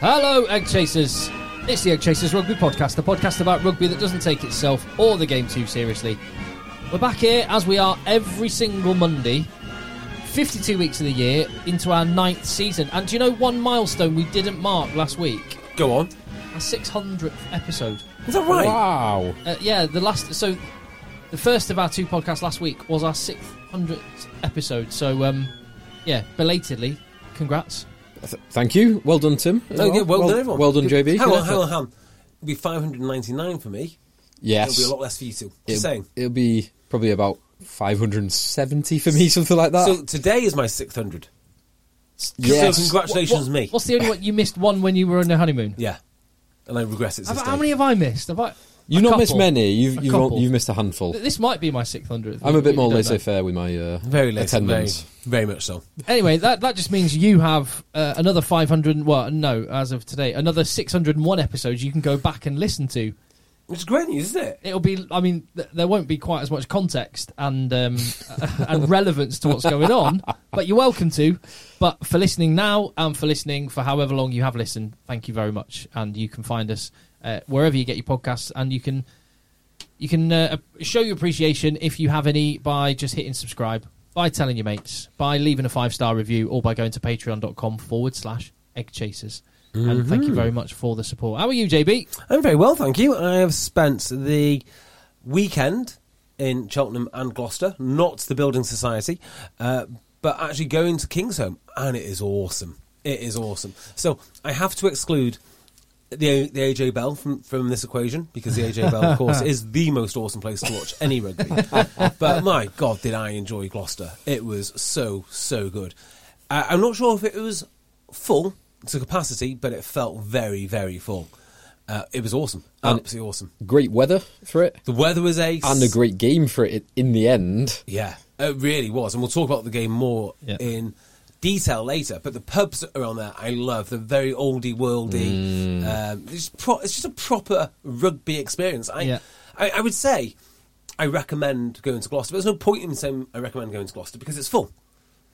Hello, Egg Chasers. It's the Egg Chasers Rugby Podcast, the podcast about rugby that doesn't take itself or the game too seriously. We're back here as we are every single Monday, 52 weeks of the year, into our ninth season. And do you know one milestone we didn't mark last week? Go on. Our 600th episode. Is that right? Wow. Uh, yeah, the last. So, the first of our two podcasts last week was our 600th episode. So, um, yeah, belatedly, congrats. Th- thank you. Well done, Tim. as Oh, yeah, well, done, everyone. Well done, Good- JB. Hang Good on, hang effort. on, hang on. It'll be 599 for me. Yes. It'll be a lot less for you two. Just It'll- saying. It'll be probably about 570 for me, something like that. So today is my 600. Uh, Yes. So congratulations, What- me. What's the only one you missed? One when you were on your honeymoon. Yeah. And I regret it. Have- how many have I missed? Have I? you've a not couple. missed many. A You've you've, couple. you've missed a Uh, handful. This might be my 600th. I'm a bit You more don't know. laissez-faire with my uh, Very late. Very, attendance. very much so. Anyway, that, that just means you have uh, another 500. and- Well, no, as of today, another 601 episodes you can go back and listen to. Which is great news, isn't it? It'll be, I mean, th- there won't be quite as much context and um, and relevance to what's going on, but you're welcome to. But for listening now and for listening for however long you have listened, thank you very much. And you can find us uh, wherever you get your podcasts, and you can you can uh, ap- show your appreciation if you have any by just hitting subscribe, by telling your mates, by leaving a five star review, or by going to patreon.com forward slash egg chasers. And thank you very much for the support. How are you, JB? I'm very well, thank you. I have spent the weekend in Cheltenham and Gloucester, not the Building Society, uh, but actually going to King's Home, and it is awesome. It is awesome. So I have to exclude the the AJ Bell from, from this equation because the AJ Bell, of course, is the most awesome place to watch any rugby. but my God, did I enjoy Gloucester? It was so so good. I, I'm not sure if it was full to capacity, but it felt very very full. Uh, it was awesome, absolutely awesome. Great weather for it, The weather was ace, and a great game for it in the end. yeah, it Uh, really was. And we'll talk about the game more Yeah. in detail later. But the pubs around there, I love. They're very oldie worldy. Mm. Um, it's, pro- it's just a proper rugby experience. I, Yeah. I, I would say I recommend going to Gloucester, but there's no point in saying I recommend going to Gloucester because it's full.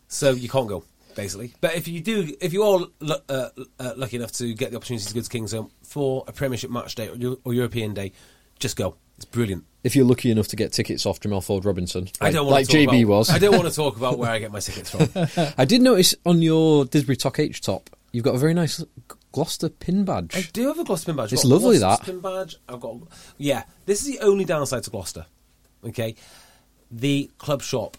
So you can't go, basically. But if you do, if you are lu- uh, uh, lucky enough to get the opportunity to go to King's Home for a Premiership match day or, Eu- or European day, just go. It's brilliant. If you're lucky enough to get tickets off Jamal Ford Robinson, like, I don't want like to talk JB about, was. I don't want to talk about where I get my tickets from. I did notice on your Disbury Talk H top, you've got a very nice Gloucester pin badge. I do have a Gloucester pin badge. I've It's got a lovely, Gloucester that. pin badge. I've got. Yeah, this is the only downside to Gloucester. Okay, the club shop,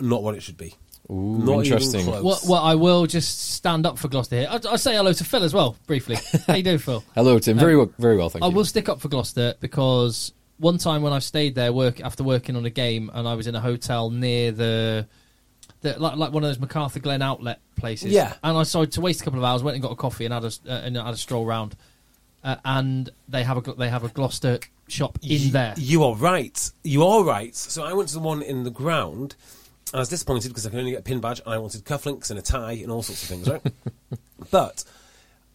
not what it should be. Ooh, not interesting. Even close. Well, well, I will just stand up for Gloucester here. I'll, I'll say hello to Phil as well, briefly. How you doing, Phil? Hello, Tim. Very well, very well, thank Um, I you. will stick up for Gloucester because one time when I stayed there, work after working on a game, and I was in a hotel near the, the like, like one of those Macarthur Glen outlet places. Yeah. and I decided to waste a couple of hours, went and got a coffee, and had a s- uh, and had a stroll round, uh, and they have a gl- they have a Gloucester shop in there. You are right. You are right. So I went to the one in the ground. I was disappointed because I could only get a pin badge and I wanted cufflinks and a tie and all sorts of things, right? but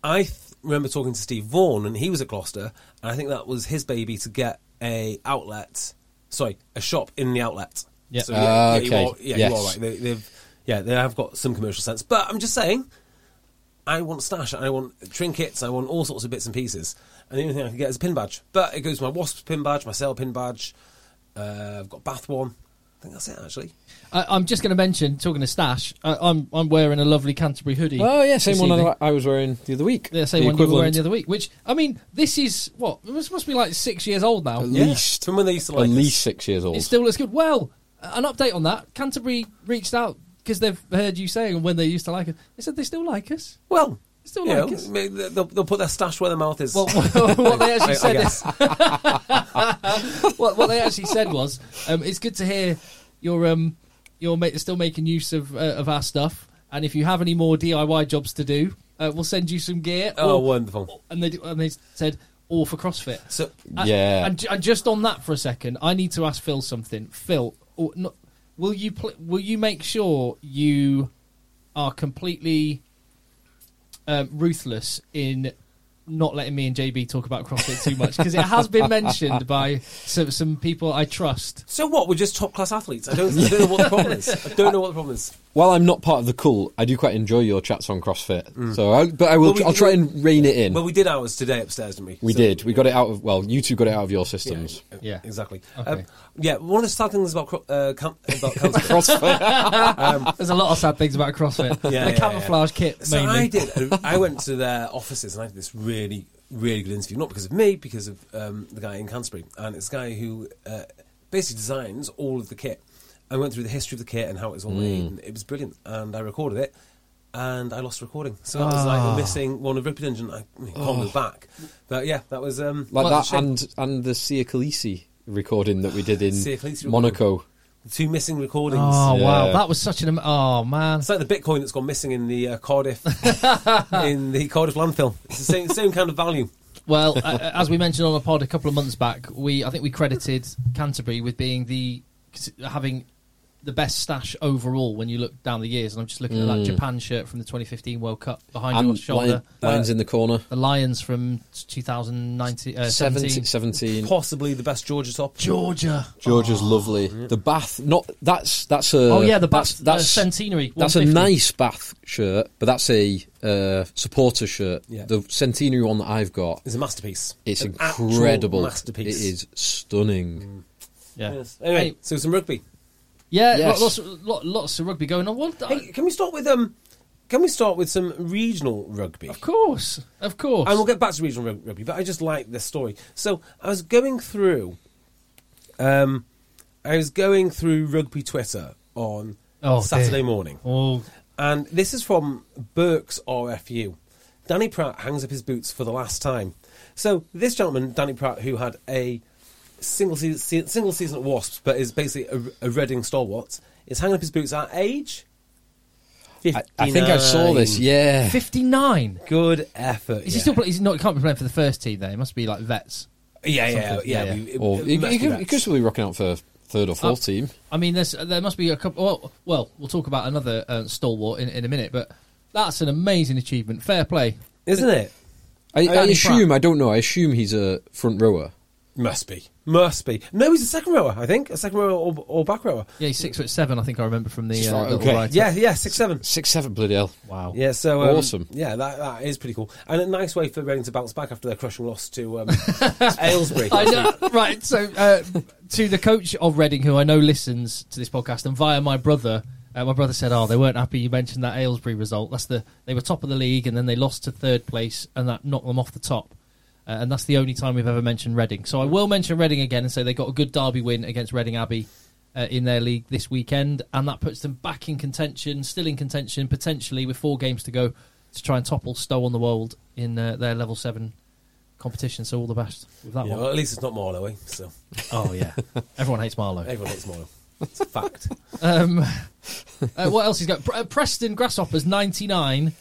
I th- remember talking to Steve Vaughan and he was at Gloucester and I think that was his baby to get a outlet, sorry, a shop in the outlet. Yeah. So, Ah, you okay. are- yeah, Yes. you are right. They, they've, yeah, they have got some commercial sense. But I'm just saying, I want stash, I want trinkets, I want all sorts of bits and pieces. And the only thing I can get is a pin badge. But it goes to my Wasps pin badge, my Sail pin badge. Uh, I've got Bath one. I think that's it, actually. I, I'm just going to mention talking to Stash. I, I'm I'm wearing a lovely Canterbury hoodie. Oh yeah, same this one evening. I, I was wearing the other week. The same one you were wearing the other week. Which I mean, this is what it must must be like six years old now. At Yeah. least, From when they used to at like us. least six years old. It still looks good. Well, an update on that. Canterbury reached out because they've heard you saying when they used to like us. They said they still like us. Well, They still you like know, us. maybe they'll, they'll put their stash where their mouth is. Well, what they I- actually I said is guess. what, what they actually said was, um, it's good to hear you're um, you're ma- still making use of uh, of our stuff, and if you have any more DIY jobs to do, uh, we'll send you some gear. Oh, or- wonderful. And they and they said all for CrossFit. So And- Yeah. And, ju- and just on that for a second, I need to ask Phil something. Phil, or not, will you pl- will you make sure you are completely um, ruthless in not letting me and JB talk about CrossFit too much because it has been mentioned by some, some people I trust. so what? We're just top class athletes. I don't, I don't know what the problem is. I don't know what the problem is. While I'm not part of the cult, I do quite enjoy your chats on CrossFit. So, I, but I Mm. Well, will. we I'll did- try and rein it in. Well, we did ours today upstairs, didn't we? we So- did. We got it out of. Well, you two got it out of your Yeah, uh, systems. Yeah. exactly. Okay. Um, yeah, one of the sad things about cro- uh, com- about council- CrossFit. There's a lot of sad things about CrossFit. Yeah, the yeah, camouflage kit So mainly. I did. uh, I went to their offices and I did this really, really good interview. Not because of me, because of um, the guy in Canterbury, and it's a guy who uh, basically designs all of the kit. I went through the history of the kit and how it was all made. And it was brilliant, and I recorded it, and I lost recording. So that was like the missing one of Ripper Engine. I I can't go back, but yeah, that was um, like well, that, shame. and and the Sia Khaleesi recording that we did in Sia Khaleesi recording. Monaco. two missing recordings. Oh wow, Yeah. that was such an am- oh man. It's like the Bitcoin that's gone missing in the uh, Cardiff in the Cardiff landfill. It's the same same kind of value. Well, uh, as we mentioned on the pod a couple of months back, we I think we credited Canterbury with being the having the best stash overall when you look down the years. And I'm just looking at that Japan shirt from the 2015 World Cup behind your And shoulder. Lion- Uh, Lions in the corner. the Lions from 2019, uh, 17. 17. 17. Possibly the best Georgia top. Georgia. Georgia's lovely. Oh, The bath, not that's that's a. Oh yeah, the Bats Uh, That's, that's, that's, centenary. that's a 150. nice bath shirt, but that's a uh, supporter shirt. Yeah. The centenary one that I've got, It's a masterpiece. it's An actual incredible. masterpiece. It is stunning. Yeah, Yes. Anyway, Hey, so some rugby. yeah, Yes. lots, lots, lots of rugby going on. What, Hey, can we start with um? Can we start with some regional rugby? of course, of course. And we'll get back to regional rug- rugby, but I just like this story. So I was going through, um, I was going through rugby Twitter on Oh, Saturday dear. morning. oh, And this is from Burke's RFU. Danny Pratt hangs up his boots for the last time. So this gentleman, Danny Pratt, who had a single season, single season at Wasps, but is basically a, a Reading stalwart, is hanging up his boots at age. I, I think I saw this. 59. Yeah, 59. Good effort. Is yeah. he still? Play, he's not. He can't be playing for the first team though. He must be like vets. Yeah, yeah, Something. yeah. Yeah, we- yeah. it- or it he, must he be could, that. he could still be rocking out for Oh. third or fourth Uh, team. I mean, there's there must be a couple. Well, well we'll talk about another uh, stalwart in, in a minute, but that's an amazing achievement. Fair play. Isn't it? I, I Danny assume. Pratt. I don't know. I assume he's a front rower. Must be. Must be. No, he's a second rower, I think. A second rower or, or back rower. Yeah, he's six foot seven. I think I remember from the. Six Uh, foot- little okay. write-up. Yeah, yeah, six seven. Six seven bloody hell. Wow. Yeah, so um, Awesome. Yeah, that, that is pretty cool, and a nice way for Reading to bounce back after their crushing loss to um, Aylesbury. I know, right. So, uh, to the coach of Reading, who I know listens to this podcast, and via my brother, uh, my brother said, "Oh, they weren't happy." You mentioned that Aylesbury result. That's the they were top of the league, and then they lost to third place, and that knocked them off the top. Uh, and that's the only time we've ever mentioned Reading. So I will mention Reading again and say they got a good derby win against Reading Abbey. Uh, in their league this weekend, and that puts them back in contention, still in contention, potentially with four games to go to try and topple Stowe on the Wold in uh, their level seven competition. So all the best with that Yeah, one. well, at least it's not Marlowe, eh? so Oh yeah, everyone hates Marlowe. everyone hates Marlowe. It's a fact. Um, uh, what else he's got? Pre- uh, Preston Grasshoppers ninety nine,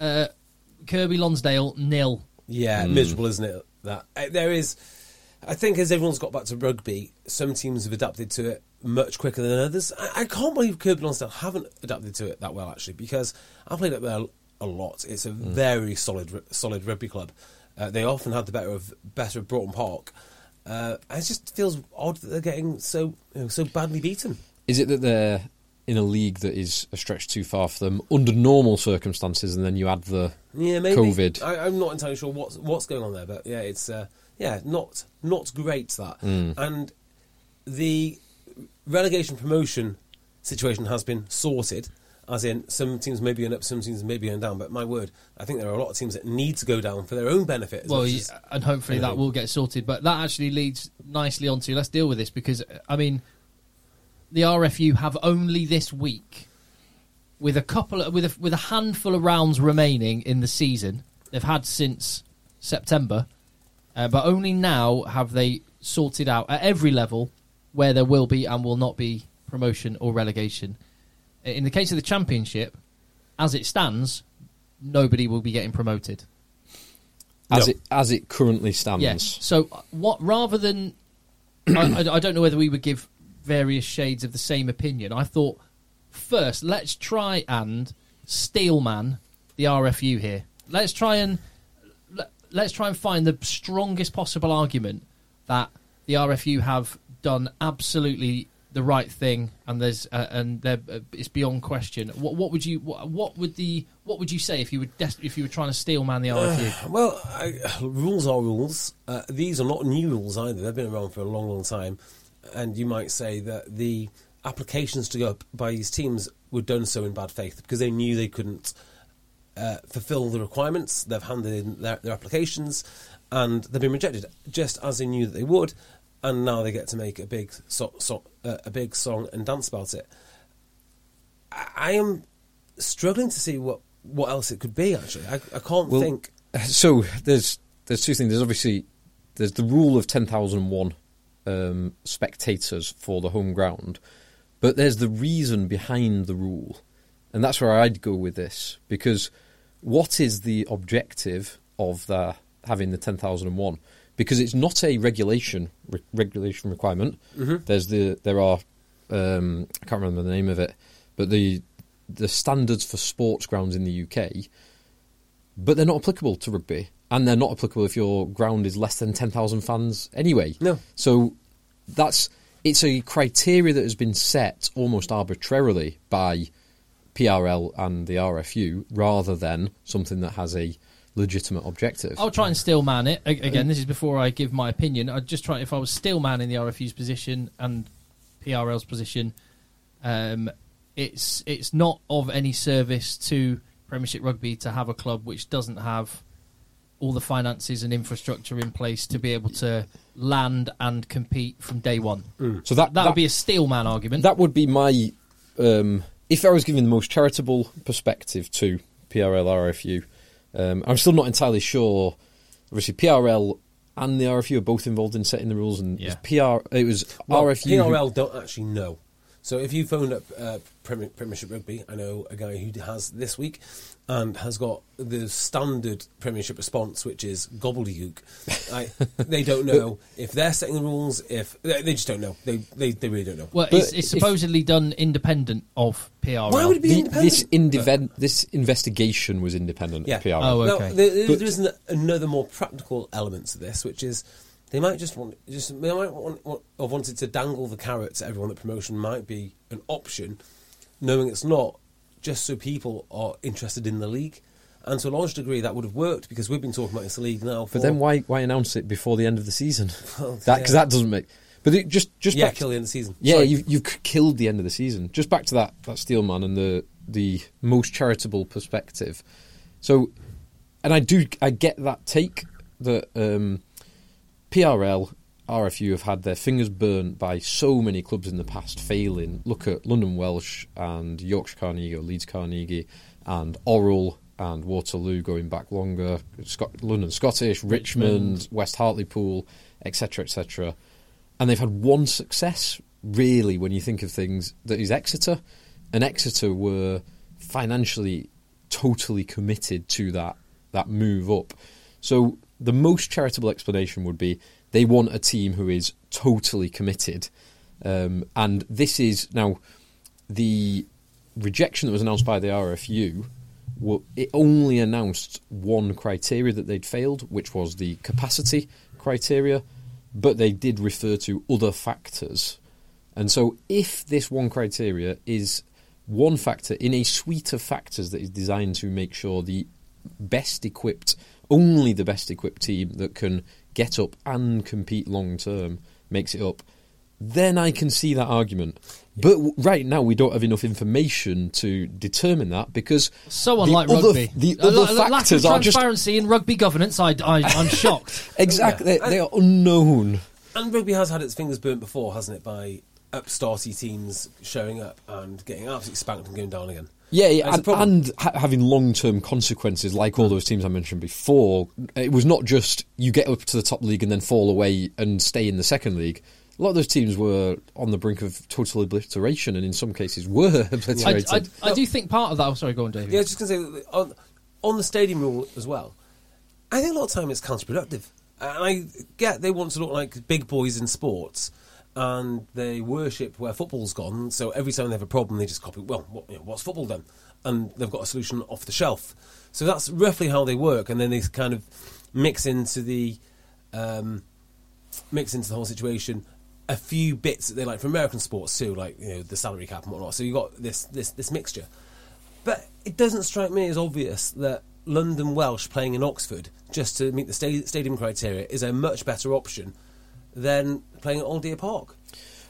uh, Kirby Lonsdale nil. Yeah, miserable, isn't it? That Uh, there is. I think as everyone's got back to rugby, some teams have adapted to it much quicker than others. I, I can't believe Kirby Lonsdale haven't adapted to it that well, actually, because I played up there a lot. It's a very solid, ru- solid rugby club. Uh, they often had the better of better of Broughton Park. Uh, it just feels odd that they're getting so you know, so badly beaten. Is it that they're in a league that is a stretch too far for them under normal circumstances, and then you add the Yeah, maybe. COVID? I, I'm not entirely sure what's what's going on there, but yeah, it's uh, yeah, not not great that. And the relegation promotion situation has been sorted, as in some teams may be going up, some teams may be going down. But my word, I think there are a lot of teams that need to go down for their own benefit. As Well, much yeah, as- and hopefully that will get sorted. But that actually leads nicely onto let's deal with this because uh, I mean, the RFU have only this week, with a couple of, with a, with a handful of rounds remaining in the season they've had since September, Uh, but only now have they sorted out at every level where there will be and will not be promotion or relegation. In the case of the Championship, as it stands, nobody will be getting promoted. as No. it as it currently stands. Yes. So uh, what? Rather than, I, I- I don't know whether we would give various shades of the same opinion. I thought first let's try and steelman the RFU here. Let's try and let, let's try and find the strongest possible argument that the RFU have done absolutely the right thing and there's uh, and there uh, it's beyond question. What, what would you what, what would the what would you say if you were des- if you were trying to steelman the RFU? Well, I, rules are rules. Uh, these are not new rules either. They've been around for a long, long time. And you might say that the applications to go up by these teams were done so in bad faith because they knew they couldn't uh, fulfill the requirements. They've handed in their, their applications and they've been rejected, just as they knew that they would. And now they get to make a big so, so, uh, a big song and dance about it. I, I am struggling to see what, what else it could be. Actually, I, I can't Well, think. So there's there's two things. There's obviously there's the rule of ten thousand one um, spectators for the home ground, but there's the reason behind the rule, and that's where I'd go with this because what is the objective of the having the ten thousand and one? Because it's not a regulation re- regulation requirement. There's the there are um, I can't remember the name of it, but the the standards for sports grounds in the UK but they're not applicable to rugby, and they're not applicable if your ground is less than ten thousand fans anyway. No. So that's it's a criteria that has been set almost arbitrarily by PRL and the RFU, rather than something that has a legitimate objective. I'll try and steel man it A- again. This is before I give my opinion. I'd just try if I was steel man in the RFU's position and PRL's position. Um, it's it's not of any service to Premiership Rugby to have a club which doesn't have all the finances and infrastructure in place to be able to land and compete from day one. so that That would be a steel man argument. that would be my um, if I was giving the most charitable perspective to PRL RFU. Um, I'm still not entirely sure. Obviously, PRL and the RFU are both involved in setting the rules, and Yeah. it was PR it was Well, RFU. who- PRL don't actually know. So if you phoned up uh, Premi- Premiership Rugby, I know a guy who has this week and has got the standard Premiership response, which is gobbledygook. I, they don't know if they're setting the rules. If they, they just don't know, they, they they really don't know. well, it's, but it's if- supposedly done independent of PRL. Why would it be the- independent? this indiven- this investigation was independent Yeah. of PRL. Oh, Now, okay. there- there- But- there is an, another more practical element to this, which is they might just want, just they might want, want, have wanted to dangle the carrot to everyone that promotion might be an option, knowing it's not, just so people are interested in the league. And to a large degree, that would have worked because we've been talking about this league now. For But then why why announce it before the end of the season? Well, Because that, 'cause yeah. that doesn't make. But it just just Yeah, back kill the end of the season. Yeah, Sorry. you've, you've c- killed the end of the season. Just back to that that Steelman and the the most charitable perspective. So, and I do I get that take that um, PRL RFU have had their fingers burnt by so many clubs in the past failing. Look at London Welsh and Yorkshire Carnegie or Leeds Carnegie and Oral and Waterloo going back longer. Scot- London Scottish, Richmond, West Hartlepool, etc., etc and they've had one success really when you think of things that is Exeter and Exeter were financially totally committed to that that move up so the most charitable explanation would be they want a team who is totally committed um, and this is now the rejection that was announced by the RFU wa- it only announced one criteria that they'd failed, which was the capacity criteria, but they did refer to other factors. And so, if this one criteria is one factor in a suite of factors that is designed to make sure the best equipped, only the best equipped team that can get up and compete long term makes it up, then I can see that argument. But w- right now, we don't have enough information to determine that because So the unlike other- rugby, the Uh, other la- la- factors lack are of just transparency in rugby governance. I, I I'm shocked. exactly they, they are unknown. And rugby has had its fingers burnt before, hasn't it, by upstarty teams showing up and getting absolutely spanked and going down again. Yeah, yeah That's the and, problem. and ha- having long term consequences, like all those teams I mentioned before. It was not just you get up to the top league and then fall away and stay in the second league. A lot of those teams were on the brink of total obliteration, and in some cases were I, obliterated. I, I do think part of that. Oh, sorry, go on, David. Yeah, I was just going to say on, on the stadium rule as well. I think a lot of time it's counterproductive, and I get they want to look like big boys in sports, and they worship where football's gone. So every time they have a problem, they just copy. Well, what, you know, what's football done? And they've got a solution off the shelf. So that's roughly how they work, and then they kind of mix into the um, mix into the whole situation a few bits that they like from American sports too, like you know the salary cap and whatnot. So you have got this this this mixture, but it doesn't strike me as obvious that London Welsh playing in Oxford just to meet the sta- stadium criteria is a much better option than playing at Old Deer Park.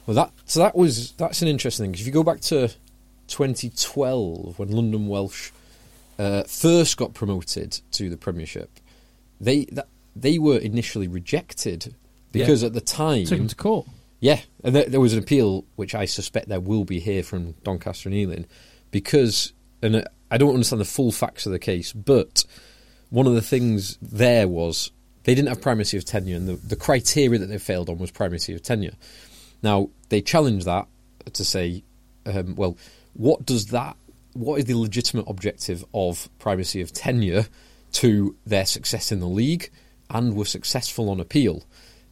Well, that so that was that's an interesting thing. 'cause If you go back to 2012, when London Welsh uh, first got promoted to the Premiership, they that, they were initially rejected because at the time Took him to court. yeah, and there, there was an appeal, which I suspect there will be here from Doncaster and Ealing, because, and uh, I don't understand the full facts of the case, but one of the things there was they didn't have primacy of tenure, and the, the criteria that they failed on was primacy of tenure. Now, they challenged that to say, um, well, what does that, what is the legitimate objective of primacy of tenure to their success in the league and were successful on appeal?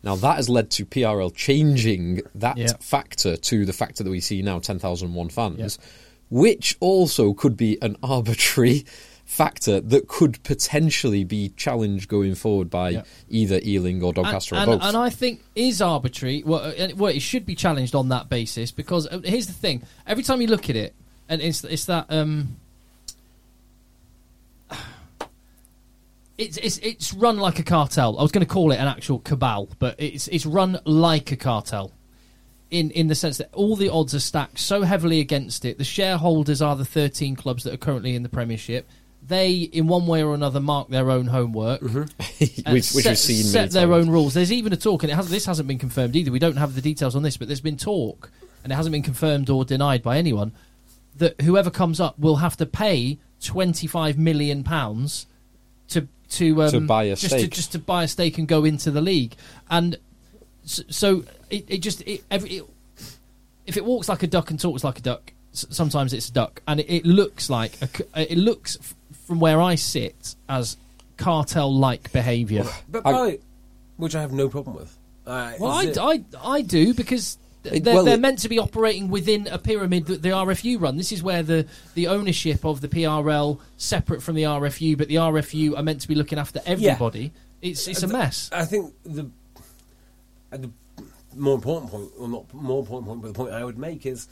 Now that has led to PRL changing that Yeah. factor to the factor that we see now, ten thousand one fans, Yeah. which also could be an arbitrary factor that could potentially be challenged going forward by Yeah. either Ealing or Doncaster and, or and, both. and I think is arbitrary. Well, uh, and- well, it should be challenged on that basis because uh, here's the thing: every time you look at it, and it's it's that um, it's it's it's run like a cartel. I was going to call it an actual cabal, but it's it's run like a cartel. In, in the sense that all the odds are stacked so heavily against it, the shareholders are the 13 clubs that are currently in the Premiership. They, in one way or another, mark their own homework Mm-hmm. uh, which, which set, we've seen set many their times. own rules. There's even a talk, and it has, this hasn't been confirmed either. We don't have the details on this, but there's been talk, and it hasn't been confirmed or denied by anyone that whoever comes up will have to pay 25 million pounds to to um, To buy a just stake. to, just to buy a stake and go into the league, and so, so it, it just it, every, it, if it walks like a duck and talks like a duck, s- sometimes it's a duck, and it, it looks like a c it looks f- from where I sit as cartel-like behaviour. But I- probably, which I have no problem with. Uh, Well, is it- I, I, I do because th- It- they're, well, they're it- meant to be operating within a pyramid that the RFU run. This is where the, the ownership of the PRL separate from the RFU, but the RFU are meant to be looking after everybody. It's it's a mess. I think the uh, the more important point, or not more important point, but the point I would make is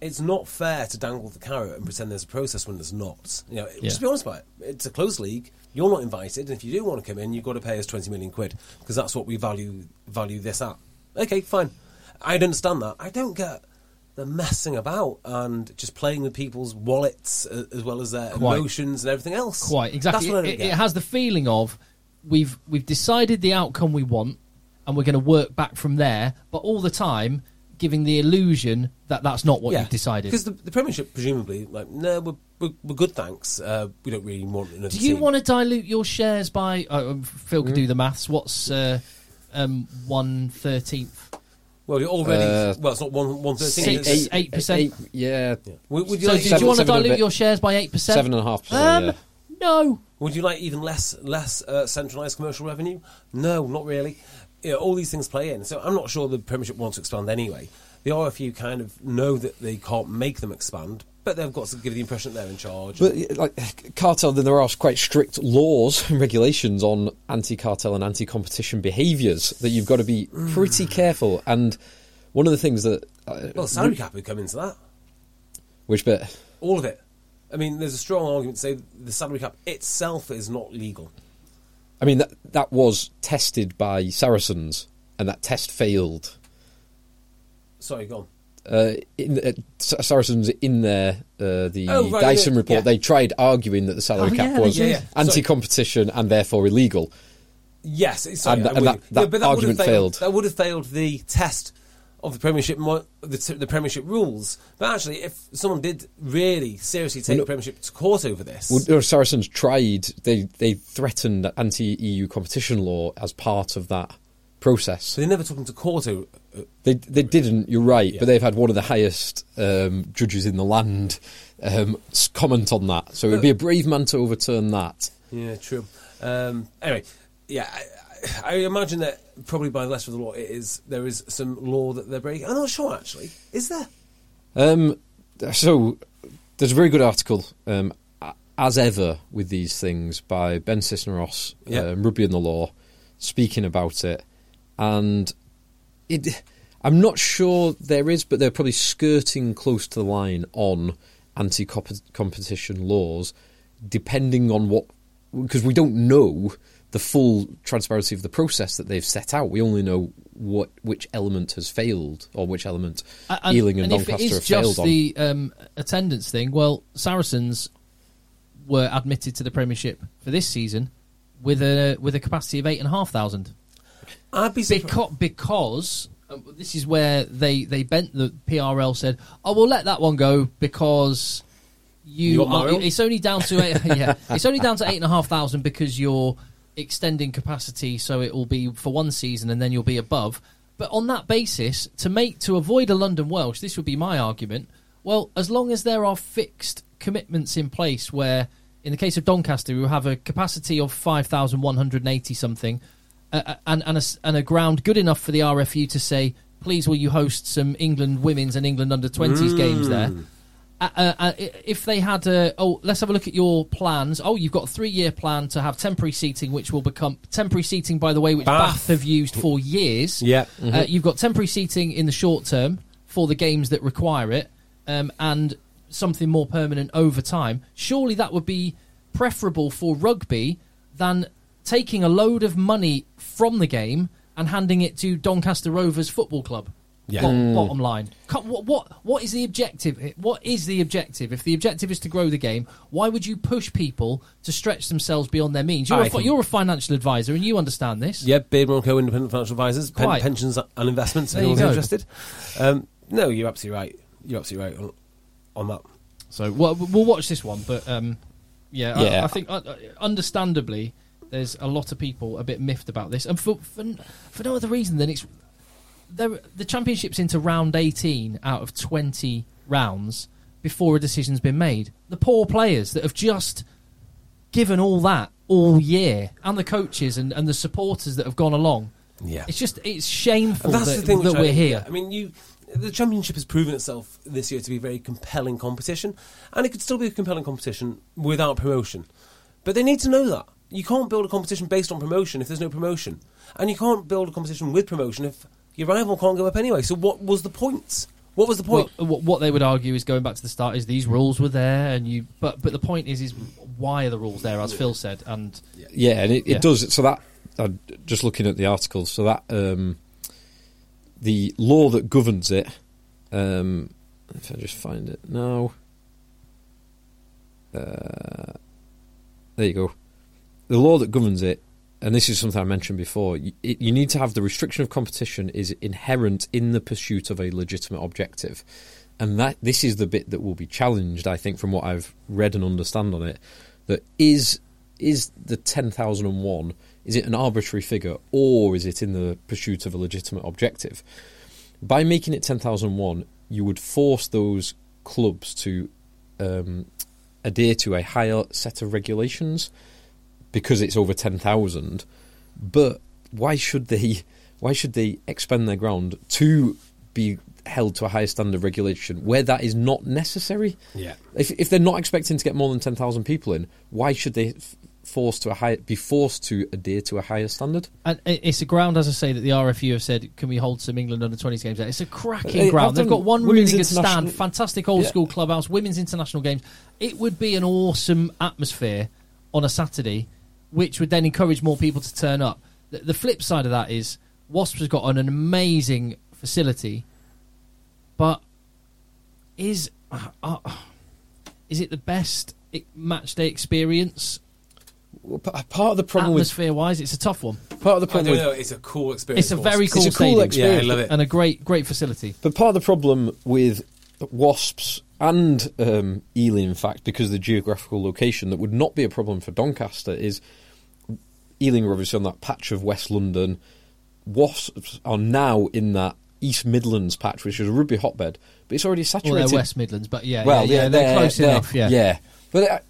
it's not fair to dangle the carrot and pretend there's a process when there's not. You know, just be honest about it. It's a closed league. You're not invited, and if you do want to come in, you've got to pay us twenty million quid because that's what we value value this at. Okay, fine. I'd understand that. I don't get the messing about and just playing with people's wallets uh, as well as their Quite. emotions and everything else. Quite exactly. That's what I don't it, get. it has the feeling of we've we've decided the outcome we want, and we're going to work back from there. But all the time, giving the illusion that that's not what you've decided. Because the, the Premiership, presumably, like, no, we're, we're, we're good, thanks. Uh, we don't really want another Do you team. want to dilute your shares by? Oh, um, Phil Hmm? can do the maths. What's uh, um, one thirteenth? Well, you're already. Uh, well, it's not one, one thirteen. Six- it's- eight- percent. yeah, Would, would you So, like did seven- you want to seven and a dilute bit. your shares by eight percent? seven and a half percent. Um, yeah. No. Would you like even less less uh, centralised commercial revenue? No, not really. You know, all these things play in. So I'm not sure the Premiership wants to expand anyway. The RFU kind of know that they can't make them expand, but they've got to give the impression that they're in charge. But yeah, like cartel, then there are quite strict laws and regulations on anti-cartel and anti-competition behaviours that you've got to be pretty careful. And one of the things that, uh, well, salary cap would come into that. which bit? All of it. I mean, there's a strong argument to say the salary cap itself is not legal. I mean, that that was tested by Saracens, and that test failed. Sorry, go on. Uh, in, uh, Sa- Saracens in their uh, the Oh, right, Dyson yeah, report, yeah. they tried arguing that the salary Oh, cap yeah, they was did. Yeah, yeah. anti-competition and therefore illegal. Yes, it's- sorry, And- I and would- that- that would have argument failed. That would have failed the test of the Premiership, mo- the, t- the Premiership rules. But actually, if someone did really seriously take the Premiership to court over this, Well, no, Saracens tried. They they threatened anti-EU competition law as part of that process. so they never took him to court. Over, uh, They they didn't. You're right, Yeah. but they've had one of the highest um, judges in the land um, s- comment on that. So Oh. it'd be a brave man to overturn that. yeah, true. Um, anyway, yeah, I, I imagine that probably by the letter of the law, it is there is some law that they're breaking. I'm not sure actually. Is there? Um, so there's a very good article, um, a- as ever with these things, by Ben Cisneros, Yeah. um, Rugby and the Law, speaking about it, and it. I'm not sure there is, but they're probably skirting close to the line on anti-competition laws, depending on what, because we don't know the full transparency of the process that they've set out. We only know what which element has failed or which element A- Ealing and, if Doncaster it have is just failed on. the um, attendance thing, well, Saracens were admitted to the Premiership for this season with a with a capacity of eight and a half thousand. I'd be surprised. Because, because uh, this is where they they bent the PRL said, "Oh, we'll let that one go because you, You want are, Mario? it's only down to eight, yeah, it's only down to eight and a half thousand because you're extending capacity, so it will be for one season and then you'll be above." But on that basis, to make to avoid a London Welsh, this would be my argument. Well, as long as there are fixed commitments in place, where in the case of Doncaster, we have a capacity of five thousand one hundred eighty something, uh, and and a, s- and a ground good enough for the RFU to say, please, will you host some England women's and England under twenties games there? Uh, uh, uh, i- if they had a oh, let's have a look at your plans. Oh, you've got a three-year plan to have temporary seating, which will become temporary seating. By the way, which Bath, Bath. have used for years. Yeah. uh, you've got temporary seating in the short term for the games that require it, um, and something more permanent over time. Surely that would be preferable for rugby than taking a load of money from the game and handing it to Doncaster Rovers Football Club. Yeah. Mm. Bo- Bottom line, Co- what what what is the objective? here? What is the objective? If the objective is to grow the game, why would you push people to stretch themselves beyond their means? You're, I a, fi- think- you're a financial advisor, and you understand this. Yeah, Beardmore Co. Independent Financial Advisors, pen, Quite. pensions and investments. If There you anyone's go. interested, um, no, you're absolutely right. You're absolutely right on, on that. So well, we'll watch this one, but um, yeah, I- I, Yeah. think uh, uh, understandably there's a lot of people a bit miffed about this, and for for, n- for no other reason than it's there, the championships into round 18 out of 20 rounds before a decision's been made. The poor players that have just given all that all year, and the coaches and, and the supporters that have gone along. Yeah, It's just it's shameful And that's that, the thing that which I- we're here. I mean, you, the championship has proven itself this year to be a very compelling competition, and it could still be a compelling competition without promotion. But they need to know that you can't build a competition based on promotion if there's no promotion, and you can't build a competition with promotion if your rival can't go up anyway. So what was the point? What was the point? Well, what, what they would argue is going back to the start is these rules were there, and you. But but the point is is why are the rules there? As Phil said, and yeah, and it, it Yeah. does. So that uh, just looking at the article, so that um, the law that governs it. Um, if I just find it now, uh, there you go. The law that governs it, and this is something I mentioned before. You, it, you need to have the restriction of competition is inherent in the pursuit of a legitimate objective, and that this is the bit that will be challenged. I think from what I've read and understand on it, that is is the 10,001 is it an arbitrary figure or is it in the pursuit of a legitimate objective by making it 10,001 you would force those clubs to um, adhere to a higher set of regulations because it's over 10,000 but why should they why should they expend their ground to be held to a higher standard of regulation where that is not necessary Yeah. if, if they're not expecting to get more than 10,000 people in, why should they f- force to a high, be forced to adhere to a higher standard? and i- it's a ground as I say that the RFU have said can we hold some England under twenties games? there? It's a cracking Hey, ground. I've They've done got one really women's good international- stand, fantastic old Yeah. school clubhouse, women's international games. It would be an awesome atmosphere on a Saturday, which would then encourage more people to turn up. The, the flip side of that is Wasps has got an amazing facility, but is uh, uh, is it the best i- match day e, experience? Well, p- Part of the problem with Atmosphere wise, it's a tough one. part of the I don't problem with know. It's a cool experience. It's a for us. very cool, a cool stadium experience. Yeah, I love it. and a great, great facility. But part of the problem with Wasps and um, Ely, in fact, because of the geographical location, that would not be a problem for Doncaster is Ealing are obviously on that patch of West London. Wasps are now in that East Midlands patch, which is a rugby hotbed, but it's already Well, they're saturated. West Midlands, but yeah, well, yeah, yeah, they're, close enough. Yeah. yeah. But I,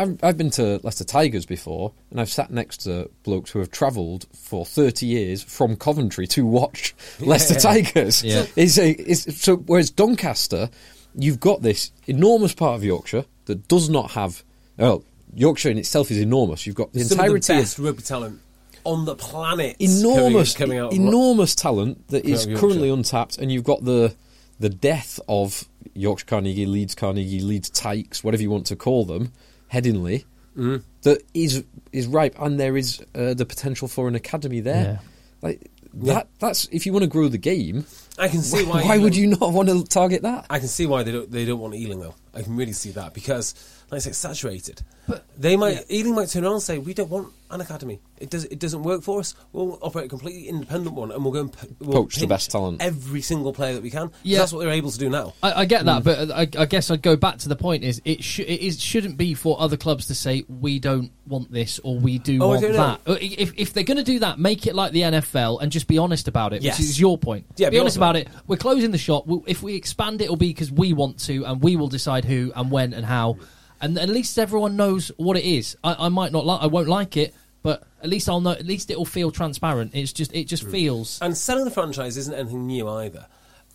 I've, I've been to Leicester Tigers before, and I've sat next to blokes who have travelled for 30 years from Coventry to watch Leicester Tigers. Yeah. It's a, it's, so, whereas Doncaster, you've got this enormous part of Yorkshire that does not have. Well, Yorkshire in itself is enormous. You've got the Some of entirety the best rugby talent on the planet. enormous, coming, coming out. of- enormous talent that Coming is out of Yorkshire. currently untapped, and you've got the the death of Yorkshire Carnegie, Leeds Carnegie, Leeds Tykes, whatever you want to call them, Headingley, Mm. that is is ripe, and there is uh, the potential for an academy there. Yeah. Like that, that's if you want to grow the game. I can see why. why would Ealing- you not want to target that? I can see why they don't. They don't want Ealing though. I can really see that because, like I say, it's saturated. But they might Ealing might turn around and say, "We don't want an academy. It does. It doesn't work for us. We'll operate a completely independent one, and we'll go and p- we'll Poach the pinch best talent." Every single player that we can. 'Cause Yeah. that's what they're able to do now. I, I get that, but uh, I, I guess I'd go back to the point: is it, sh- it is, shouldn't be for other clubs to say we don't want this or we do Oh, I want don't know. that. Uh, i- If, if they're going to do that, make it like the NFL and just be honest about it, Yes. which is your point. Yeah, be, be honest about it. honest We're closing the shop. we if we expand, it'll be because we want to, and we will decide who and when and how. And at least everyone knows what it is. I, I might not like, I won't like it, but at least I'll know. At least it'll feel transparent. It's just, it just feels. And selling the franchise isn't anything new either.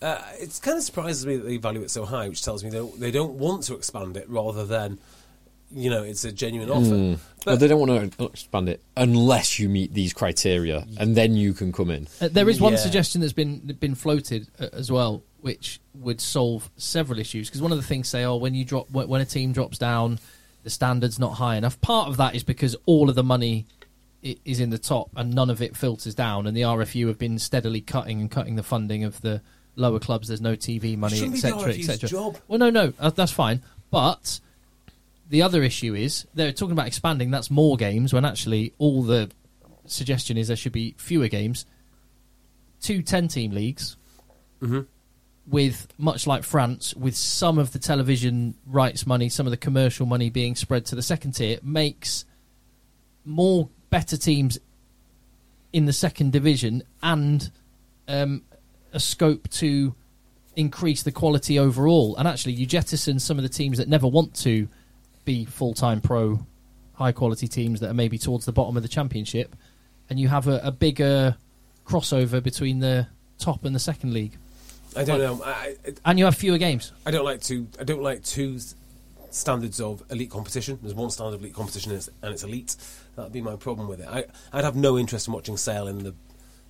Uh, it kind of surprises me that they value it so high, which tells me they don't, they don't want to expand it rather than, you know, it's a genuine offer. But Well, they don't want to expand it unless you meet these criteria, and then you can come in. Uh, there is one Yeah. suggestion that's been been floated uh, as well, which would solve several issues. Because one of the things say, oh, when you drop when when a team drops down, the standards not high enough. Part of that is because all of the money i- is in the top and none of it filters down, and the RFU have been steadily cutting and cutting the funding of the lower clubs. There's no TV money, Shouldn't be the etc., RFU's etc. job. Well, no, no, uh, that's fine, but. The other issue is they're talking about expanding. That's more games when actually all the suggestion is there should be fewer games two 10 team leagues with much like France with some of the television rights money some of the commercial money being spread to the second tier makes more better teams in the second division and um, a scope to increase the quality overall and actually you jettison some of the teams that never want to be full-time pro high quality teams that are maybe towards the bottom of the championship and you have a, a bigger crossover between the top and the second league, I don't know. I, I- and you have fewer games. I don't like to. I don't like two s- standards of elite competition. There's one standard of elite competition, and it's, and it's elite. That'd be my problem with it. I, I'd have no interest in watching Sale in the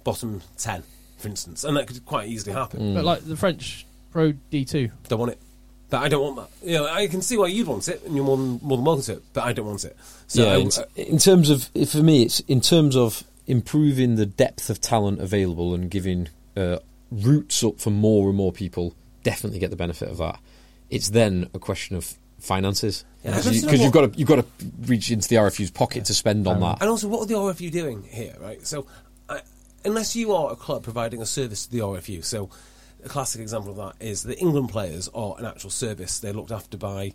bottom ten, for instance, and that could quite easily happen. But like the French Pro D two, Don't want it. But I don't want that. You know, I can see why you'd want it, and you're more than, more than welcome to it. But I don't want it. So yeah, I- in, in terms of for me, it's in terms of improving the depth of talent available and giving uh, routes up for more and more people. Definitely get the benefit of that. It's then a question of finances Yeah, because but you, you know 'cause you've what? got to you've got to reach into the RFU's pocket to spend on that. And also, what are the RFU doing here, right? So, I, unless you are a club providing a service to the RFU, so a classic example of that is the England players are an actual service. They're looked after by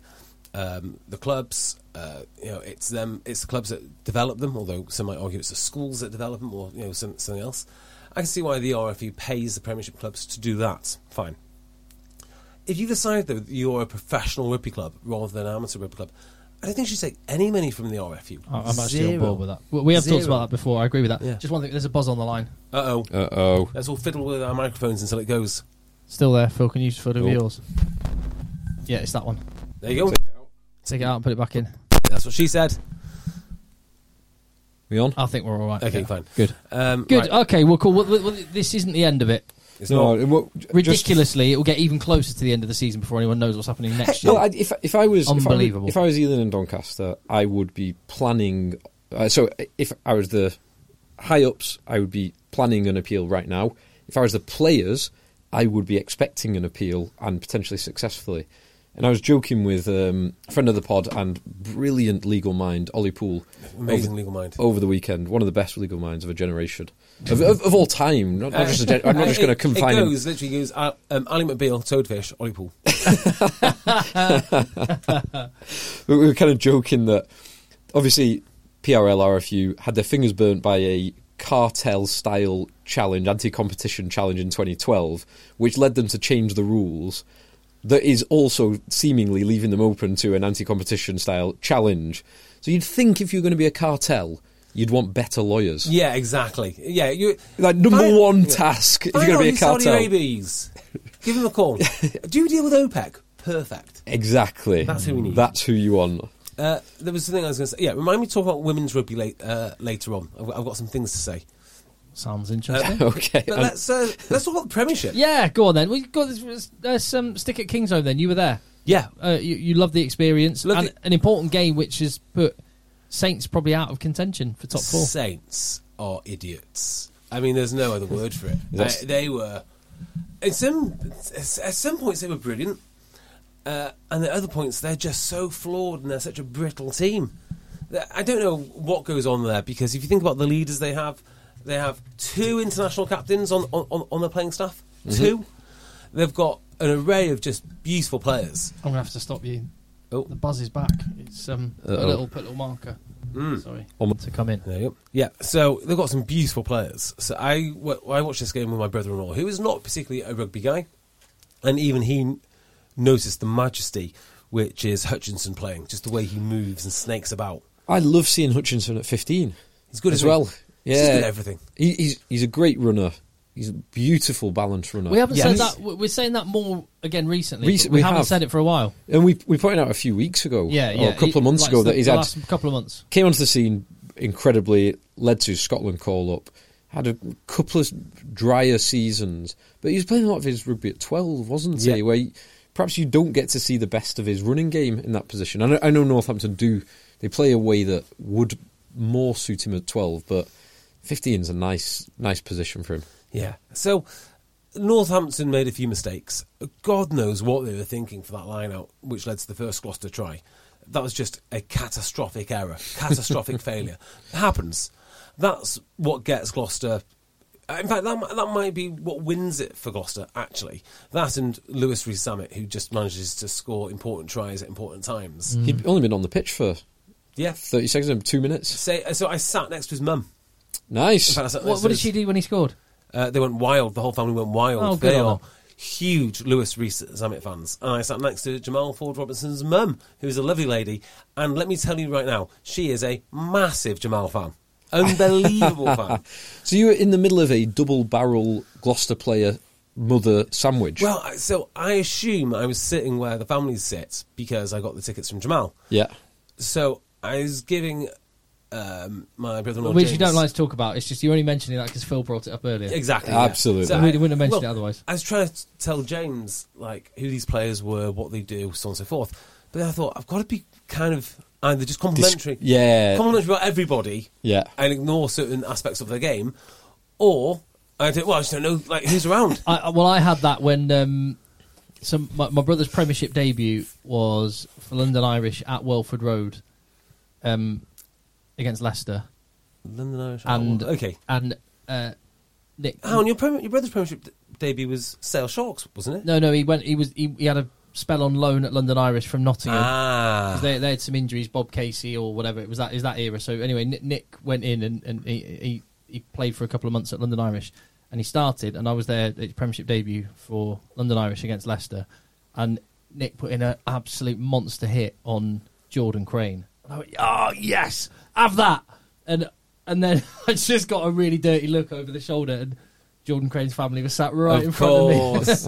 um, the clubs. Uh, you know, it's them. It's the clubs that develop them. Although some might argue it's the schools that develop them, or you know, some, something else. I can see why the RFU pays the Premiership clubs to do that. Fine. If you decide though that you're a professional rugby club rather than an amateur rugby club, I don't think you should take any money from the RFU. I'm actually on Zero. board with that. Well, we have talked Zero. about that before. I agree with that. Yeah. Just one thing. There's a buzz on the line. Uh oh. Uh oh, Let's all fiddle with our microphones until it goes. Still there, Phil? Can you just fiddle with Cool. yours? Yeah, it's that one. There you go. Take it out and put it back in. That's what she said. we on? Oh, I think we're all right. Okay, Yeah. fine. Good. Um, Good. right. Okay. Well, cool. Well, well, well, this isn't the end of it. It's No, not- it wa- just- Ridiculously, it will get even closer to the end of the season before anyone knows what's happening next year. Well, I, if if I was if I were- Unbelievable. if I was Ealing and Doncaster, I would be planning. Uh, so if I was the high ups, I would be planning an appeal right now. If I was the players, I would be expecting an appeal and potentially successfully. And I was joking with um, a friend of the pod and brilliant legal mind, Ollie Poole. Amazing over- legal mind. Over the weekend, one of the best legal minds of a generation. Of, of, of all time. Not, not just a gen- I'm not just It- going to it- confine It him. goes, literally goes, uh, um, Ali McBeal, Toadfish, Ollie Pool. we we were kind of joking that obviously PRL RFU had their fingers burnt by a cartel style challenge, anti competition challenge in 2012, which led them to change the rules. That is also seemingly leaving them open to an anti competition style challenge. So you'd think if you're going to be a cartel, you'd want better lawyers. Yeah, exactly. Yeah, you Like, number Find- one yeah. task if Find you're out going to be a who Saudi cartel. Arabia's. Give them a call. Do you deal with OPEC? Perfect. Exactly. That's who we need. That's who you want. Uh, there was something I was going to say. Yeah, remind me to talk about women's rugby late, uh, later on. I've, got- I've got some things to say. Sounds interesting. Okay. But and- let's uh, let's talk about the Premiership. yeah, go on then. We got this. There's some stick at King's Home. Then you were there. yeah. Uh, you, you love the experience Loved and it. an important game, which has put Saints probably out of contention for top four. Saints are idiots. I mean, there's no other word for it. Yes. They- they were. At some at some points they were brilliant, uh, and at other points they're just so flawed and they're such a brittle team. That- I don't know what goes on there because if you think about the leaders they have, they have two international captains on on, on- on their playing staff. Mm-hmm. Two, they've got an array of just beautiful players. I'm gonna have to stop you. Oh. The buzz is back. It's um, a Uh-oh. little put a little marker. Sorry Um, to come in. There you go. Yeah, so they've got some beautiful players. So I, w- I watched this game with my brother-in-law, who is not particularly a rugby guy, and even he n- noticed the majesty which is Hutchinson playing, just the way he moves and snakes about. I love seeing Hutchinson at 15. He's good as isn't he? well. He's Yeah, just good at everything. He, he's he's a great runner. He's a beautiful balance runner. We haven't Yes. said that. we- We're saying that more again recently. Rec- but we, we haven't have. said it for a while. and we we pointed out a few weeks ago, Yeah, or yeah. a couple of He- months like ago the- that he's the had last couple of months. came onto the scene incredibly, led to Scotland call up, had a couple of drier seasons, but he was playing a lot of his rugby at twelve, wasn't he? Yeah. Where he- perhaps you don't get to see the best of his running game in that position. I know, I know Northampton do they play a way that would more suit him at twelve, but 15 is a nice nice position for him. Yeah. So Northampton made a few mistakes. God knows what they were thinking for that line out, which led to the first Gloucester try. That was just a catastrophic error, catastrophic failure. It happens. That's what gets Gloucester. In fact, that, mi- that might be what wins it for Gloucester, actually. That and Lewis Rees Summit, who just manages to score important tries at important Mm. times. He'd only been on the pitch for Yeah. 30 seconds, um, two minutes. So, so I sat next to his mum. In Nice. fact, I sat What, what next to did his- she do when he scored? Uh, they went wild. The whole family went wild. Oh, good they on are them. huge Lewis Rees Zammit fans. And I sat next to Jamal Ford Robinson's mum, who is a lovely lady. And let me tell you right now, she is a massive Jamal fan. Unbelievable fan. So you were in the middle of a double barrel Gloucester player mother sandwich. Well, I- so I assume I was sitting where the family sits because I got the tickets from Jamal. yeah. So I was giving um, my brother-in-law Which you don't James- like to talk about. It's just you're only mentioning that because Phil brought it up earlier. Exactly. Absolutely. I really wouldn't have mentioned it otherwise. I was trying to tell James like who these players were, what they do, so on and so forth. But then I thought I've got to be kind of either just complimentary, yeah. complimentary about everybody, Yeah. and ignore certain aspects of their game, or I don't. Well, I just don't know like who's around. I, I- well, I had that when um, some my, my brother's Premiership debut was for London Irish at Welford Road um, against Leicester, London Irish. and okay, and uh, Nick. how and your prem- your brother's Premiership d- debut was Sale Sharks, wasn't it? No, no, he went. He was. He, he had a spell on loan at London Irish from Nottingham. Ah, 'Cause They, they had some injuries, Bob Casey or whatever. It was that is that era. So anyway, Nick, Nick went in and, and he, he he played for a couple of months at London Irish, and he started. And I was there at his Premiership debut for London Irish against Leicester, and Nick put in an absolute monster hit on Jordan Crane. And I went, oh yes, have that. And and then I just got a really dirty look over the shoulder, and Jordan Crane's family was sat right in of front of me. course,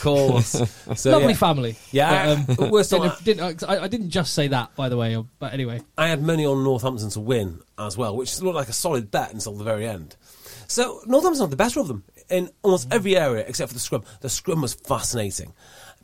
course. So, Lovely yeah. family. Yeah, But, um, worst of all, didn't, didn't, I, I didn't just say that, by the way. um, But anyway, I had money on Northampton to win as well, which looked like a solid bet until the very end. So Northampton had the better of them in almost every area except for the scrum. The scrum was fascinating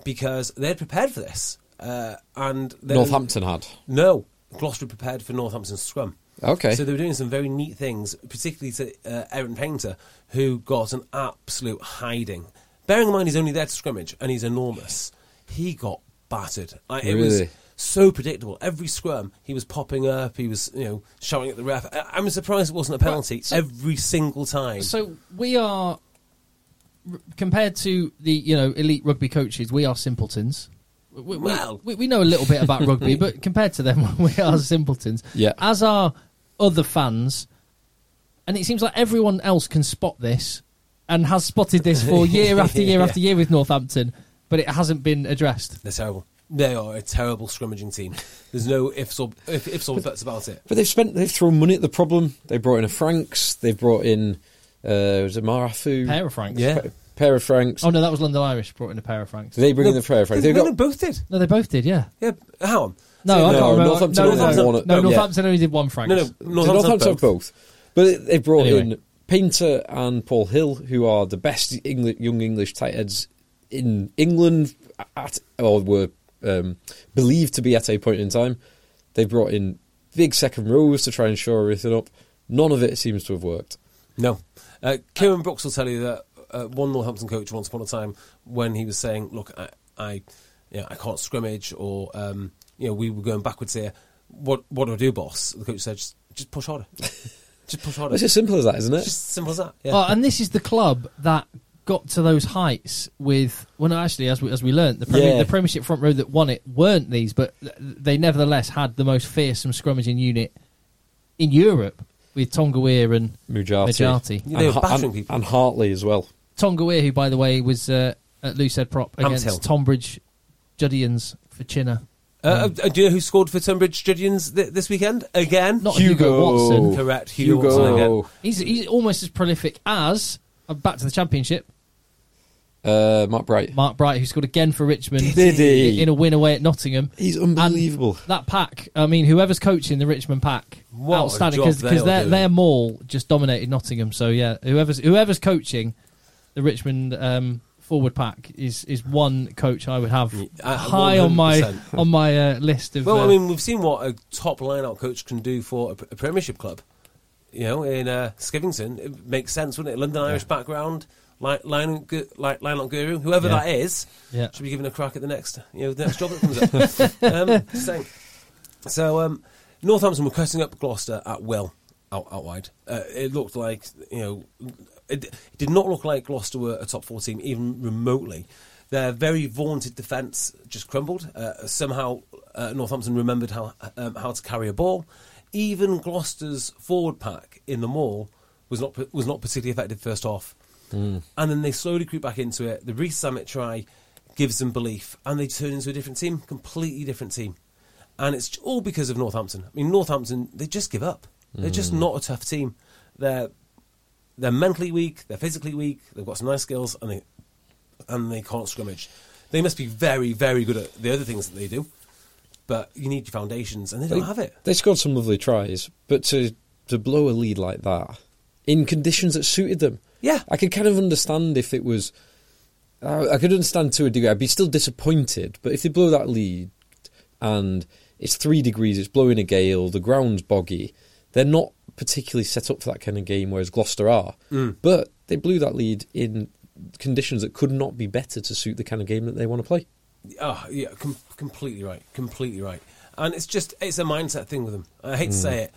because they had prepared for this, uh, and they- Northampton had. No, Gloucester prepared for Northampton's scrum. Okay. So they were doing some very neat things, particularly to uh, Aaron Painter, who got an absolute hiding. Bearing in mind he's only there to scrimmage and he's enormous, he got battered. Like, It was Really? so predictable. Every scrum, he was popping up. He was, you know, shouting at the ref. I- I'm surprised it wasn't a penalty so- every single time. So we are r- compared to the you know elite rugby coaches, we are simpletons. We, we, Well. we, we know a little bit about rugby, but compared to them, we are simpletons. Yeah. As are other fans, and it seems like everyone else can spot this and has spotted this for year after year Yeah. after year with Northampton, but it hasn't been addressed. They're terrible. They are a terrible scrimmaging team. There's no ifs or if, ifs or buts about it. But they've spent, they've thrown money at the problem. They brought in a Franks. They've brought in, uh, was it Marafu? Pair of Franks. Yeah. Pa- pair of Franks. Oh no, that was London Irish brought in a pair of Franks. Did they bring in No, the pair of Franks? They, They've got, both did. No, they both did. Yeah. Yeah, how on? No, So I no, can't remember. Northampton no, only no, had no, one at- no, yeah. Northampton only did one Franks. No, no, North Northampton Northampton both. both. But they brought Anyway. in Painter and Paul Hill, who are the best Engli- young English tight ends in England, at or were um, believed to be at a point in time. They brought in big second rows to try and shore everything up. None of it seems to have worked. No. Uh, Kieran Brooks will tell you that uh, one Northampton coach once upon a time, when he was saying, "Look, I, I, you know, I can't scrimmage," or um, you know, we were going backwards here. What what do I do, boss? The coach said, "Just, just push harder. just push harder. It's as simple as that, isn't it? just simple as that." Yeah. Oh, and this is the club that got to those heights with well, no, actually, as we as we learnt, the, Premier, Yeah. the Premiership front row that won it weren't these, but th- they nevertheless had the most fearsome scrummaging unit in Europe with Tonga Weir and Mujati. Mujati. Yeah, they were Ha- battering and- people. and Hartley as well. Tonga Weir, who by the way was uh, at loose head prop Ampthill. against Tonbridge Juddians for Chinner. Uh, uh, do you know who scored for Tunbridge Judians th- this weekend again? Not Hugo, Watson. Correct, Hugo Watson again. He's he's almost as prolific as uh, back to the championship. Uh, Matt Bright. Mark Bright, who scored again for Richmond Did he? in a win away at Nottingham. He's unbelievable. that pack. I mean, whoever's coaching the Richmond pack, What a outstanding job because they are their doing. their mall just dominated Nottingham. So yeah, whoever's whoever's coaching the Richmond um, forward pack is is one coach I would have uh, high on my 100%. on my uh, list of. Well, uh, I mean, we've seen what a top line-out coach can do for a, pr- a Premiership club. You know, in uh, Skivington, it makes sense, wouldn't it? London Irish background, line line gu- like line-out guru, whoever Yeah. that is, Yeah. should be given a crack at the next, you know, the next job that comes up. um, just saying. So um, Northampton were cutting up Gloucester at will, out, out wide. Uh, it looked like you know, it, it did not look like Gloucester were a top four team even remotely. Their very vaunted defence just crumbled. Uh, somehow uh, Northampton remembered how um, how to carry a ball. Even Gloucester's forward pack in the mall was not was not particularly effective first half, Mm. and then they slowly creep back into it. The Reece Summit try gives them belief, and they turn into a different team, completely different team and it's all because of Northampton. I mean, Northampton they just give up. They're just not a tough team. They're they're mentally weak. They're physically weak. They've got some nice skills, and they and they can't scrimmage. They must be very very good at the other things that they do, but you need your foundations, and they don't have it. They scored some lovely tries, but to to blow a lead like that in conditions that suited them, Yeah. I could kind of understand if it was. I, I could understand to a degree. I'd be still disappointed, but if they blow that lead and it's three degrees, it's blowing a gale, the ground's boggy, they're not particularly set up for that kind of game. Whereas Gloucester are, but they blew that lead in conditions that could not be better to suit the kind of game that they want to play. Oh, yeah, com- completely right, completely right. And it's just it's a mindset thing with them. I hate to say it,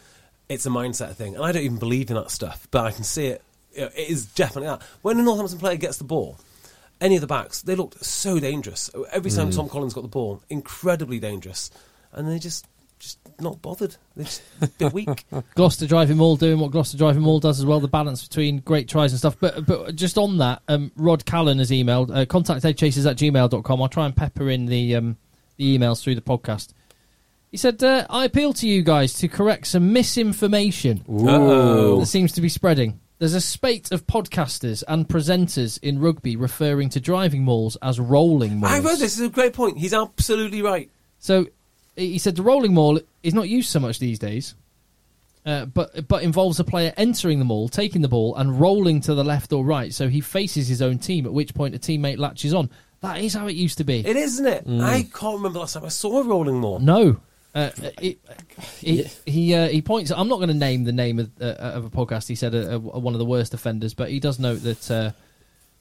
it's a mindset thing, and I don't even believe in that stuff, but I can see it. You know, it is definitely that. When a Northampton player gets the ball, any of the backs they looked so dangerous every time Tom Collins got the ball, incredibly dangerous, and they just just not bothered. They're just a bit weak. Gloucester Driving Mall doing what Gloucester Driving Mall does as well, the balance between great tries and stuff. But but just on that, um, Rod Callan has emailed uh, contact headchasers at gmail.com. I'll try and pepper in the, um, the emails through the podcast. He said, uh, I appeal to you guys to correct some misinformation that seems to be spreading. There's a spate of podcasters and presenters in rugby referring to driving malls as rolling malls. I wrote this is a great point. He's absolutely right. So he said the rolling mall is not used so much these days, uh, but but involves a player entering the mall, taking the ball, and rolling to the left or right. So he faces his own team, at which point a teammate latches on. That is how it used to be. It is, isn't it? I can't remember the last time I saw a rolling more. no. Uh, it, he he, uh, he points. I'm not going to name the name of, uh, of a podcast. He said uh, uh, one of the worst offenders, but he does note that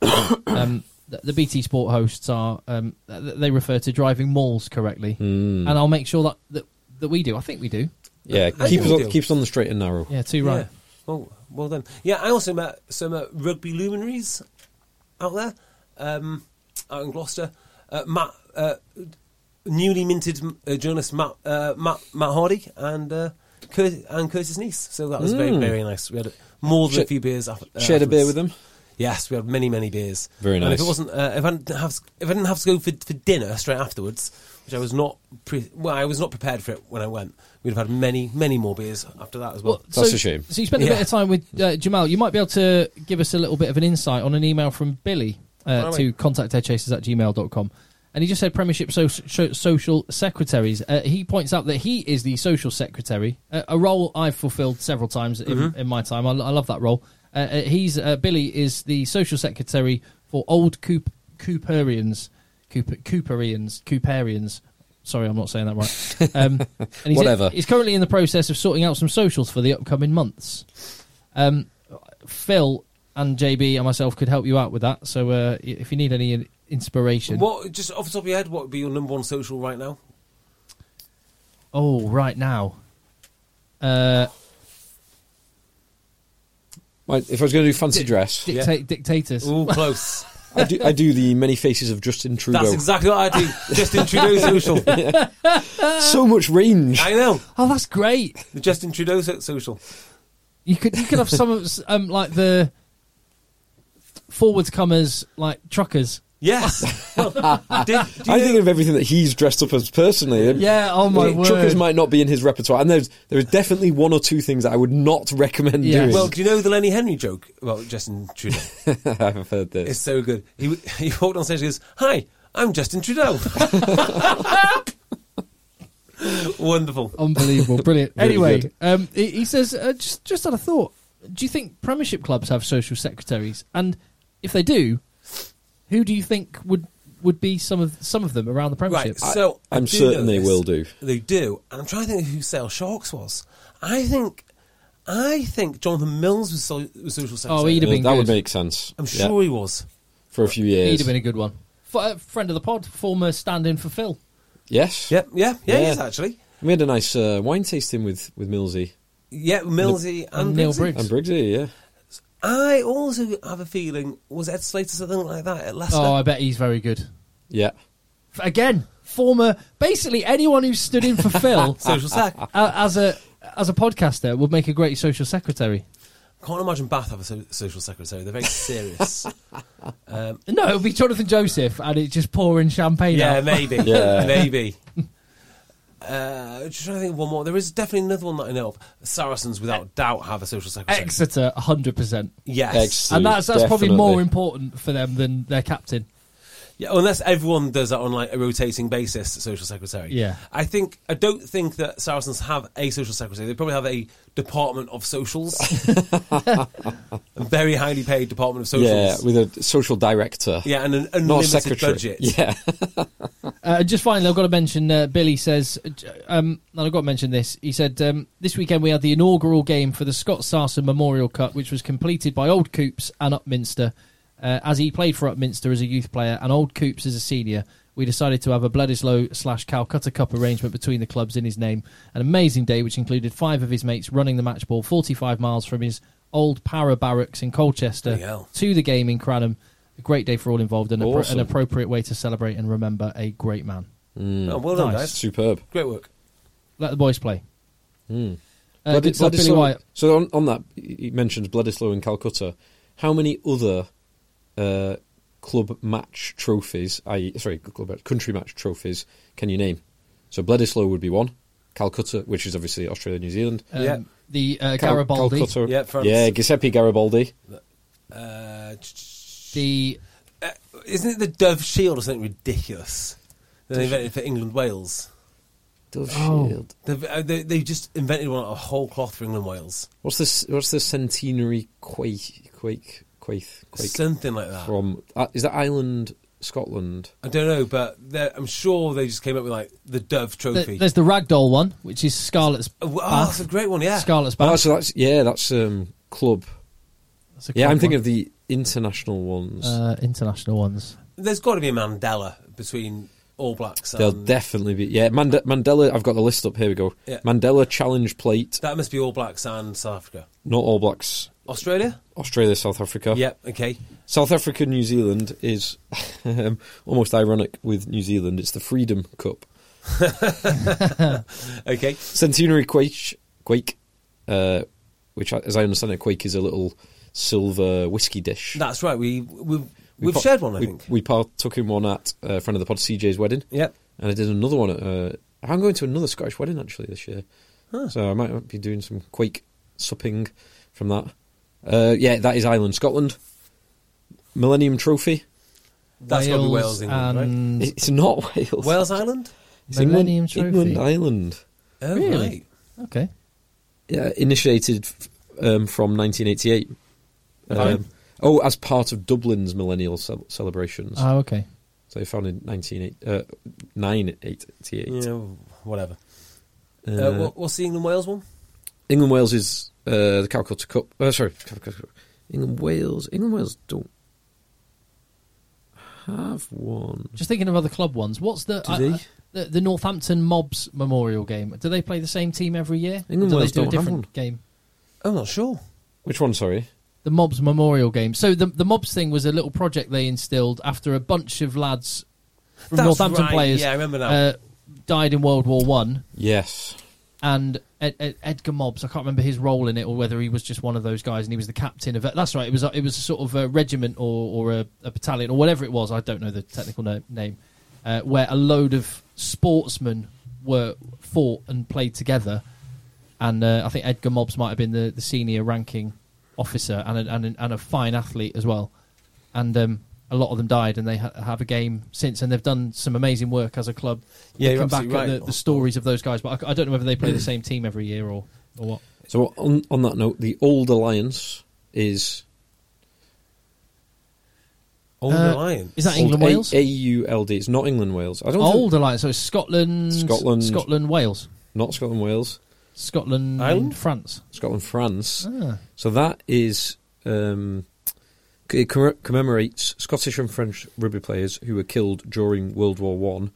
uh, um, the, the BT Sport hosts are um, th- they refer to driving malls correctly, Hmm. and I'll make sure that, that that we do. I think we do. Mm. Yeah, I keeps think we on, do. keeps on the straight and narrow. Yeah, too right. Yeah. Well, well done. Yeah, I also met some uh, rugby luminaries out there, um, out in Gloucester. Uh, Matt, uh, newly minted uh, journalist Matt, uh, Matt Matt Hardy and uh, Cur- and Curtis Niece. So that was very very nice. We had more than a Hmm. Sh- few beers. af- uh, Shared a beer afterwards. with them. Yes, we had many, many beers. Very And if nice. it wasn't, uh, if I didn't have, if I didn't have to go for, for dinner straight afterwards, which I was not, pre- well, I was not prepared for it when I went. We'd have had many, many more beers after that as well. that's a shame. So you spent a bit Yeah. of time with uh, Jamal. You might be able to give us a little bit of an insight on an email from Billy uh, Right. to contactheadchasers at gmail.com. And he just said Premiership so- so- Social Secretaries. Uh, he points out that he is the Social Secretary, uh, a, a role I've fulfilled several times in, Mm-hmm. in my time. I, lo- I love that role. Uh, Uh, he's uh, Billy is the Social Secretary for Old Coop- Cooperians. Cooper, Cooperians. Cooperians. Sorry, I'm not saying that right. Um, and he's Whatever. He's currently in the process of sorting out some socials for the upcoming months. Um, Phil and JB and myself could help you out with that. So uh, i- if you need any in- inspiration, What, just off the top of your head, what would be your number one social right now? oh, right now, uh, Right, if I was going to do fancy dress, dicta- dictators. Ooh, close. I do, I do the many faces of Justin Trudeau. That's exactly what I do. Justin Trudeau social. so much range. I know. Oh, that's great. The Justin Trudeau so- social. You could you could have some of s- um, like the forwards comers like truckers. Yes. Well, did, do you I know- think of everything that he's dressed up as personally. Yeah, oh my Uh, Truckers word. might not be in his repertoire, and there's there is definitely one or two things that I would not recommend Yeah. doing. well, do you know the Lenny Henry joke about Justin Trudeau? I've heard this. It's so good. He he walked on stage. and goes, "Hi, I'm Justin Trudeau." Wonderful. Unbelievable, brilliant. Really anyway, good. um, he, he says uh, just just had a thought. Do you think Premiership clubs have social secretaries? And if they do, who do you think would would be some of some of them around the Premiership? Right. So I I'm do know certain they this. will do. They do. And I'm trying to think of who Sale Sharks was. I think, I think Jonathan Mills was, so, was social secretary. Oh, he'd have Uh, been that good. would make sense. I'm Yeah, sure he was. for a few He'd years. have been a good one. F- uh, friend of the pod, former stand-in for Phil. yes. Yep. Yeah. Yeah. He Yeah. is actually. We had a nice uh, wine tasting with with Millsy Yeah, Millsy and, and Neil Briggsy. Briggs. and Briggsy. Yeah. I also have a feeling was Ed Slater something like that at Leicester. Oh, I bet he's very good. Yeah. F- Again, former, basically anyone who stood in for Phil Social sec. uh, as a as a podcaster would make a great social secretary. Can't imagine Bath have a so- social secretary. They're very serious. um, No, it would be Jonathan Joseph, and it's just pouring champagne. yeah, out. maybe. Yeah. Maybe. Uh, just trying to think of one more. There is definitely another one that I know of. Saracens, without doubt, have a social secretary. Exeter, hundred percent. Yes. Ex- and that's that's probably Definitely. more important for them than their captain. Yeah, unless everyone does that on like a rotating basis, social secretary. Yeah. I think I don't think that Saracens have a social secretary. They probably have a department of socials, a very highly paid department of socials. Yeah. With a social director. Yeah, and an Not a unlimited secretary. budget. Yeah. Uh, and just finally, I've got to mention. Uh, Billy says, uh, j- um, and I've got to mention this. He said um, this weekend we had the inaugural game for the Scott Sarson Memorial Cup, which was completed by Old Coops and Upminster. Uh, as he played for Upminster as a youth player and Old Coops as a senior, we decided to have a Bledisloe slash Calcutta Cup arrangement between the clubs in his name. An amazing day, which included five of his mates running the match ball 45 miles from his old para barracks in Bloody Colchester hell. to the game in Cranham. A great day for all involved and appro- Awesome. an appropriate way to celebrate and remember a great man. Oh, well done, Mm. Nice. guys. Superb. Great work. Let the boys play. Hmm. Uh, Blood- good stuff, Billy Bledisloe- White. So on, on that, he mentions Bledisloe and Calcutta. How many other uh, club match trophies, i.e., sorry, club, uh, country match trophies, can you name? So Bledisloe would be one. Calcutta, which is obviously Australia, New Zealand. Um, Yeah. The uh, Cal- Garibaldi, Oh. Calcutta. Yeah, France. yeah, Giuseppe Garibaldi. Uh, ch- ch- the uh, isn't it the Dove Shield or something ridiculous? They invented for England Wales. Dove Oh. Shield. They've- uh, They, they just invented one out of whole cloth for England Wales. What's this? What's the centenary quake? Quake? Quake? Quake? Something like that. from uh, is that Ireland, Scotland? I don't know, but they're- I'm sure they just came up with like the Dove th- Trophy. there's the Ragdoll one, which is Scarlet's oh, wow, Bath. that's a great one. Yeah, Scarlet's Oh, Bath. so that's yeah, that's um, club. That's a Yeah, crap I'm thinking one. of the international ones. uh, international ones. There's got to be a Mandela between All Blacks. They'll and definitely be. Yeah, Mande- Mandela. I've got the list up. Here we go. Yeah. Mandela Challenge Plate, That must be All Blacks and South Africa. not All Blacks. Australia? Australia, South Africa. Yep, okay. South Africa, New Zealand is um, almost ironic with New Zealand. It's the Freedom Cup. Okay. Centenary Quake, quake uh, which, I- as I understand it, Quake is a little silver whiskey dish. That's right. We, we've, We we've par- shared one, I we, think. We partook in one at a friend of the pod, CJ's wedding. Yep. And I did another one at. Uh, I'm going to another Scottish wedding actually this year. So I might be doing some Quake supping from that. Uh, yeah, that is Ireland, Scotland. Millennium Trophy. That's got to be Wales, England, right? and It's not Wales. Wales Island? It's England- Millennium Trophy. England, Ireland. Oh, Really? right. Okay. Yeah, initiated f- um, from 1988. Fine. Um, oh, as part of Dublin's millennial ce- celebrations. Oh, okay. so they founded uh, in 1988. Yeah, whatever. Uh, Uh, what, what's the England Wales one? England Wales is uh, the Calcutta Cup. Uh, sorry, Calcutta Cup. England Wales. England Wales don't have one. Just thinking of other club ones. What's the Do I- they? I- the, the Northampton Mobs Memorial game? Do they play the same team every year? Or England do Wales they do a don't have different one. game? I'm not sure. Which one? Sorry. the mobs memorial game so the the mobs thing was a little project they instilled after a bunch of lads from That's northampton right. players Yeah, I remember now. uh, died in world war one Yes. and Ed, Ed, Edgar Mobbs, I can't remember his role in it or whether he was just one of those guys and he was the captain of it. That's right, it was a, it was a sort of a regiment or, or a, a battalion or whatever it was. I don't know the technical no, name, uh, where a load of sportsmen were fought and played together. And uh, I think Edgar Mobbs might have been the, the senior ranking officer and a, and, a, and a fine athlete as well. And um, a lot of them died, and they ha- have a game since, and they've done some amazing work as a club. Yeah, you're looking back absolutely at right. the, the stories of those guys, but I, I don't know whether they play the same team every year or, or what. So on on that note, the Old Alliance is Old uh, Alliance. Is that England Old A- Wales? A U L D. It's not England Wales. I don't. Old Think, alliance, so it's Scotland, Scotland. Scotland, Wales, not Scotland Wales. Scotland, Ireland? France. Scotland France. Ah, So that is. Um, c- it commem- commemorates Scottish and French rugby players who were killed during World War One.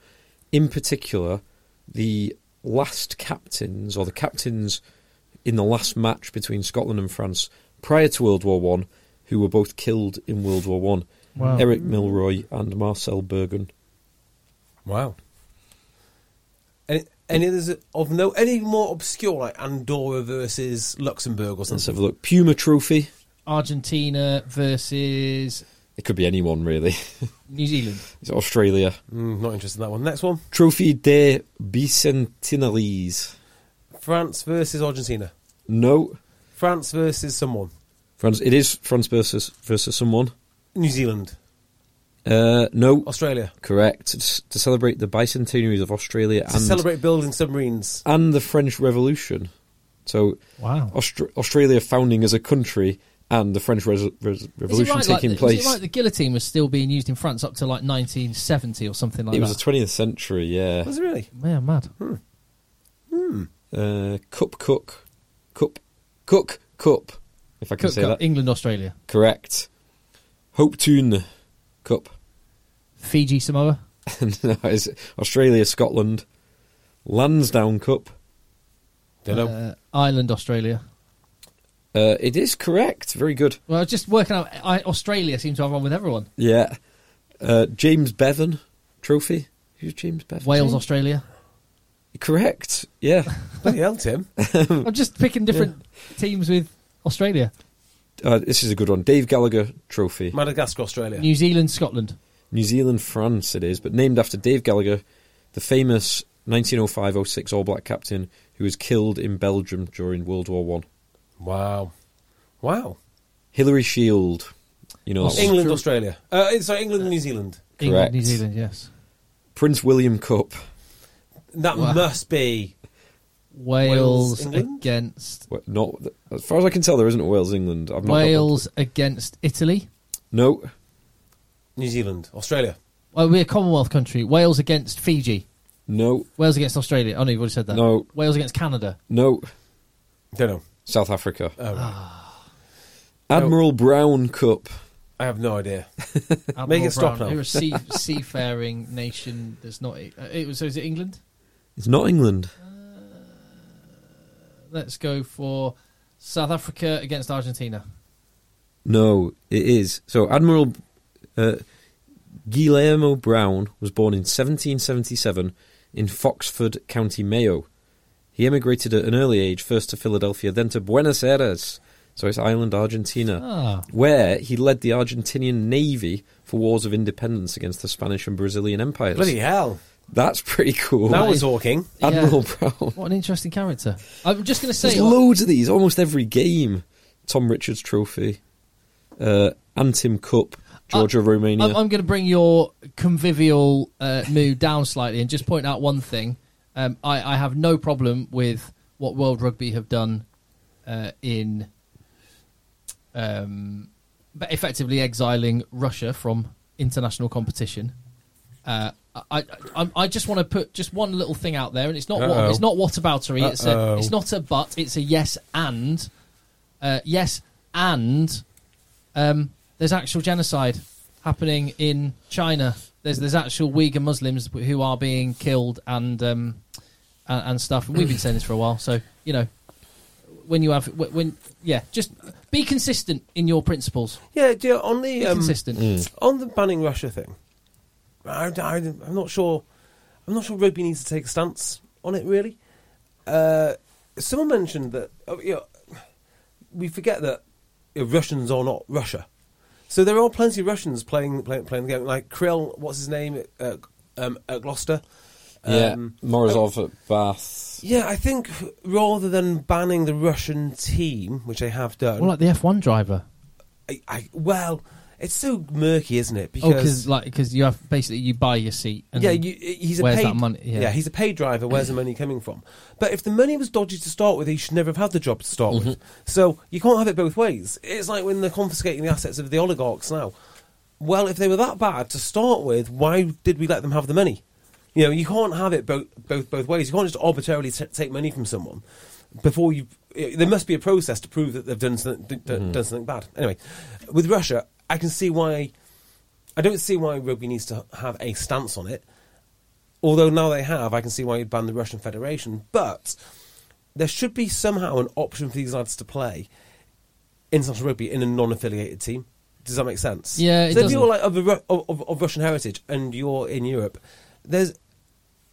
In particular, the last captains or the captains in the last match between Scotland and France prior to World War One, who were both killed in World War One. Wow. Eric Milroy and Marcel Bergen. Wow. Any, any others of no? Any more obscure like Andorra versus Luxembourg or Let's something? have a look. Puma Trophy. Argentina versus It could be anyone really. New Zealand. It's Australia. Mm, not interested in that one. Next one: Trophy des Bicentenaries. France versus Argentina. No. France versus someone. France. It is France versus versus someone. New Zealand. Uh, no. Australia. Correct. It's to celebrate the bicentenaries of Australia To and celebrate building submarines. and the French Revolution. So Wow. Austra- Australia founding as a country and the French res- res- Is it Revolution right, taking like, place. Is it right the guillotine was still being used in France up to like 1970 or something like it that? was Hmm, the 20th century. Yeah. Was it really? yeah, mad. Uh, cup cook, cup, cook cup. If I can Cook say Cup, that England, Australia, correct. Hope Tune Cup. Fiji, Samoa. no, it's Australia, Scotland, Lansdowne Cup. Don't know. Uh, Ireland, Australia. Uh, it is correct. Very good. Well, I was just working out. I, Australia seems to have one with everyone. Yeah. Uh, James Bevan Trophy. Who's James Bevan? Wales, James- Australia. Correct. Yeah. Bloody hell, Tim. Hmm. I'm just picking different teams with Australia, Uh, this is a good one. Dave Gallagher Trophy. Madagascar, Australia. New Zealand, Scotland. New Zealand, France it is, but named after Dave Gallagher, the famous 1905-06 All Black captain who was killed in Belgium during World War One. wow. Wow. Hillary Shield, you know, that one. England, Australia. Uh, eh, sorry, England, New Zealand. England, Correct. New Zealand, yes. Prince William Cup, That must be. Wales, Wales, England? against Wh- not as far as I can tell, there isn't a Wales England. I've not got Wales against Italy. that. No, New Zealand. Australia. Well, we're a Commonwealth country. Wales against Fiji. no, Wales against Australia. Oh no, you've already said that. No. Wales against Canada. no. Don't know. South Africa Oh, right. Admiral Brown Cup. I have no idea. Admiral Make it stop Brown, now. You're a sea, seafaring nation. That's not. uh, It was. So is it England? It's not England. Let's go for South Africa against Argentina. No, it is. So Admiral uh, Guillermo Brown was born in 1777 in Foxford, County Mayo. He emigrated at an early age, first to Philadelphia, then to Buenos Aires, so it's island Argentina, Ah, where he led the Argentinian Navy for wars of independence against the Spanish and Brazilian empires. Bloody hell. That's pretty cool. That was talking. Admiral yeah. Brown. What an interesting character. I'm just going to say. There's loads of these, almost every game. Tom Richards Trophy, uh, Antim Cup, Georgia, Romania. I'm, I'm going to bring your convivial uh, mood down slightly and just point out one thing. Um, I, I have no problem with what World Rugby have done uh, in um, but effectively exiling Russia from international competition. Uh, I, I, I'm- I just want to put just one little thing out there, and it's not Uh-oh. what, it's not whataboutery. It's a, Uh-oh. it's not a but. It's a yes and uh, yes and um, there's actual genocide happening in China. There's there's actual Uyghur Muslims who are being killed and um, and, and stuff. And we've been saying this for a while, so you know when you have when, when yeah, just be consistent in your principles. Yeah, do you, on the Be um, consistent. on the banning Russia thing, I, am not sure. I'm not sure rugby needs to take a stance on it. Really, uh, someone mentioned that oh, you know, we forget that you know, Russians are not Russia. So there are plenty of Russians playing playing, playing the game. Like Krill, what's his name uh, um, at Gloucester? Yeah, Um, Morozov oh. at Bath. yeah, I think rather than banning the Russian team, which they have done, Well, like the F1 driver. I, I, well, it's so murky, isn't it? Oh, because like because you have basically you buy your seat. And yeah, then- you, he's a where's paid, that money? Yeah. he's a paid driver. Where's the money coming from? But if the money was dodgy to start with, he should never have had the job to start Mm-hmm. with. So you can't have it both ways. It's like when they're confiscating the assets of the oligarchs now. Well, if they were that bad to start with, why did we let them have the money? You know, you can't have it both both both ways. You can't just arbitrarily t- take money from someone before you. eh, There must be a process to prove that they've done something, d- Mm-hmm. d- done something bad. Anyway, with Russia, I can see why. I don't see why rugby needs to have a stance on it. Although now they have, I can see why you'd ban the Russian Federation. But there should be somehow an option for these lads to play international rugby in a non-affiliated team. Does that make sense? Yeah, it so if doesn't. you're like of, a Ru- of, of, of Russian heritage and you're in Europe, there's.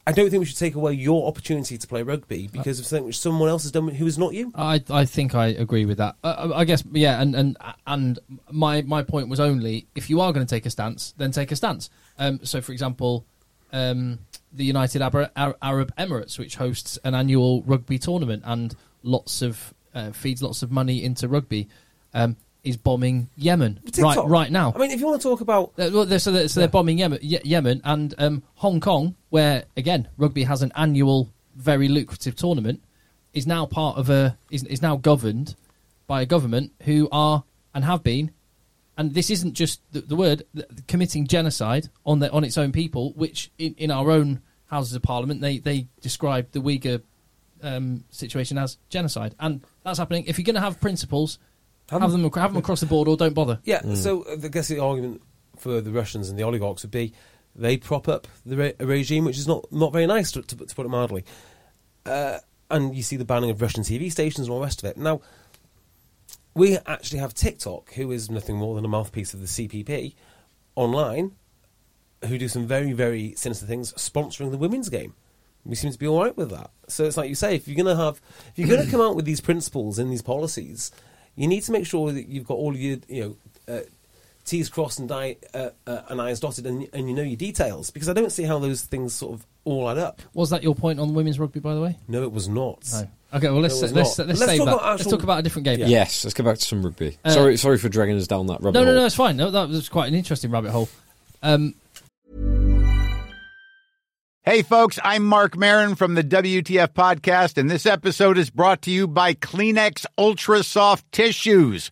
I don't think we should take away your opportunity to play rugby Uh, because of something which someone else has done who is not you. I I think I agree with that. I, I- I guess yeah, and and and my my point was only if you are going to take a stance, then take a stance. Um, so for example, um, the United Arab, Arab Emirates, which hosts an annual rugby tournament and lots of uh, feeds lots of money into rugby, um, is bombing Yemen right TikTok. right now. I mean, if you want to talk about Uh, well, they're, so they're, so they're bombing Yemen, Ye- Yemen and um, Hong Kong, where again rugby has an annual, very lucrative tournament, is now part of a is, is now governed by a government who are and have been, and this isn't just the, the word th- committing genocide on their on its own people, which in, in our own houses of parliament they they describe the Uyghur um, situation as genocide, and that's happening. If you're going to have principles, have, them ac- have them across the board or don't bother. Yeah, so uh, I guess the argument for the Russians and the oligarchs would be they prop up the re- a regime which is not, not very nice, to, to, put- to put it mildly. Uh, and you see the banning of Russian TV stations and all the rest of it. Now, we actually have TikTok, who is nothing more than a mouthpiece of the CPP, online, who do some very, very sinister things, sponsoring the women's game. We seem to be all right with that. So it's like you say, if you're going to have, if you're going to come out with these principles and these policies, you need to make sure that you've got all your, you know, uh, T's crossed and, di- uh, uh, and I's dotted, and, and you know your details. Because I don't see how those things sort of all add up. Was that your point on women's rugby, by the way? No, it was not. Okay, well let's It was let's, let's, not. Let's save talk that. about Let's actual- talk about a different game. Yeah. Yes, let's go back to some rugby. Uh, sorry, sorry for dragging us down that rabbit No, no, no, hole. it's fine. No, that was quite an interesting rabbit hole. Um, Hey, folks, I'm Mark Marin from the WTF Podcast, and this episode is brought to you by Kleenex Ultra Soft Tissues.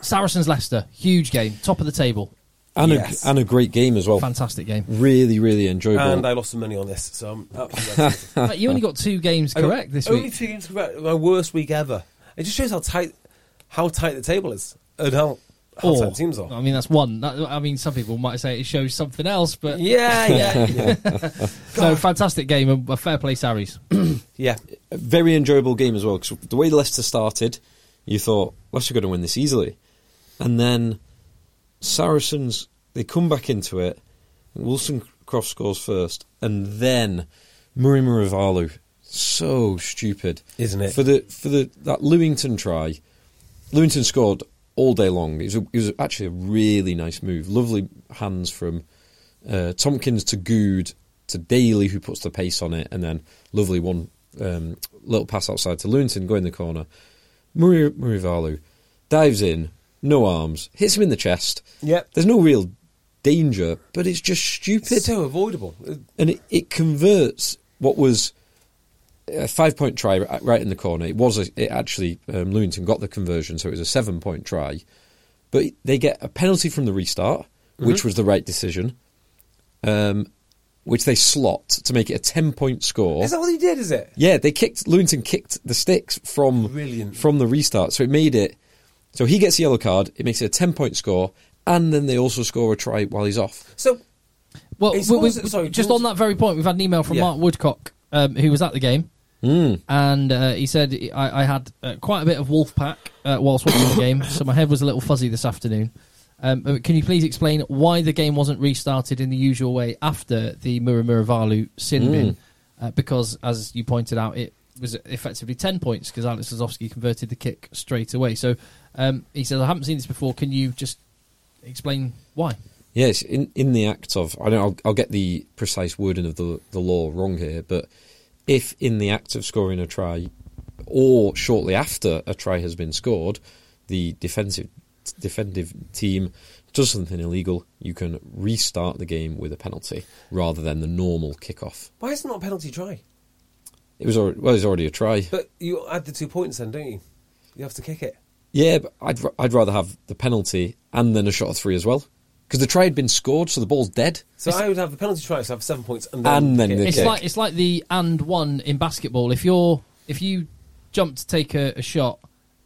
Saracens Leicester, huge game, top of the table, and, Yes. a, and a great game Oh. as well. fantastic game. Really, really enjoyable. And I lost some money on this, so I'm absolutely upset. Mate, you only got two games correct this Oh, Only week. two games correct. My worst week ever. It just shows how tight, how tight the table is, and how, how Or- tight the teams I are. mean, that's one. That, I mean, some people might say it shows something else, but Yeah, yeah, yeah. no, fantastic game and a fair play, Saris. yeah. a very enjoyable game as well because the way Leicester started, you thought Leicester going to win this easily, and then Saracens they come back into it. Wilson Croft scores first, and then Murray Muravalu so stupid, Isn't it? For the for the that Lewington try, Lewington scored all day long. It was, a, it was actually a really nice move. Lovely hands from uh, Tompkins to Good to Daly, who puts the pace on it, and then lovely one um, little pass outside to Lewington, go in the corner. Murray Murivalu dives in, no arms, hits him in the chest. Yep. There's no real danger, but it's just stupid It's so avoidable. Uh, and it, it converts what was a five point try ri- right in the corner. It was a, it actually um, Lewington got the conversion, so it was a seven point try. But they get a penalty from the restart, Mm-hmm. which was the right decision, um, which they slot to make it a ten point score. Is that what he did? Is it? Yeah, they kicked Lewington kicked the sticks from Brilliant. from the restart, so it made it. So he gets a yellow card. It makes it a ten point score, and then they also score a try while he's off. So Well, It's we- we- also- sorry, just Jules- on that very point, we've had an email from Yeah. Hmm. Mark Woodcock, um, who was at the game, and uh, he said I, I had uh, quite a bit of Wolfpack uh, whilst watching the game, so my head was a little fuzzy this afternoon. Um, uh, can you please explain why the game wasn't restarted in the usual way after the Muramuravalu sin bin? Hmm. Uh, because, as you pointed out, it was effectively 10 points because Alex Lazowski converted the kick straight away. So um, he says, I haven't seen this before. Can you just explain why? Yes, in in the act of I don't I'll, I'll get the precise wording of the the law wrong here, but if in the act of scoring a try, or shortly after a try has been scored, the defensive defensive team does something illegal, you can restart the game with a penalty rather than the normal kickoff. why is it not a penalty try? It was already, well, it was already a try. But you add the two points, then don't you? You have to kick it. Yeah, but I'd r- I'd rather have the penalty and then a shot of three as well because the try had been scored, so the ball's dead. So I would have the penalty try. So I have seven points, and then And then kick. the it's kick. like it's like the and one in basketball. If you're if you jump to take a, a shot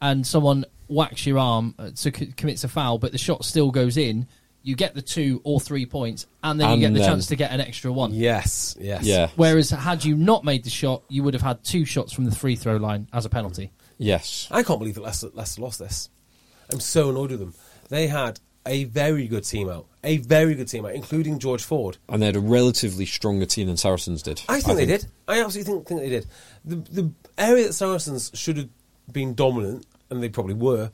and someone whacks your arm uh, to c- commits a foul, but the shot still goes in, you get the two or three points, and then And you get the then- chance to get an extra one. Yes, yes, Yeah. Whereas had you not made the shot, you would have had two shots from the free throw line as a penalty. Yes. I can't believe that Leicester, Leicester lost this. I'm so annoyed with them. They had a very good team out, a very good team out, including George Ford. and they had a relatively stronger team than Saracens did. I think they did. I absolutely think, think they did. The, the area that Saracens should have been dominant, and they probably were,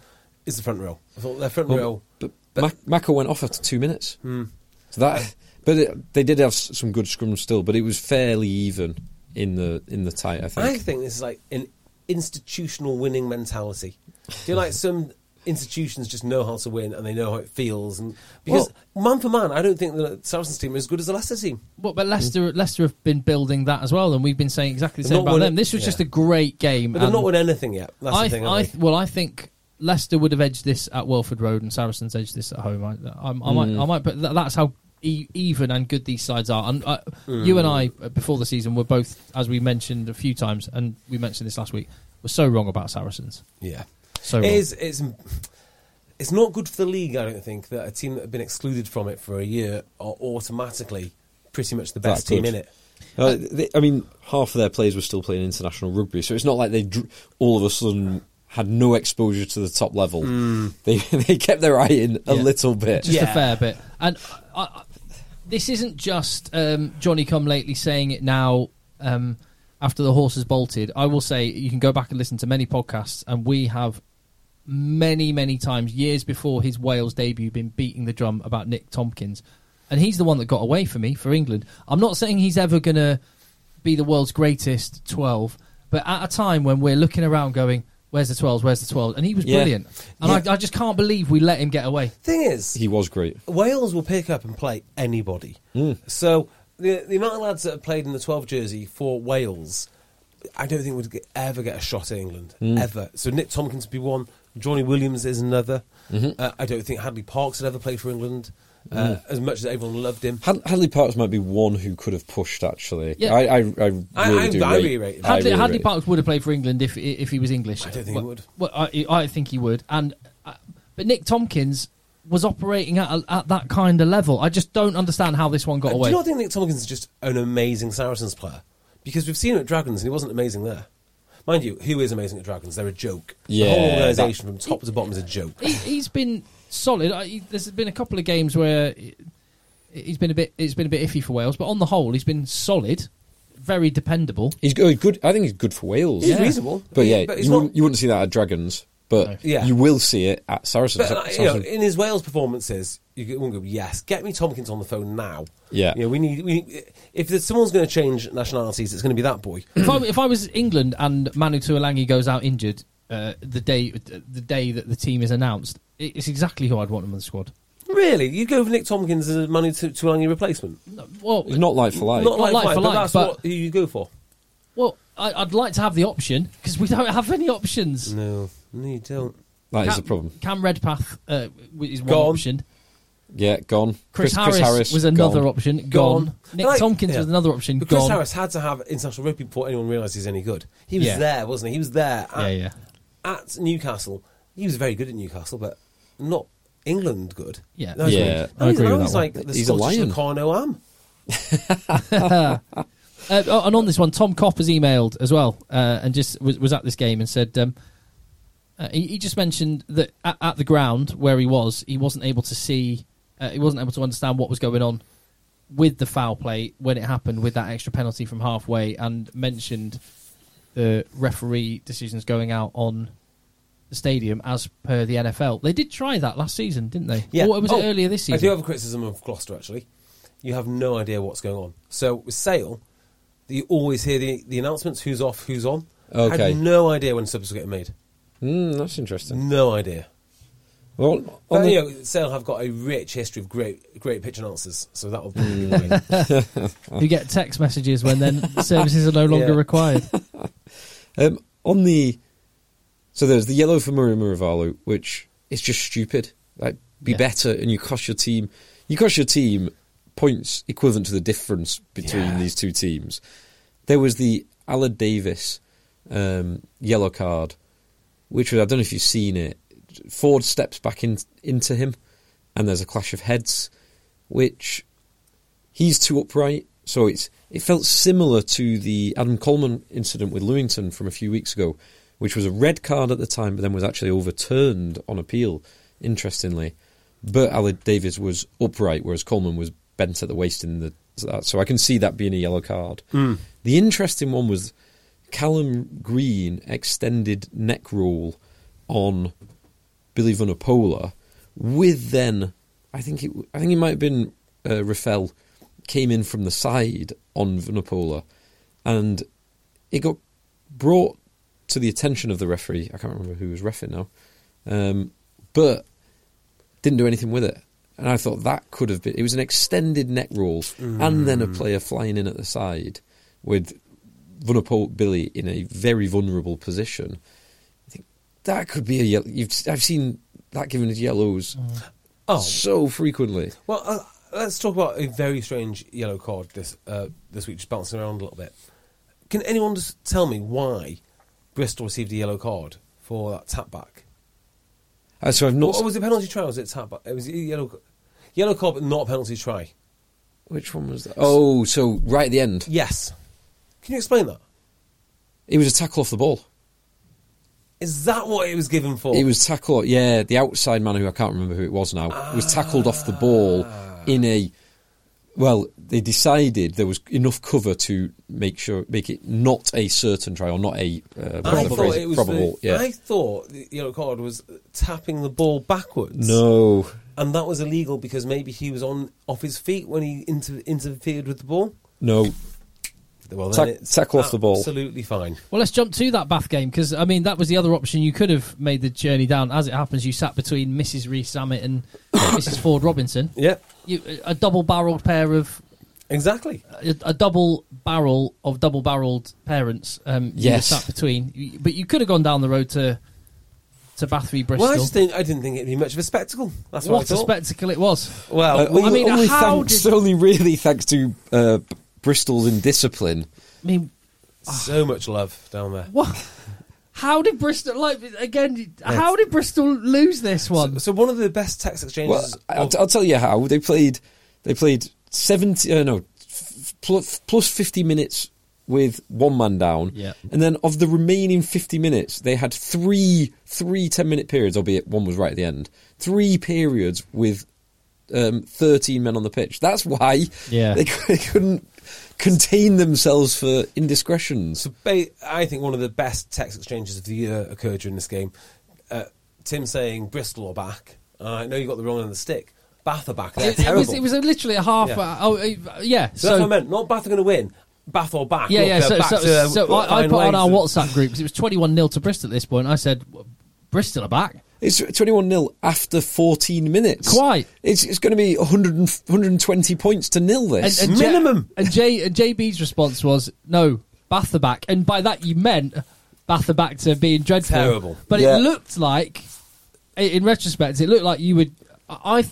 is the front row. I thought their front row. But, Mac- Macca went off after two minutes. Hmm. So that, but it, they did have s- some good scrums still, but it was fairly even in the in the tie. I think. I think this is like an institutional winning mentality. Do you know, like some institutions just know how to win and they know how it feels? And because man for man, I don't think the Saracens team is as good as the Leicester team. But, but Leicester Leicester have been building that as well, and we've been saying exactly the They've same not about won them. it- This was yeah. just a great game. But they've and- not won anything yet. That's I, the th- thing. haven't I they? th- well, I think Leicester would have edged this at Welford Road, and Saracens edged this at home. I, I, I might, Mm. I might, but th- that's how e- even and good these sides are. And uh, Mm. you and I, uh, before the season, were both, as we mentioned a few times, and we mentioned this last week, were so wrong about Saracens. Oh, Yeah. So It wrong. is, it's, it's It's not good for the league, I don't think, that a team that have been excluded from it for a year are automatically pretty much the best That team good. in it. Uh, they, I mean, half of their players were still playing international rugby, so it's not like they dr- all of a sudden had no exposure to the top level. Hmm. They they kept their eye in a Yeah. little bit. just a Yeah. fair bit. And I, I, this isn't just um, Johnny Come Lately saying it now um, after the horse has bolted. I will say you can go back and listen to many podcasts, and we have many, many times, years before his Wales debut, been beating the drum about Nick Tompkins. And he's the one that got away for me for England. I'm not saying he's ever going to be the world's greatest 12, but at a time when we're looking around going, Where's the 12s? Where's the 12s? And he was Yeah. brilliant. And I, I just can't believe we let him get away. Thing is, He was great. Wales will pick up and play anybody. Mm. So the, the amount of lads that have played in the 12 jersey for Wales, I don't think would get, ever get a shot at England Mm. ever. So Nick Tompkins would be one. Johnny Williams is another. Mm-hmm. Uh, I don't think Hadley Parks had ever played for England. Uh, Mm. As much as everyone loved him, Had- Hadley Parks might be one who could have pushed. Actually, Yeah. I I, I really I- I- do. I rate- really rate him. I Hadley, really Hadley rate him. Parks would have played for England if if he was English. I don't think he well, would. Well, I, I think he would. And uh, but Nick Tompkins was operating at a, at that kind of level. I just don't understand how this one got Uh, away. Do you not think Nick Tompkins is just an amazing Saracens player? Because we've seen him at Dragons and he wasn't amazing there. Mind you, who is amazing at Dragons? They're a joke. the whole Yeah, organisation from top to bottom is a joke. he, he's been solid. I, he, there's been a couple of games where he- he's been a bit it's been a bit iffy for Wales, but on the whole, he's been solid, very dependable. He's good. good- I think he's good for Wales. He's reasonable, But yeah, but he's you, not- wouldn't, you wouldn't see that at Dragons, but Yeah. you will see it at But Saracens. Sa- like, you know, Saracens- in his Wales performances, you go- wouldn't go, yes, get me Tompkins on the phone now. Yeah. You know, we need, we need if there's, someone's going to change nationalities, it's going to be that boy. if I if I was England and Manu Tuolangi goes out injured uh, the day the day that the team is announced, it- it's exactly who I'd want him in the squad. really? You go for Nick Tompkins as a Manu Tu- Tulangi replacement? Well, it's not like for like. Not like, like mine, for but like, that's but- what who you go for. Well, I, I'd like to have the option because we don't have any options. No, no, you don't. that is Cam- the problem. Cam Redpath uh, w- is one Gone. option. Yeah, gone. Chris, Harris, was another gone. option. Gone. Nick Like- Tompkins yeah. was another option. But Chris gone. Harris had to have international rugby before anyone realised he's any good. He was Yeah. there, wasn't he? He was there at, Yeah, yeah. at Newcastle. He was very good at Newcastle, but not England good. Yeah. That was Yeah, weird. I he's- agree with he's that one. like the He's a Scottish lion. Locarno Am. Uh, oh, and on this one, Tom Copp has emailed as well uh, and just was, was at this game and said um, uh, he, he just mentioned that at, at the ground where he was, he wasn't able to see, uh, he wasn't able to understand what was going on with the foul play when it happened with that extra penalty from halfway and mentioned the referee decisions going out on the stadium as per the NFL. They did try that last season, didn't they? Or was it Oh, earlier this season? I do have a criticism of Gloucester, actually. You have no idea what's going on. So with Sale, you always hear the, the announcements who's off, who's on. I Okay. had no idea when subs were getting made. Mm, that's interesting. No idea. Well, on But, the- you know, Sale have got a rich history of great great pitch announcers, so that will probably be the way. You get text messages when then services are no longer Yeah. required. Um, on the so there's the yellow for Murray Muravalu, which is just stupid. Like be Yeah. better, and you cost your team. You cost your team points equivalent to the difference between Yeah. these two teams. There was the Alad Davis um, yellow card, which was, I don't know if you've seen it. Ford steps back in, into him, and there's a clash of heads, which he's too upright. So it's it felt similar to the Adam Coleman incident with Lewington from a few weeks ago, which was a red card at the time, but then was actually overturned on appeal. Interestingly, but Alid Davis was upright, whereas Coleman was bent at the waist in the that. So I can see that being a yellow card. The interesting one was Callum Green extended neck roll on Billy Vanapola, with then I think it I think it might have been uh, Rafael came in from the side on Vanapola, and it got brought to the attention of the referee. I can't remember who was refing now, um, but didn't do anything with it. And I thought that could have been. It was an extended neck roll, and then a player flying in at the side with Vunapol Billy in a very vulnerable position. I think that could be a yellow. You've, I've seen that given as yellows oh, so frequently. Well, uh, let's talk about a very strange yellow card this uh, this week, just bouncing around a little bit. Can anyone just tell me why Bristol received a yellow card for that tap back? Uh, so I've not. What was the penalty try? or Was it tap? It was yellow, yellow card, but not penalty try. which one was that? Oh, so right at the end, Yes. Can you explain that? it was a tackle off the ball. Is that what it was given for? It was tackled. Yeah, the outside man who I can't remember who it was now was tackled off the ball Ah. in a. Well, they decided there was enough cover to make sure make it not a certain try or not a uh, what's I the thought phrase? it was probable. the, yeah. I thought the yellow card was tapping the ball backwards. no. And that was illegal because maybe he was on off his feet when he inter- interfered with the ball. No. Well, Tack- tackle off the ball. Absolutely fine. Well, let's jump to that Bath game because I mean that was the other option. You could have made the journey down. As it happens, you sat between Mrs. Reese Samet and Mrs. Ford Robinson. Yeah, You, a double-barreled pair of exactly. a, a double barrel of double-barreled parents. Um, you Yes. were sat between, You- but you could have gone down the road to to Bathory Bristol. Well, I just think I didn't think it'd be much of a spectacle. That's what, what I a thought. spectacle it was! well, Uh, we, Oh, I mean, only how thanks, did- only really thanks to uh, B- Bristol's indiscipline. I mean, so much love down there. what? How did Bristol like again? How did Bristol lose this one? So, so one of the best text Well, exchanges. oh. I'll, of- I'll tell you how they played. They played seventy. Uh, no, f- plus plus fifty minutes with one man down. Yeah. and then of the remaining fifty minutes, they had three three ten minute periods. Albeit one was right at the end. Three periods with um, thirteen men on the pitch. That's why Yeah. they, c- they couldn't contain themselves for indiscretions. So ba- I think one of the best text exchanges of the year occurred during this game. Uh, Tim saying Bristol or back. Uh, I know you got the wrong end of the stick. Bath are back. They're it, it terrible. was it was a, literally a half. Yeah. uh, oh, uh, yeah. so, that's what I meant. Not Bath are going to win. Bath or back. Yeah, Look, yeah. they're So, back so, to uh, their so I, I fine put on ways our and- WhatsApp group 'cause it was twenty-one 0 to Bristol at this point. I said, "W- "Bristol are back." It's 21 0 after 14 minutes. Quite. It's, it's going to be 100, 120 points to nil this. J- Minimum. and J and JB's response was, "No, Bath are back," and by that you meant Bath are back to being dreadful. Terrible. But Yeah. it looked like, i- in retrospect, it looked like you would. I I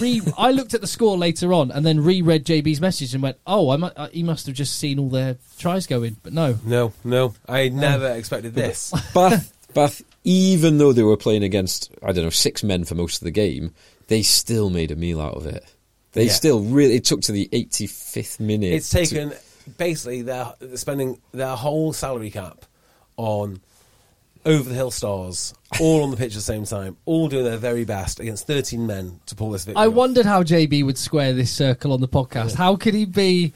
re I looked at the score later on and then reread JB's message and went, "Oh, I, mu- I he must have just seen all their tries go in." But no, No, no. I never expected this. Bath, Bath, even though they were playing against I don't know six men for most of the game, they still made a meal out of it. They Yeah. still really. It took to the 85th minute. It's to- taken basically they're they're spending their whole salary cap on over the hill stars, all on the pitch at the same time, all doing their very best against 13 men to pull this victory. I off. wondered how JB would square this circle on the podcast. How could he be?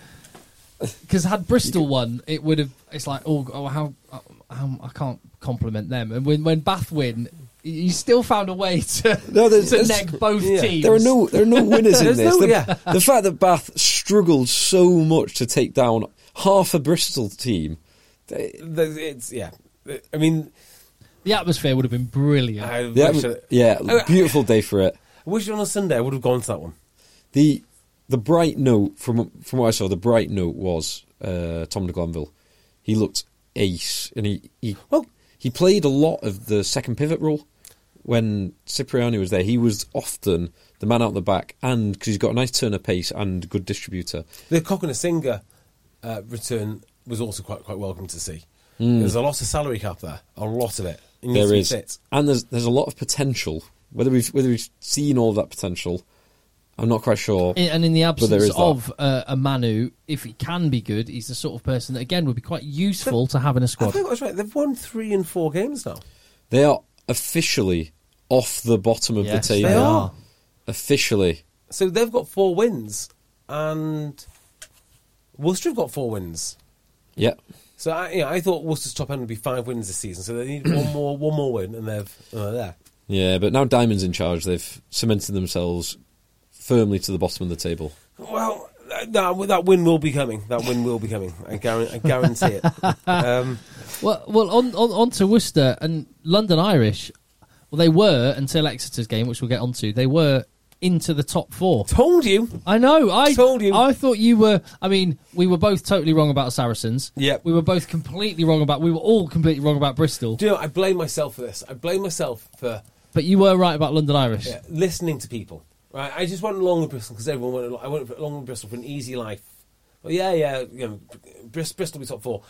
Because had Bristol won, it would have. It's like oh, oh how, oh, how I can't compliment them. And when when Bath win, you still found a way to No, there's- to there's- neg both yeah. teams. There are no there are no winners in There's this. no- the, yeah. the fact that Bath struggled so much to take down half a Bristol team. They, There's- It's yeah. I mean, The atmosphere would have been brilliant. I they wish, haven't- I, yeah, beautiful day for it. wish on a Sunday I would have gone to that one. The the bright note from from what I saw, the bright note was uh, Tom de Glanville. He looked ace, and he he Well- he played a lot of the second pivot role when Cipriani was there. He was often the man out the back, and because he's got a nice turn of pace and good distributor. The Cock and a Singer uh, return was also quite quite welcome to see. There's a lot of salary cap there, a lot of it. It needs There to be is, fit. and there's there's a lot of potential. Whether we've whether we've seen all that potential, I'm not quite sure. I- and in the But there absence is that. of uh, a Manu, if he can be good, he's the sort of person that again would be quite useful to have in a I squad. think I was right. They've won three and four games now. they are officially off the bottom of Yes, the they table. are. Officially. So they've got four wins, and Worcester have got four wins. Yeah. So I, you know, I thought Worcester's top end would be five wins this season. So they need one more, one more win, and they've uh, there. Yeah, but now Diamond's in charge. They've cemented themselves firmly to the bottom of the table. Well, that, that win will be coming. That win will be coming. I, guarantee, I guarantee it. Um, Well, well, on, on on to Worcester and London Irish. Well, they were until Exeter's game, which we'll get onto. They were into the top four. told you. I know. I Told you. I thought you were. I mean, we were both totally wrong about Saracens. Yep. We were both completely wrong about. We were all completely wrong about Bristol. Do you know? I blame myself for this. I blame myself for But you were right about London Irish. yeah, listening to people. Right? I just went along with Bristol because everyone went. Along, I went along with Bristol for an easy life. Well, yeah, yeah, you know, Bristol, Bristol will be top four.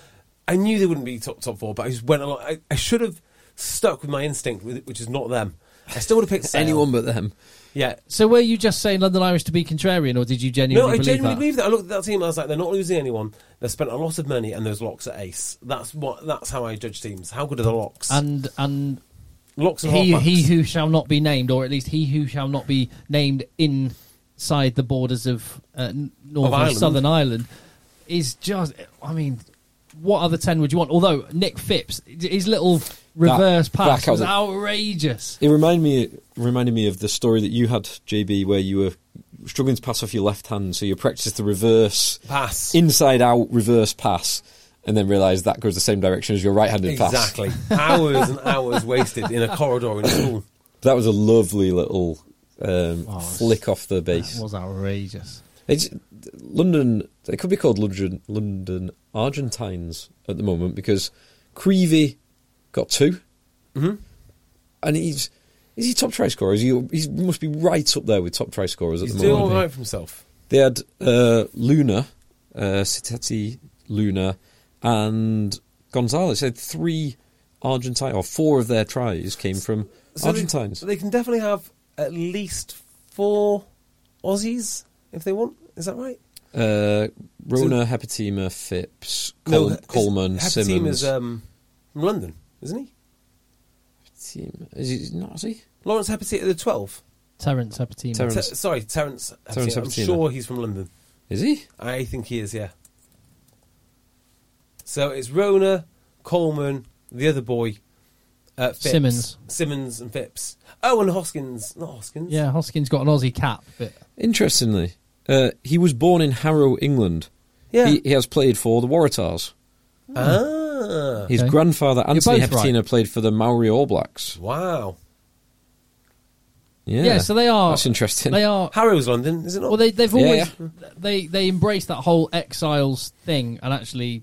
I knew they wouldn't be top top four, but I just went along. I, I should have stuck with my instinct, with, which is not them. I still would have picked Sale. Anyone but them. Yeah. So were you just saying London Irish to be contrarian, or did you No, genuinely I believe genuinely that? believe that. I looked at that team. I was like, they're not losing anyone. They spent a lot of money, and there's locks at ace. That's what. That's how I judge teams. How good are the locks? and and locks. And he halfbacks. he who shall not be named, or at least he who shall not be named inside the borders of uh, n- North Of or Ireland. Southern Ireland, is just. I mean, what other ten would you want? Although Nick Phipps, his little reverse pass that was was- outrageous. It reminded me reminded me of the story that you had, JB, where you were struggling to pass off your left hand, so you practiced the reverse Pass. inside out reverse pass, and then realised that goes the same direction as your right handed pass. Exactly. hours and hours wasted in a corridor in school. That was a lovely little um, Oh, flick off the base. That was outrageous. It's London. They could be called London London Argentines at the moment because Creevy got 2 mm-hmm. and he's is he top try scorer? Is he, he's- he must be right up there with top try scorers at He's the doing moment. all right for himself. They had uh, Luna, uh, Citati Luna, and Gonzalez. They had three Argentine or four of their tries came from So they- Argentines. They, can definitely have at least four Aussies if they want. Is that right? uh, Rona, Hepatima, Phipps, Col- it's- Coleman, Happy Simmons. Team is um, from London, isn't he? Team. Is he not? Is he? Lawrence Hepatita, the 12. Terence Hepatino. Terence. Te- sorry, Terence Hepatita. Terence I'm Hepatita. sure he's from London. Is he? I think he is, yeah. So it's Rona, Coleman, the other boy, uh, Phipps, Simmons. Simmons and Phipps. Oh, and Hoskins. Not Hoskins. yeah, Hoskins got an Aussie cap, but Interestingly, uh, he was born in Harrow, England. Yeah. He, he has played for the Waratahs. Ah. His Okay. grandfather, Anthony both right. Hepatina, played for the Maori All Blacks. Wow. Yeah. yeah. so they are. That's interesting. They are Harrow's London, is it not? Well, they, they've Yeah, always they they embrace that whole exiles thing, and actually,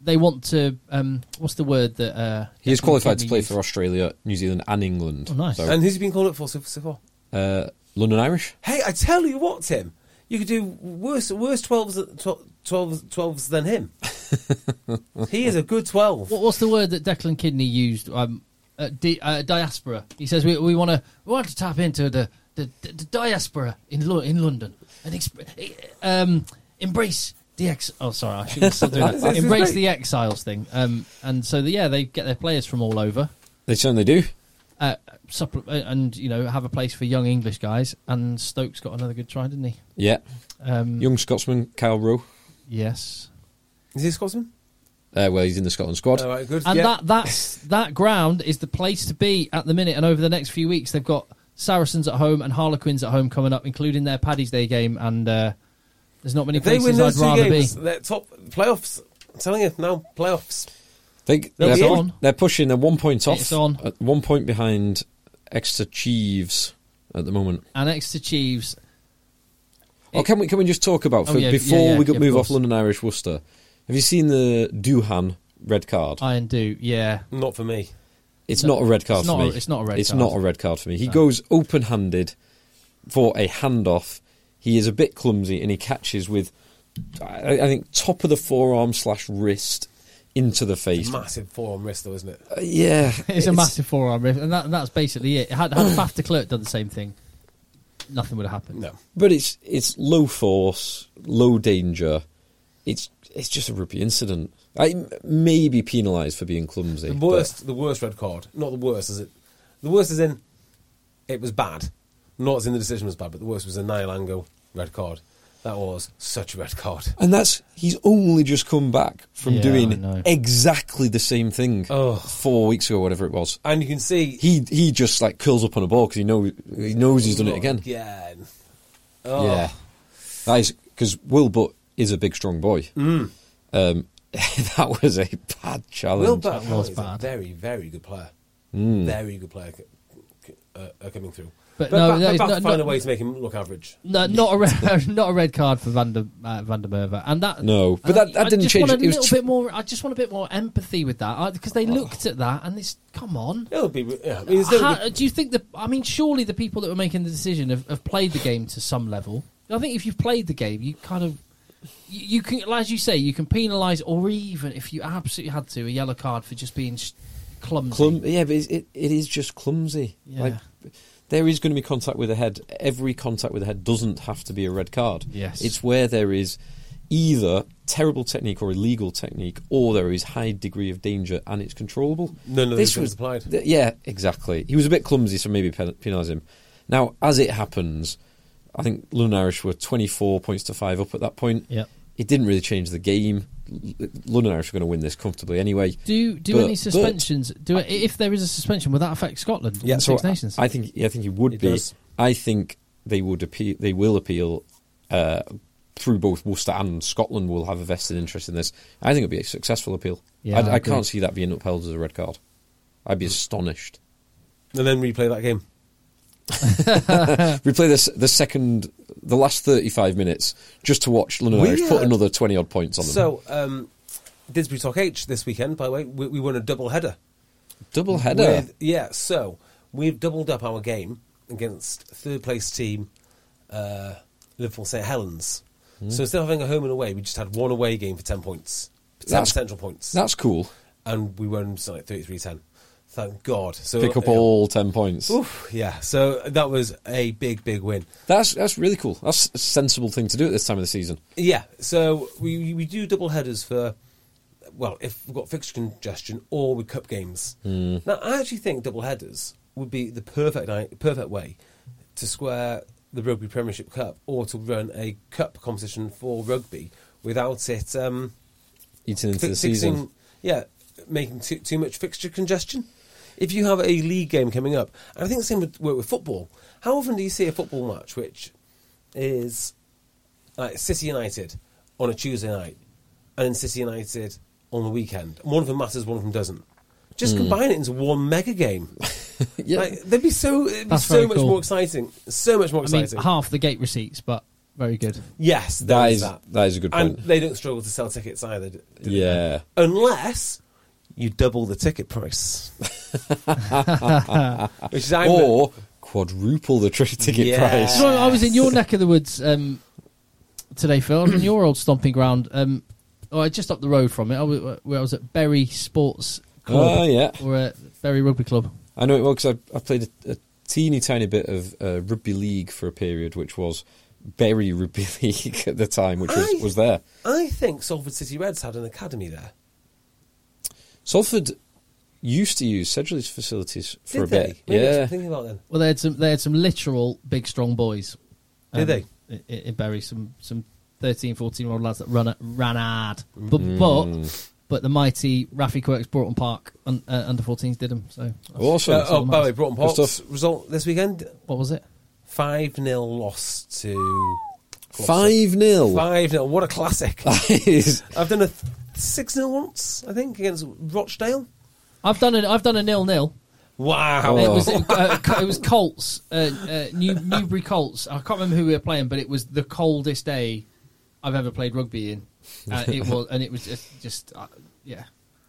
they want to. Um, what's the word that uh, He is that qualified Kenny to play used? for Australia, New Zealand, and England. Oh, nice. So, and who's he been calling it for so, so far? uh, London Irish. Hey, I tell you what, Tim. You could do worse worse 12s, tw- 12s, 12s than him. he is a good 12. What, what's the word that Declan Kidney used? Um, uh, di- uh, diaspora. He says we we want to we want to tap into the the, the, the diaspora in Lo- in London and exp- eh, um, embrace. The ex- oh, sorry, I shouldn't still doing that. Embrace the exiles thing, um, and so yeah, they get their players from all over. They certainly do. uh, supple- uh, and you know have a place for young English guys. And Stokes got another good try, didn't he? Yeah. Um, Young Scotsman, Kyle Rowe. yes. Is he a Scotsman? Uh, well, he's in the Scotland squad. All right, good. And yeah. that that's that ground is the place to be at the minute. And over the next few weeks, they've got Saracens at home and Harlequins at home coming up, including their Paddy's Day game. And uh, there's not many if they places win I'd those two rather games, be. they're top playoffs. I'm telling you, now playoffs. They, They'll they're, be pu- on. they're pushing. They're one point off. It's on. uh, one point behind Exeter Chiefs at the moment. And Exeter Chiefs. Oh, can we can we just talk about Oh, for- yeah, before yeah, yeah, we go, yeah, of move off course. London Irish Worcester? Have you seen the Doohan red card? Iron do, yeah. Not for me. it's no, not a red card it's for not a- me. it's not a red It's card. not a red card for me. He goes open handed for a handoff. He is a bit clumsy and he catches with, I, I think, top of the forearm slash wrist into the face. Massive forearm wrist, though, isn't it? Uh, yeah, It's a massive forearm rift, and, that, and that's basically it. Had, had Faf de Klerk done the same thing, nothing would have happened. No. But it's it's low force, low danger. It's it's just a rugby incident. I may be penalised for being clumsy. The but- worst, the worst red card. Not the worst, is it? The worst is in it was bad. Not as in the decision was bad, but the worst was a Nilango red card. That was such a red card. and that's he's only just come back from Yeah, I know. doing exactly the same thing Ugh. four weeks ago, whatever it was. And you can see He he just like curls up on a ball because he know he knows he's done it again. Again. Oh. Yeah, that is because Will Butt is a big, strong boy. Mm. Um, that was a bad challenge. Will Butt That was is a bad. very, very good player. Hmm. Very good player c- c- uh, uh, coming through. But no, Ba- no, Ba- it's Ba- not- find not- a way to make him look average. No, not a red, not a red card for Van der, uh, Van der Merwe. and that No, but and that- that I didn't just change Want a it. It was little tr- Oh. bit more. I just want a bit more empathy with that because they looked at that and it's come on. It'll be. Yeah, I mean, it's How- never good- do you think that? I mean, surely the people that were making the decision have, have played the game to some level. I think if you've played the game, you kind of you, you can, as you say, you can penalise, or even if you absolutely had to, a yellow card for just being sh- clumsy. Clum- yeah, but it's- it, it is just clumsy. Yeah. Like there is going to be contact with the head. Every contact with the head doesn't have to be a red card. Yes. It's where there is either terrible technique or illegal technique, or there is high degree of danger and it's controllable. None of This those things was- applied. th- yeah, exactly. He was a bit clumsy, so maybe pen- penalise him. Now, as it happens, I think London Irish were 24 points to 5 up at that point. Yeah. It didn't really change the game. L- London Irish are going to win this comfortably anyway. Do do But- any but- suspensions? do if there is a suspension, will that affect Scotland? in the Six I- Nations. I think I think he would It be. does. I think they would appeal. They will appeal uh, through both Worcester and Scotland. Will have a vested interest in this. I think it'll be a successful appeal. Yeah, I, I I agree. can't see that being upheld as a red card. I'd be astonished. And then replay that game. Replay this the second, the last thirty-five minutes just to watch London Irish put Weird. another twenty odd points on them. So, um, Didsbury Talk H this weekend, by the way, we, we won a double header. double header. With- yeah, so we've doubled up our game against third place team uh, Liverpool St Helens. Hmm. So instead of having a home and away, we just had one away game for 10 points, 10 That's- potential points. That's cool. and we won something like 33 10. Thank God. So Pick up yeah. all ten points. Oof, yeah, so that was a big, big win. That's that's really cool. That's a sensible thing to do at this time of the season. Yeah, so we we do double headers for, well, if we've got fixture congestion or with cup games. Now, I actually think double headers would be the perfect ni- perfect way to square the Rugby Premiership Cup or to run a cup competition for rugby without it um, Eating into fi- the season. yeah, making too, too much fixture congestion. If you have a league game coming up, and I think the same would work with football. How often do you see a football match which is like City United on a Tuesday night and then City United on the weekend? One of them matters, one of them doesn't. Just Hmm. combine it into one mega game. Yeah. like, they'd be so it'd be That's so very much cool. more exciting. So much more I mean, exciting. half the gate receipts, but very good. yes, there That is is that. that is a good And point. they don't struggle to sell tickets either. do they? Yeah. unless you double the ticket price, which is I'm or quadruple the tri- ticket Yeah. price. So I was in your neck of the woods um, today, Phil. I was in your old stomping ground. Um, oh, just up the road from it. I was, uh, where I was at Berry Sports Club. Ah, Oh, yeah. Or at Berry Rugby Club. I know it well because I, I played a, a teeny tiny bit of uh, rugby league for a period, which was Berry Rugby League at the time, which was, I- was there. I think Salford City Reds had an academy there. Salford used to use Sedgley's facilities for Did a they? bit. Maybe that's what yeah. I'm thinking about then. Well, they had some. They had some literal big, strong boys. Um, Did they? i- i- In Berry, some some 13, 14 year old lads that run a- ran hard, but Mm. but but the mighty Rafi Quirks Broughton Park un, uh, under 14s did them. So that's- Awesome. Uh, oh, by the way, Broughton Good Park's stuff. result this weekend what was it? 5 0 loss to. 5 0. 5 0. What a classic. That is I've done a 6 0 once, I think, against Rochdale. I've done a I've done a nil nil. Wow. It was uh, it was Colts, uh, uh, New, Newbury Colts. I can't remember who we were playing, but it was the coldest day I've ever played rugby in. Uh, it was, and it was just, just uh, yeah,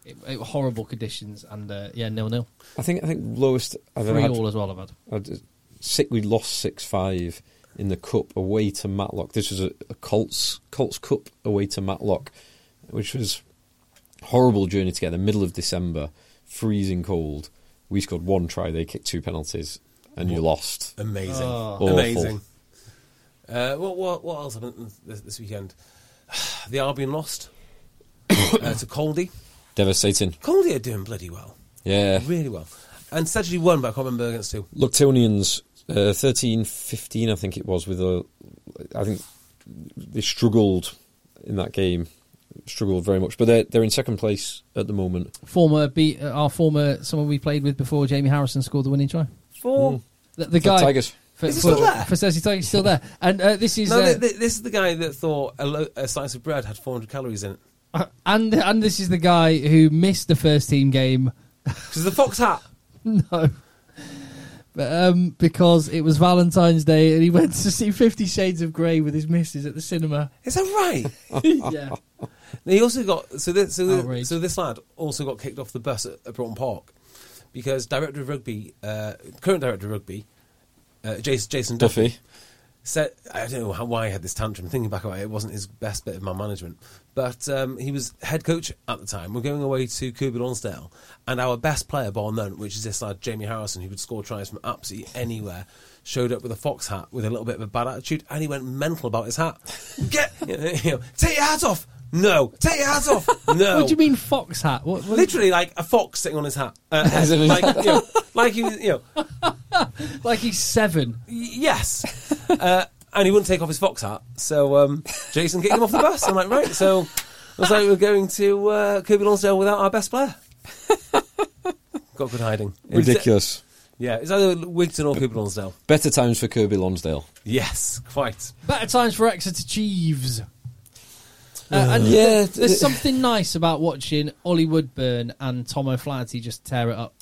it, it were horrible conditions, and uh, yeah, nil nil, I think I think lowest I've ever three had all as well. I've had. I d- Sick, we lost six five in the cup away to Matlock. This was a, a Colts Colts Cup away to Matlock, which was horrible journey together. Middle of December, freezing cold. We scored one try, they kicked two penalties, and you lost. Amazing. Awful. Amazing. Uh, what, what, what else happened this, this weekend? the Albion lost uh, to Coldy. Devastating. Coldy are doing bloody well. Yeah. Really well. And Sedgley won, but I can't remember against who. Luctonians, uh, 13 15, I think it was, with a. I think they struggled in that game, struggled very much. But they're, they're in second place at the moment. Former B, uh, our former someone we played with before, Jamie Harrison scored the winning try. Four. The, the guy Tigers. for, Is he for, still there? for Cersei Tigers still there, and uh, this is No, uh, th- th- this is the guy that thought a, lo- a slice of bread had 400 calories in it. and and this is the guy who missed the first team game. Because the fox hat. No. But um, because it was Valentine's Day and he went to see Fifty Shades of Grey with his missus at the cinema. Is that right? yeah. He also got so this so, Outrage. this, so this lad also got kicked off the bus at, at Broughton Park because director of rugby, uh, current director of rugby, uh, Jason, Jason Duffy, Duffy. said, I don't know how, why I had this tantrum. Thinking back about it, it wasn't his best bit of my management. But um, he was head coach at the time. We're going away to Cuba Lonsdale, and our best player, bar none, which is this lad, Jamie Harrison, who could score tries from absolutely anywhere, showed up with a fox hat with a little bit of a bad attitude, and he went mental about his hat. Get, you know, take your hat off. No, take your hat off. No. What do you mean fox hat? What, what- Literally, like a fox sitting on his hat. Uh, head. like, you know, like he was, you know, like he's seven. yes. Uh, and he wouldn't take off his fox hat. So um, Jason kicked him off the bus. I'm like, right. So I was like, we're going to uh, Kirby Lonsdale without our best player. Got good hiding. Ridiculous. yeah, it's either Wigton or Kirby Lonsdale. Better times for Kirby Lonsdale. Yes, quite. Better times for Exeter Chiefs. Uh, and Yeah, th- there's th- something nice about watching Ollie Woodburn and Tom O'Flaherty just tear it up,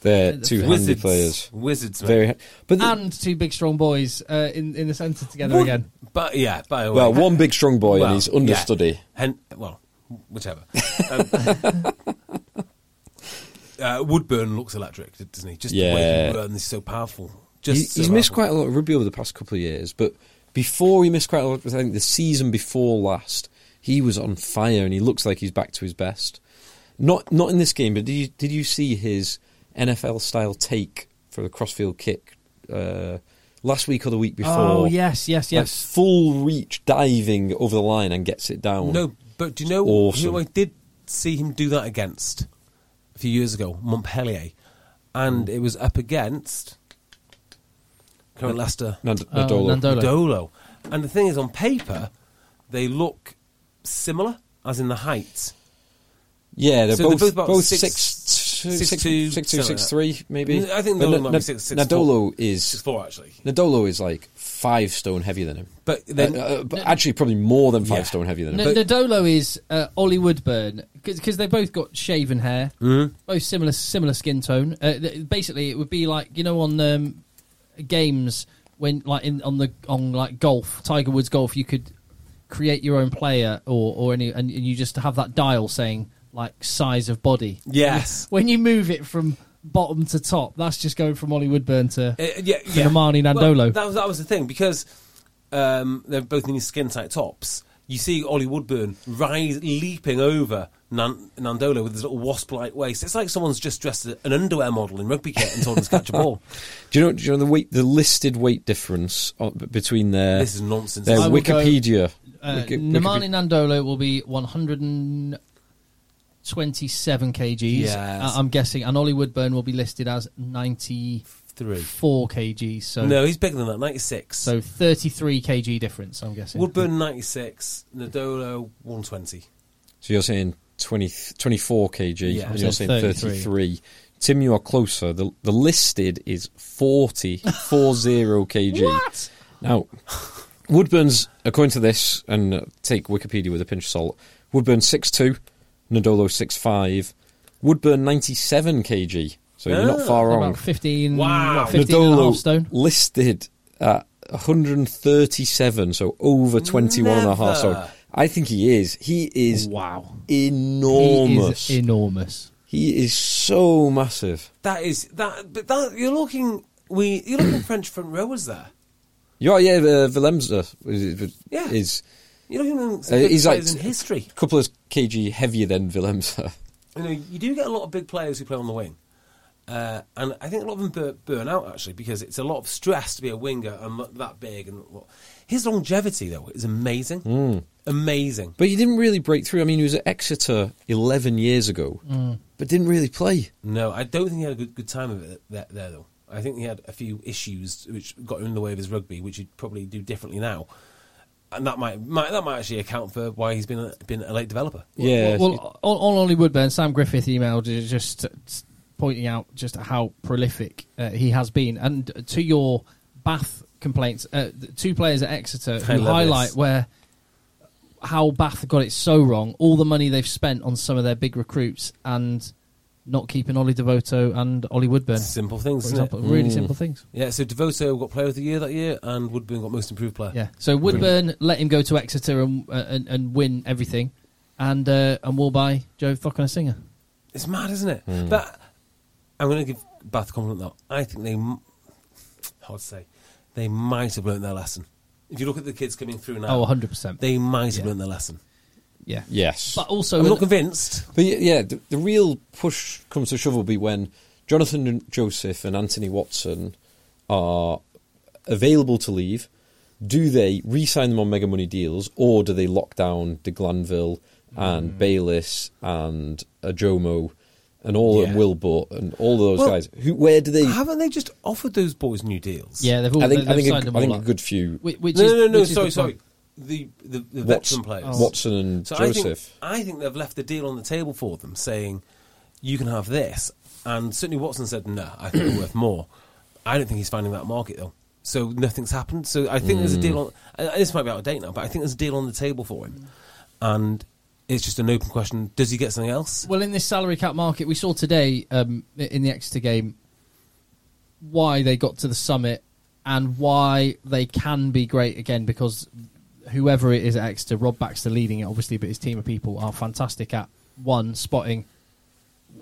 They're The two handy Wizards. players. Wizards, mate. Very, ha- but the- and two big strong boys uh, in in the centre together One- again. But yeah, by the way. well, one big strong boy Well, and he's understudy. yeah. Hen- well, whichever. Um, uh, Woodburn looks electric, doesn't he? Just the way Yeah. he burns is so powerful. He- Just he's so missed powerful. quite a lot of rugby over the past couple of years, but before he missed quite a lot, I think the season before last, he was on fire and he looks like he's back to his best. Not not in this game, but did you did you see his NFL style take for the crossfield kick uh, last week or the week before? Oh yes, yes, Like, yes. full reach diving over the line and gets it down. No, but do you know Awesome. who I did see him do that against a few years ago? Montpellier, and it was up against current Leicester Nand- Oh, Nandolo. Nandolo. Dolo. And the thing is, on paper, they look similar, as in the height. Yeah, So they're they're both, both about both six- six, two- six six, six, two, two, six, two, something six, like three, maybe. I think But Nadolo Na- might be Na- six- six, Nadolo is Six four, actually. Nadolo is like five stone heavier than him. But then- Uh, uh, but actually, probably more than five Yeah. stone heavier than N- him. But Ndolo is uh, Ollie Woodburn because they both got shaven hair, both similar similar skin tone. Uh, th- basically, it would be like you know on um, games when like in on the on like golf, Tiger Woods golf, you could create your own player or or any and, and you just have that dial saying like size of body. Yes. When you move it from bottom to top, that's just going from Ollie Woodburn to Uh, yeah, to yeah. Namani Nandolo. Well, that was that was the thing because um, they're both in these skin tight tops. You see Ollie Woodburn rise, leaping over Nan- Nandolo with his little wasp like waist. It's like someone's just dressed a- an underwear model in rugby kit and told him to catch a ball. do you know? Do you know the weight? The listed weight difference on, b- between their This is nonsense. their I will go, Wikipedia. Uh, Wiki- Namani Wikipedia- Nandolo will be 127 kgs. Yes. uh, I'm guessing, and Ollie Woodburn will be listed as 94 Three. kgs. So, No, he's bigger than that. Ninety six. so 33 kg difference. I'm guessing. Woodburn ninety six. Nadolo one twenty. So you're saying 20, 24 kg, Yeah. and I'm you're saying saying 33. 33. Tim, you are closer. The the listed is 40, 40 kg. What? Now, Woodburn's, according to this, and uh, take Wikipedia with a pinch of salt, Woodburn 6'2, Nadolo 6'5, Woodburn 97 kg. So you're Ah. not far wrong. About 15. Wow. what, 15 and a half stone. listed at 137, so over 21 and a half. Never. So I think he is. He is Wow. enormous. He is enormous. He is so massive. That is that. But that you're looking. We you're looking French front rowers there. You are, yeah, uh, Villemza is, Yeah. is You're looking. uh, he's like in history. a couple of kg heavier than Villemza. you know, you do get a lot of big players who play on the wing. Uh, and I think a lot of them bur- burn out actually because it's a lot of stress to be a winger and not that big. And what. his longevity though is amazing, Hmm. amazing. But he didn't really break through. I mean, he was at Exeter 11 years ago, Mm. but didn't really play. No, I don't think he had a good, good time of it there, there though. I think he had a few issues which got in the way of his rugby, which he'd probably do differently now. And that might, might that might actually account for why he's been a, been a late developer. yeah. Well, well on, on Ollie Woodburn, Sam Griffith emailed is just uh, s- pointing out just how prolific uh, he has been. And to your Bath complaints, uh, the two players at Exeter I who love highlight this. where how Bath got it so wrong, all the money they've spent on some of their big recruits and not keeping Ollie Devoto and Ollie Woodburn. Simple For things, isn't example, it? Mm. really simple things. Yeah. So Devoto got Player of the Year that year, and Woodburn got Most Improved Player. Yeah. So Woodburn let him go to Exeter and uh, and, and win everything, and uh, and will buy Joe Thockner Singer. It's mad, isn't it? But I'm going to give Bath a compliment though. I think they, m- hard to say, they might have learned their lesson. If you look at the kids coming through now, Oh, 100%. they might have Yeah. learned their lesson. yeah. Yes. But But, also, I'm not convinced. y yeah, the, the real push comes to shove will be when Jonathan and Joseph and Anthony Watson are available to leave. Do they re-sign them on mega money deals, or do they lock down De Glanville and Mm. Bayliss and Ajomo and all and Yeah. Wilbur and all those Well, guys? Who, where do they? Haven't they just offered those boys new deals? yeah, they've all I think they've I think, signed a, them I all think a up. good few. Whi- which No, is- no, no, no. which is Oh, Sorry, the sorry. point. The the, the Watson, veteran players. Watson and So Joseph. I think, I think they've left the deal on the table for them, saying you can have this. And certainly Watson said, "No, I think they're worth more." I don't think he's finding that market though, so nothing's happened. So I think there's a Mm. deal on. uh, This might be out of date now, but I think there's a deal on the table for him, and it's just an open question: Does he get something else? Well, in this salary cap market, we saw today um, in the Exeter game why they got to the summit and why they can be great again because whoever it is at Exeter, Rob Baxter leading it, obviously, but his team of people are fantastic at one, spotting.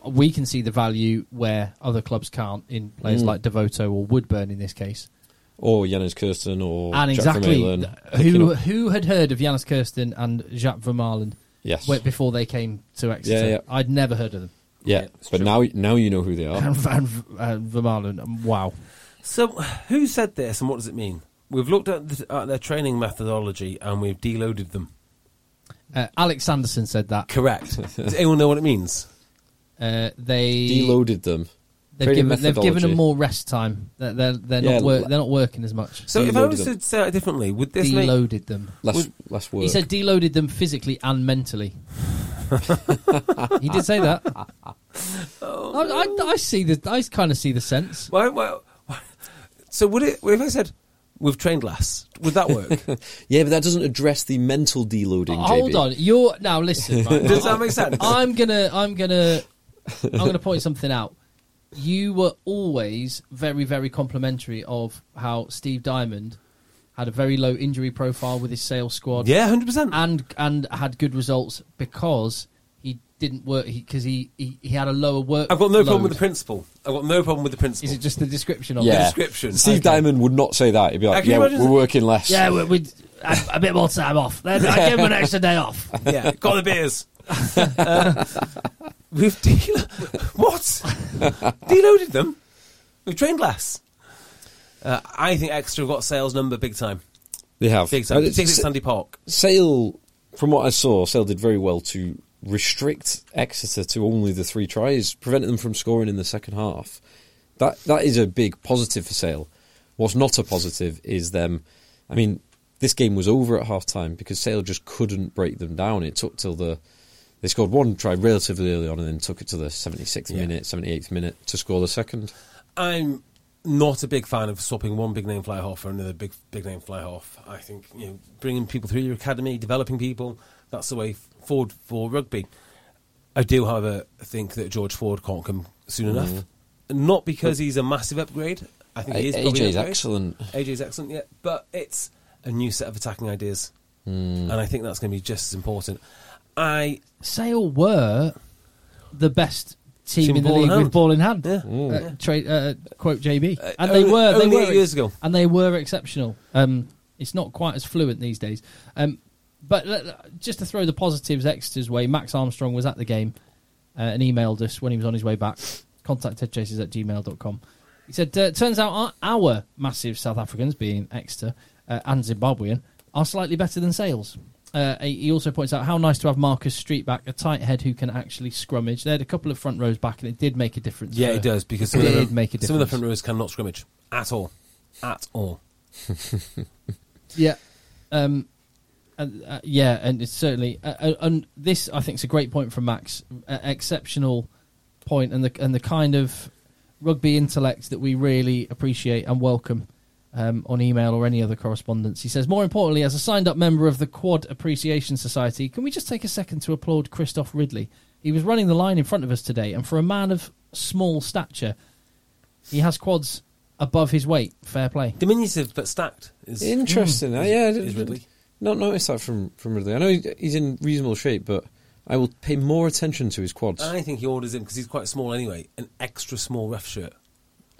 We can see the value where other clubs can't in players Mm. like Devoto or Woodburn in this case. or Yanis Kirsten or and Jack exactly Vermaelen th- picking who up- who had heard of Janis Kirsten and Jacques Vermaelen Yes. wh- before they came to Exeter? Yeah, yeah. I'd never heard of them. yeah, Yeah, it's but true. now now you know who they are. And, and, uh, and Vermaelen, um, wow. So who said this, and what does it mean? We've looked at, the, at their training methodology, and we've deloaded them. Uh, Alex Sanderson said that. Correct. Does anyone know what it means? Uh, they Deloaded them. they've, Created given, they've given methodology. them more rest time. They're they're, they're Yeah, not wor- like- they're not working as much. So if I Deloaded was them. to say it differently, would this make Deloaded them. less Would- less work. He said deloaded them physically and mentally. he did say that. I, I, I see the I kind of see the sense. Why, why, why? So would it? If I said we've trained less, would that work? yeah, but that doesn't address the mental deloading. Hold JB. on, you're now listen. Right, Does that make sense? I'm gonna, I'm gonna, I'm gonna point something out. You were always very, very complimentary of how Steve Diamond had a very low injury profile with his sales squad, yeah, hundred percent. and and had good results because he didn't work because he, he, he had a lower work. I've got no problem with the principle. I've got no problem with the principle. Is it just the description of Yeah. it? description. Steve Okay. Diamond would not say that. He'd be Uh, like, can you "Yeah, imagine- we're working less." Yeah, we, we a, a bit more time off. I gave him an extra day off. Yeah, got the beers. Uh, we've de- what deloaded them. We've trained less. Uh, I think extra have got sales number big time. they have. Big time. Uh, Particularly at S- Sandy Park. Sale, from what I saw, Sale did very well to restrict Exeter to only the three tries, preventing them from scoring in the second half. That that is a big positive for Sale. What's not a positive is them. I mean, this game was over at half time because Sale just couldn't break them down. It took till the they scored one try relatively early on, and then took it to the seventy sixth Yeah. minute, seventy eighth minute to score the second. I'm not a big fan of swapping one big name fly half for another big big name fly half. I think you know bringing people through your academy, developing people, that's the way f- forward for rugby. I do, however, think that George Ford can't come soon Mm. enough. Not because he's a massive upgrade. I think he A- is. probably an AJ's upgrade. excellent. AJ's excellent, yeah. But it's a new set of attacking ideas, Mm. and I think that's going to be just as important. I Sale were the best team Team in the ball in league hand. with ball in hand. Yeah. Uh, tra- uh, quote JB, Uh, and they only- were they only were eight years ago. and they were exceptional. Um, it's not quite as fluent these days, um, but le- le- just to throw the positives Exeter's way, Max Armstrong was at the game uh, and emailed us when he was on his way back. Contact headchasers at gmail.com. He said, uh, "Turns out our, our massive South Africans, being Exeter uh, and Zimbabwean, are slightly better than Sales." Uh, he he also points out how nice to have Marcus Street back, a tight head who can actually scrummage. They had a couple of front rows back, and it did make a difference. yeah, for- it does because it Uh, some, of did the, make a some of the difference. front rows cannot scrimmage at all, at all. Yeah. Um, and, uh, yeah, and it's certainly uh, uh, and this I think is a great point from Max, uh, exceptional point, and the and the kind of rugby intellect that we really appreciate and welcome um, on email or any other correspondence. He says, more importantly, as a signed up member of the Quad Appreciation Society, can we just take a second to applaud Christoph Ridley? He was running the line in front of us today, and for a man of small stature, he has quads above his weight. Fair play. Diminutive but stacked. Is, Interesting. Uh, yeah, I didn't, Hmm. Is Ridley. not notice that from, from Ridley. I know he- he's in reasonable shape, but I will pay more attention to his quads. I think he orders him because he's quite small anyway. An extra small ref shirt.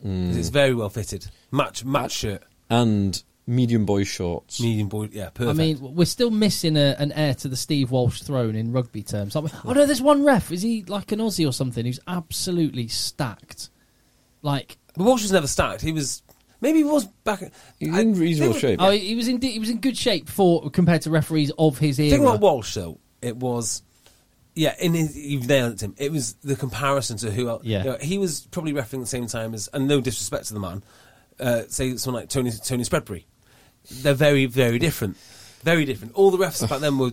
'Cause It's very well fitted. Match match shirt. and medium boy shorts. Medium boy, yeah, perfect. I mean, we're still missing a, an heir to the Steve Walsh throne in rugby terms. aren't we? Oh no, there's one ref. Is he like an Aussie or something? Who's absolutely stacked. Like, but Walsh was never stacked. He was maybe he was back. He's in I- reasonable they were- shape. oh, he was in he was in good shape for compared to referees of his era. Thing about Walsh though, it was. Yeah, in his, you've nailed it, Tim. It was the comparison to who else. Yeah. you know, he was probably refereeing at the same time as, and no disrespect to the man, uh, say someone like Tony Tony Spreadbury. They're very very different, very different. All the refs back then were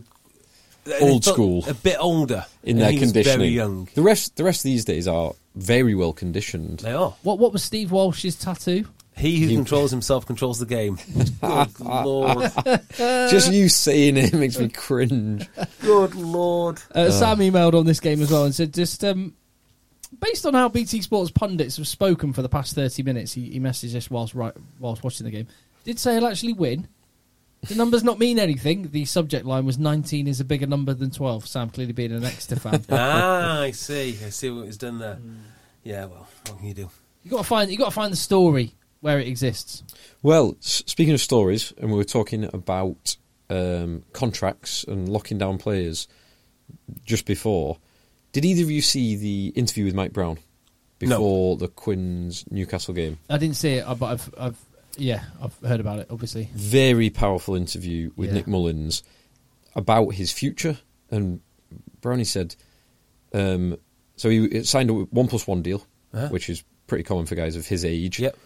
they Old felt school. a bit older in and their he was conditioning. very young. The rest, the rest these days are very well conditioned. They are. What what was Steve Walsh's tattoo? He who controls himself controls the game. Good lord. Uh, Just you saying it makes me cringe. Good lord. Uh, Sam emailed on this game as well and said, just um, based on how BT Sports pundits have spoken for the past 30 minutes, he, he messaged us whilst, right, whilst watching the game. Did Sale actually win? The numbers not mean anything. The subject line was 19 is a bigger number than 12. Sam clearly being an extra fan. ah, I see. I see what was done there. Yeah, well, what can you do? you got to find you got to find the story where it exists. Well, s- speaking of stories, and we were talking about um, contracts and locking down players just before. Did either of you see the interview with Mike Brown before the Quinn's Newcastle game? I didn't see it, uh, but I've, I've yeah, I've heard about it. Obviously, very powerful interview with Yeah. Nick Mullins about his future. And Brownie said, um, so he signed a one plus one deal, Uh-huh. which is pretty common for guys of his age, Yep.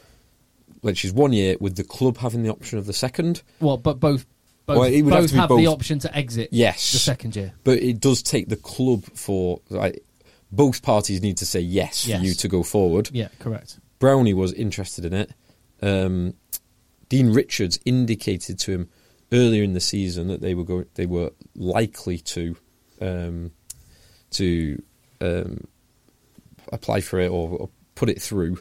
which is one year with the club having the option of the second. well, but both both, Well, it would have both to be have the both. option to exit. Yes. the second year. But it does take the club for. Like, both parties need to say yes, Yes. for you to go forward. Yeah, correct. Brownie was interested in it. Um, Dean Richards indicated to him earlier in the season that they were going, they were likely to um, to um, apply for it or, or put it through,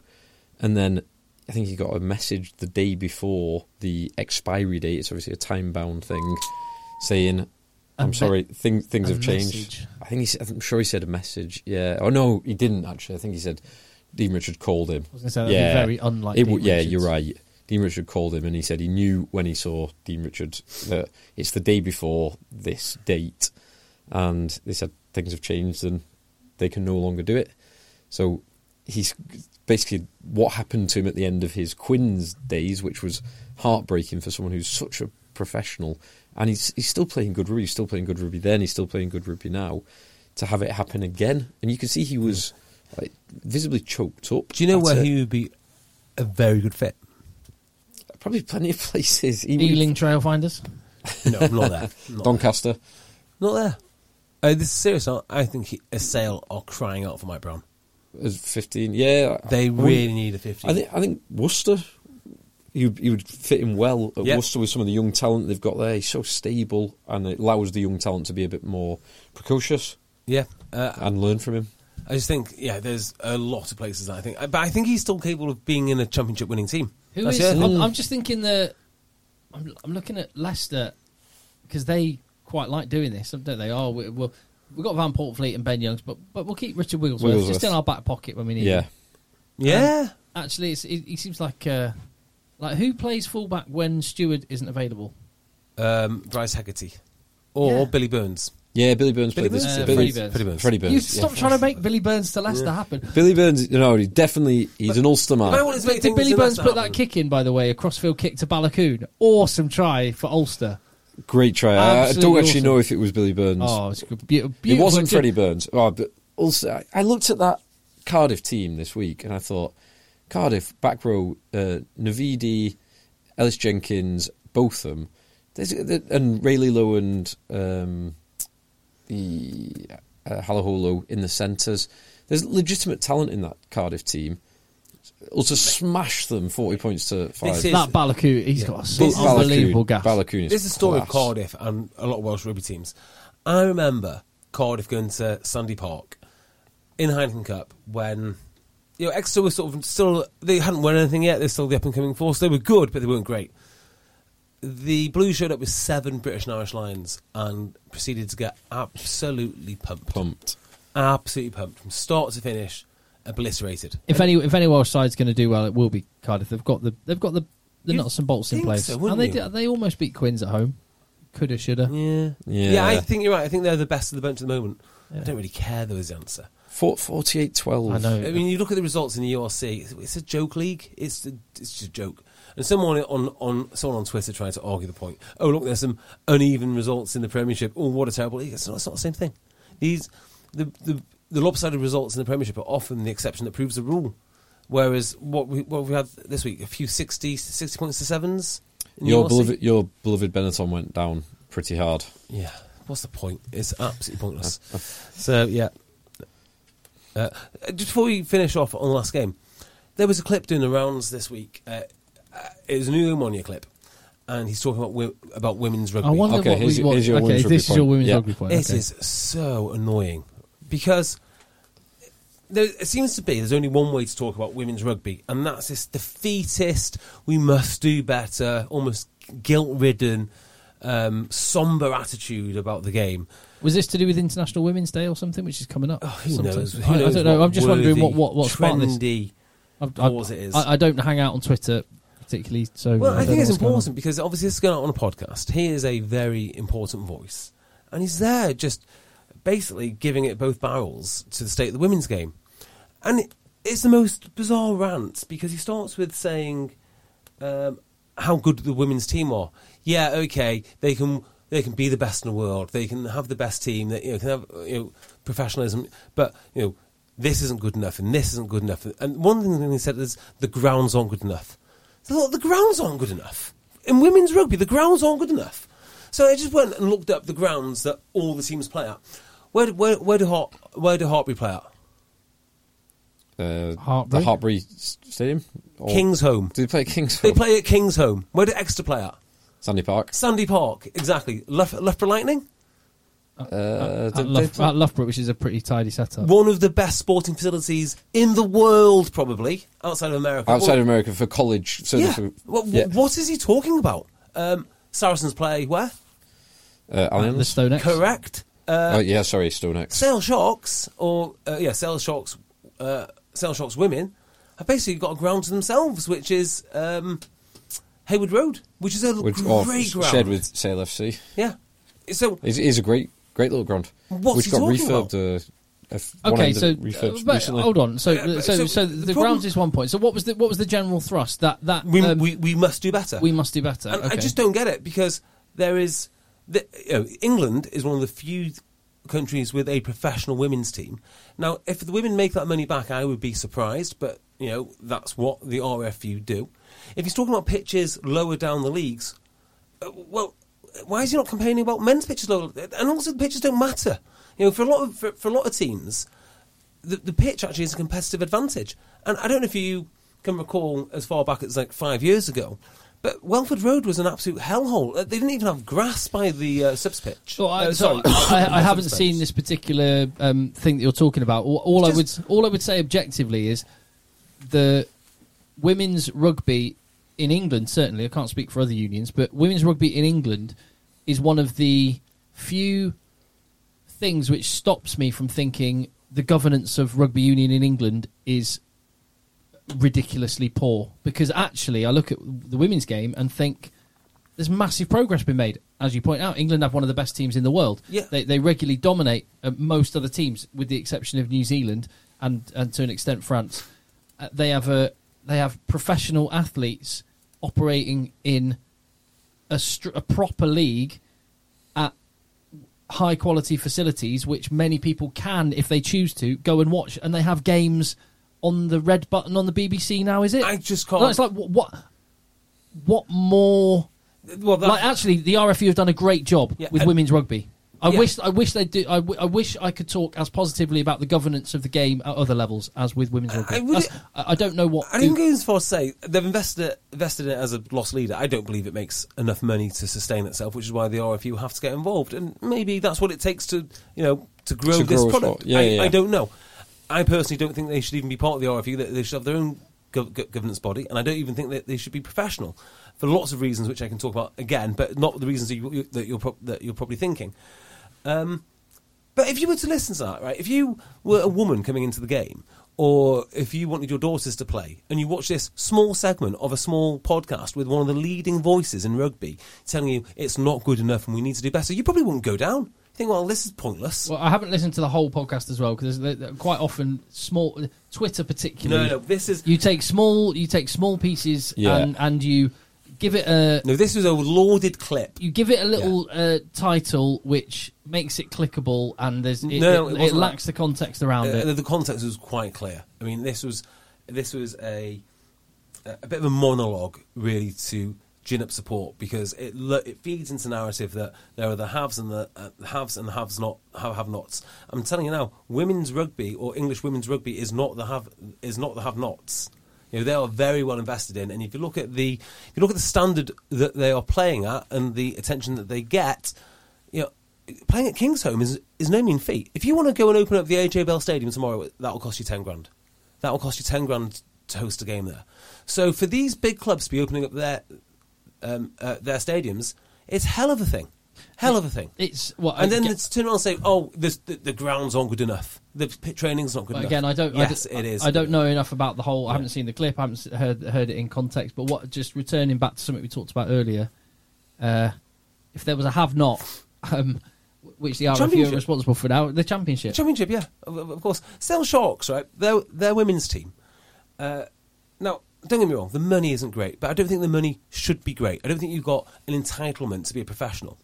and then I think he got a message the day before the expiry date. It's obviously a time bound thing, saying. I'm me- sorry, thing, things a have changed. message. I think he said, I'm sure he said a message. Yeah. Oh no, he didn't actually. I think he said Dean Richard called him. was gonna say, that'd be very unlike It w- Dean yeah, Richards. you're right. Dean Richard called him and he said he knew when he saw Dean Richard that it's the day before this date, and they said things have changed and they can no longer do it. So he's basically what happened to him at the end of his Quinn's days, which was heartbreaking for someone who's such a professional, and he's he's still playing good rugby. He's still playing good rugby then. He's still playing good rugby now. To have it happen again, and you can see he was like, visibly choked up. Do you know at where it. he would be a very good fit? Probably plenty of places. He would've- Ealing Trailfinders. No, not there. Not there. Doncaster. Not there. Uh, this is serious. I- I think he, a sale are crying out for Mike Brown. As fifteen, yeah. I- They I wouldn't- really need a 15. I think. I think Worcester. You you would fit in well at Yeah. Worcester with some of the young talent they've got there. He's so stable, and it allows the young talent to be a bit more precocious yeah. Uh, and learn from him. I just think, yeah, there's a lot of places that I think. But I think he's still capable of being in a championship winning team. Who That's is? the other thing. I'm, I'm just thinking that I'm, I'm looking at Leicester because they quite like doing this, don't they? Oh, we, we'll, we've got Van Portfleet and Ben Youngs, but but we'll keep Richard Wigglesworth, Wigglesworth. just in our back pocket when we need. Yeah, him. Yeah. Actually, it's, it, he seems like uh, like who plays fullback when Stewart isn't available? Um, Bryce Haggerty. Or Yeah. Billy Burns. yeah. Billy Burns Billy played this. Burns? Uh, Billy, Freddie Burns. Freddie Burns. Freddie you Burns. stop trying to make Billy Burns to Leicester happen. Billy Burns. No, he definitely. He's an Ulster man. But I wanted to make Did, did things Billy in Burns that put that happen. kick in, by the way, a crossfield kick to Balakoon? Awesome try for Ulster. Great try. I- I don't Absolutely actually awesome. know if it was Billy Burns. Oh, it's good. Be- It beautiful. wasn't Freddie Burns. Oh, but also, I I looked at that Cardiff team this week and I thought, Cardiff, back row, uh, Navidi, Ellis Jenkins, both of them, there's, there- and Rayleigh Lowe and um, the uh, Halaholo in the centres. There's legitimate talent in that Cardiff team. Also, smash them 40 points to 5. is- That Balakoon, he's got This is- some unbelievable gas. Balakoon is This is the story of class. Cardiff and a lot of Welsh rugby teams. I remember Cardiff going to Sandy Park in Heineken Cup when you know Exeter were sort of still they hadn't won anything yet. They're still the up and coming force. They were good, but they weren't great. The Blues showed up with seven British and Irish Lions and proceeded to get absolutely pumped, Pumped. absolutely pumped from start to finish, obliterated. if any if any Welsh side's going to do well, it will be Cardiff. They've got the they've got the the You'd nuts and bolts in think place. so, and wouldn't they you? did- they almost beat Quins at home. Coulda, shoulda. Yeah. Yeah. I think you're right. I think they're the best of the bench at the moment. I don't really care though is the answer. Fort 48 12. I know. I mean, you look at the results in the URC. It's, it's a joke league. It's a, it's just a joke. And someone on, on someone on Twitter tried to argue the point. Oh, look, there's some uneven results in the Premiership. Oh, what a terrible league! It's not, it's not the same thing. These the, the the lopsided results in the Premiership are often the exception that proves the rule. Whereas what we what we had this week, a few 60, 60 points to sevens. in the Your URC. beloved, your beloved Benetton went down pretty hard. Yeah. What's the point? It's absolutely pointless. so yeah. Uh, just before we finish off on the last game, there was a clip doing the rounds this week. Uh, uh, it was a new Ammonia clip, and he's talking about wo- about women's rugby. I wonder Okay, what here's we your- what, here's your Okay, women's this rugby is your point. women's Yeah. rugby point. It okay. is so annoying because there it seems to be there's only one way to talk about women's rugby, and that's this defeatist, we must do better, almost guilt ridden, um, somber attitude about the game. Was this to do with International Women's Day or something, which is coming up? Oh, Who sometime? knows? Who I, I knows don't know. what I'm just wondering what worthy, what what sparked this. trendy. I've- I've- cause it is. I, I don't hang out on Twitter particularly, so Well, I don't think know it's what's going on. important because obviously this is going out on a podcast. He is a very important voice, and he's there just basically giving it both barrels to the state of the women's game, and it, it's the most bizarre rant because he starts with saying um, how good the women's team are. Yeah, okay, they can they can be the best in the world. They can have the best team. They you know, can have uh, you know, professionalism, but you know this isn't good enough, and this isn't good enough. And one thing he said is the grounds aren't good enough. So I thought, the grounds aren't good enough in women's rugby. The grounds aren't good enough. So I just went and looked up the grounds that all the teams play at. Where where where do Hart, where do Hartbury play at? Uh, Hartbury? The Hartbury S- Stadium? Or- King's Home. Do they play at King's They Home? play at King's Home. Where do Exeter play at? Sandy Park? Sandy Park, exactly. Left, Loughborough Lightning, Uh, At, do- Lough- they play- at Loughborough, which is a pretty tidy setup. one of the best sporting facilities in the world, probably outside of America. outside Well, of America for college. So yeah. for, What, yeah. what is he talking about? Um, Saracens play where? Uh, Allianz? the Stone X. Correct. Uh, oh, yeah, sorry, Stonex. Sale Sharks, or uh, yeah, Sale Sharks, uh, Sale Sharks women have basically got a ground to themselves, which is um, Hayward Road, which is a Which, great or ground. shared with Sale FC. yeah. So It is a great, great little ground. What's which he got talking refurbed. Uh, if one Okay, end so of it refurbed uh, but recently. hold on. So, Yeah, but- so, so so, the the, problem- grounds is one point. So, what was the what was the general thrust? That that we, um, we we must do better. we must do better. And I Okay. just don't get it because there is the, you know, England is one of the few countries with a professional women's team. Now, if the women make that money back, I would be surprised, but you know that's what the RFU do. If he's talking about pitches lower down the leagues, uh, well, why is he not complaining about men's pitches lower? And also, the pitches don't matter. You know, for a lot of for, for a lot of teams, the, the pitch actually is a competitive advantage. And I don't know if you can recall as far back as like five years ago, but Welford Road was an absolute hellhole. Uh, They didn't even have grass by the uh, subs pitch. So I, so Uh, sorry. I, I Subs haven't pitch. seen this particular um, thing that you're talking about. All, all I would Just- all I would say objectively is the women's rugby in England. Certainly, I can't speak for other unions, but women's rugby in England is one of the few things which stops me from thinking the governance of rugby union in England is ridiculously poor because actually I look at the women's game and think there's massive progress been made. As you point out, England have one of the best teams in the world. Yeah. They, they regularly dominate uh, most other teams, with the exception of New Zealand and, and to an extent France. Uh, they have a they have professional athletes operating in a, str- a proper league at high quality facilities, which many people can, if they choose to, go and watch. And they have games on the red button on the BBC now. Is it? I just can't- No, it's like wh- what? What more? Well, that, like actually, the RFU have done a great job Yeah, with and- women's rugby. I Yeah. wish, I wish they do. I, w- I wish I could talk as positively about the governance of the game at other levels as with women's rugby. I would- That's- I, I don't know what. I didn't go as far as to say they've invested it, invested it as a loss leader. I don't believe it makes enough money to sustain itself, which is why the RFU have to get involved. And maybe that's what it takes to you know to grow To this grow a product. sport. Yeah, I, yeah, yeah. I don't know. I personally don't think they should even be part of the RFU. They, they should have their own gov- gov- governance body, and I don't even think that they should be professional for lots of reasons, which I can talk about again, but not the reasons that, you, you, that you're prob that you're probably thinking. Um, but if you were to listen to that, right, if you were a woman coming into the game, or if you wanted your daughters to play and you watch this small segment of a small podcast with one of the leading voices in rugby telling you it's not good enough and we need to do better, you probably wouldn't go down. You think, well, this is pointless. Well, I haven't listened to the whole podcast as well because quite often small Twitter particularly. no, no, this is You take small, you take small pieces Yeah. and and you give it a no, this is a lauded clip. you give it a little uh, title which makes it clickable and there's it, No, it, it it wasn't lacks the context around Uh, it. the context was quite clear. I mean, this was this was a a bit of a monologue, really, to gin up support because it lo- it feeds into narrative that there are the haves and the uh, the haves and the haves not have have nots. I'm telling you now, women's rugby or English women's rugby is not the have is not the have nots. You know, they are very well invested in, and if you look at the if you look at the standard that they are playing at and the attention that they get, you know, playing at King's Home is is no mean feat. If you want to go and open up the AJ Bell Stadium tomorrow, that will cost you ten grand. That will cost you ten grand to host a game there. So for these big clubs to be opening up their um, uh, their stadiums, it's hell of a thing, hell of a thing. it's uh, well, and then aga- it's turn around and say, "Oh, this, the, the grounds aren't good enough. The pit training's not good enough." again, I don't. Yes, I don't, it is. I don't know enough about the whole. I haven't seen the clip. I haven't s- heard heard it in context. But what? Just returning back to something we talked about earlier. Uh, if there was a have not, um, which the RFU Championship. are responsible for now, the championship. Championship, yeah, of, of- of course. Sell Sharks, right? Their their women's team. Uh, now, don't get me wrong, the money isn't great, but I don't think the money should be great. I don't think you've got an entitlement to be a professional.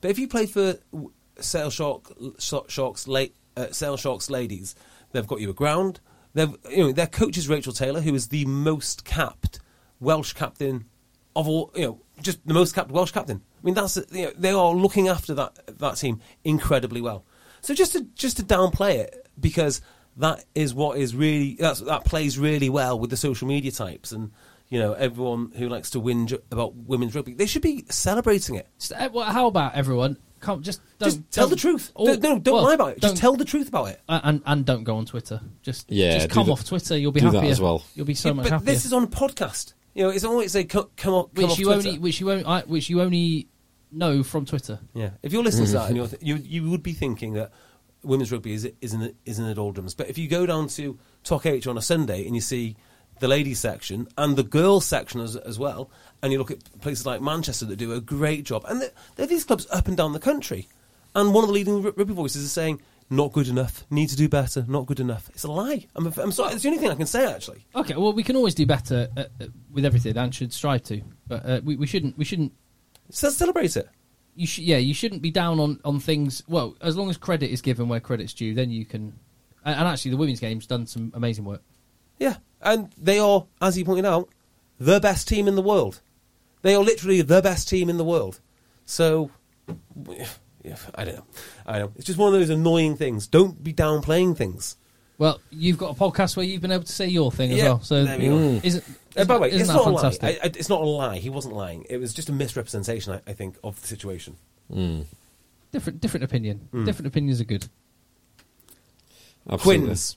But if you play for w- Sale Shark, Sh- Sharks, late, uh, Sale Sharks ladies, they've got you a ground. They've, you know, their coach is Rachel Taylor, who is the most capped Welsh captain of all, you know, just the most capped Welsh captain. I mean, that's you know, they are looking after that that team incredibly well. So just to just to downplay it because that is what is really that's, that plays really well with the social media types and you know everyone who likes to whinge about women's rugby. They should be celebrating it. Just, uh, well, how about everyone? Can't just don't, just tell the don't- truth. or- Don't- no, don't well, lie about it. don't- Just tell the truth about it. uh, and and don't go on Twitter. Just Yeah, just do come that- off Twitter. You'll be do that happier as well. You'll be so Yeah, much but happier. this is on a podcast. You know, it's always a come, come on, come which off you Twitter. only which you only I, which you only know from Twitter. Yeah, if you're listening to that, and you're th- you you would be thinking that women's rugby is is in the, is in the doldrums. But if you go down to Talk H on a Sunday and you see the ladies section and the girls section as, as well, and you look at places like Manchester that do a great job, and there there are these clubs up and down the country, and one of the leading ru- rugby voices is saying. Not good enough. Need to do better. Not good enough. It's a lie. I'm, I'm sorry. It's the only thing I can say. Actually, Okay, well, we can always do better uh, uh, with everything, and should strive to. But uh, we, we shouldn't. We shouldn't. so celebrate it. You should. Yeah, you shouldn't be down on on things. Well, as long as credit is given where credit's due, then you can. And, and actually, the women's game's done some amazing work. Yeah, and they are, as you pointed out, the best team in the world. They are literally the best team in the world. So, yeah, I don't know. I know. It's just one of those annoying things. Don't be downplaying things. Well, you've got a podcast where you've been able to say your thing as Yeah, well. So there we go. Isn't, Uh, isn't- by the way, isn't it's that not a lie. fantastic? I, I, it's not a lie. He wasn't lying. It was just a misrepresentation, I, I think, of the situation. different different opinion. Hmm. Different opinions are good. Absolutely. Quins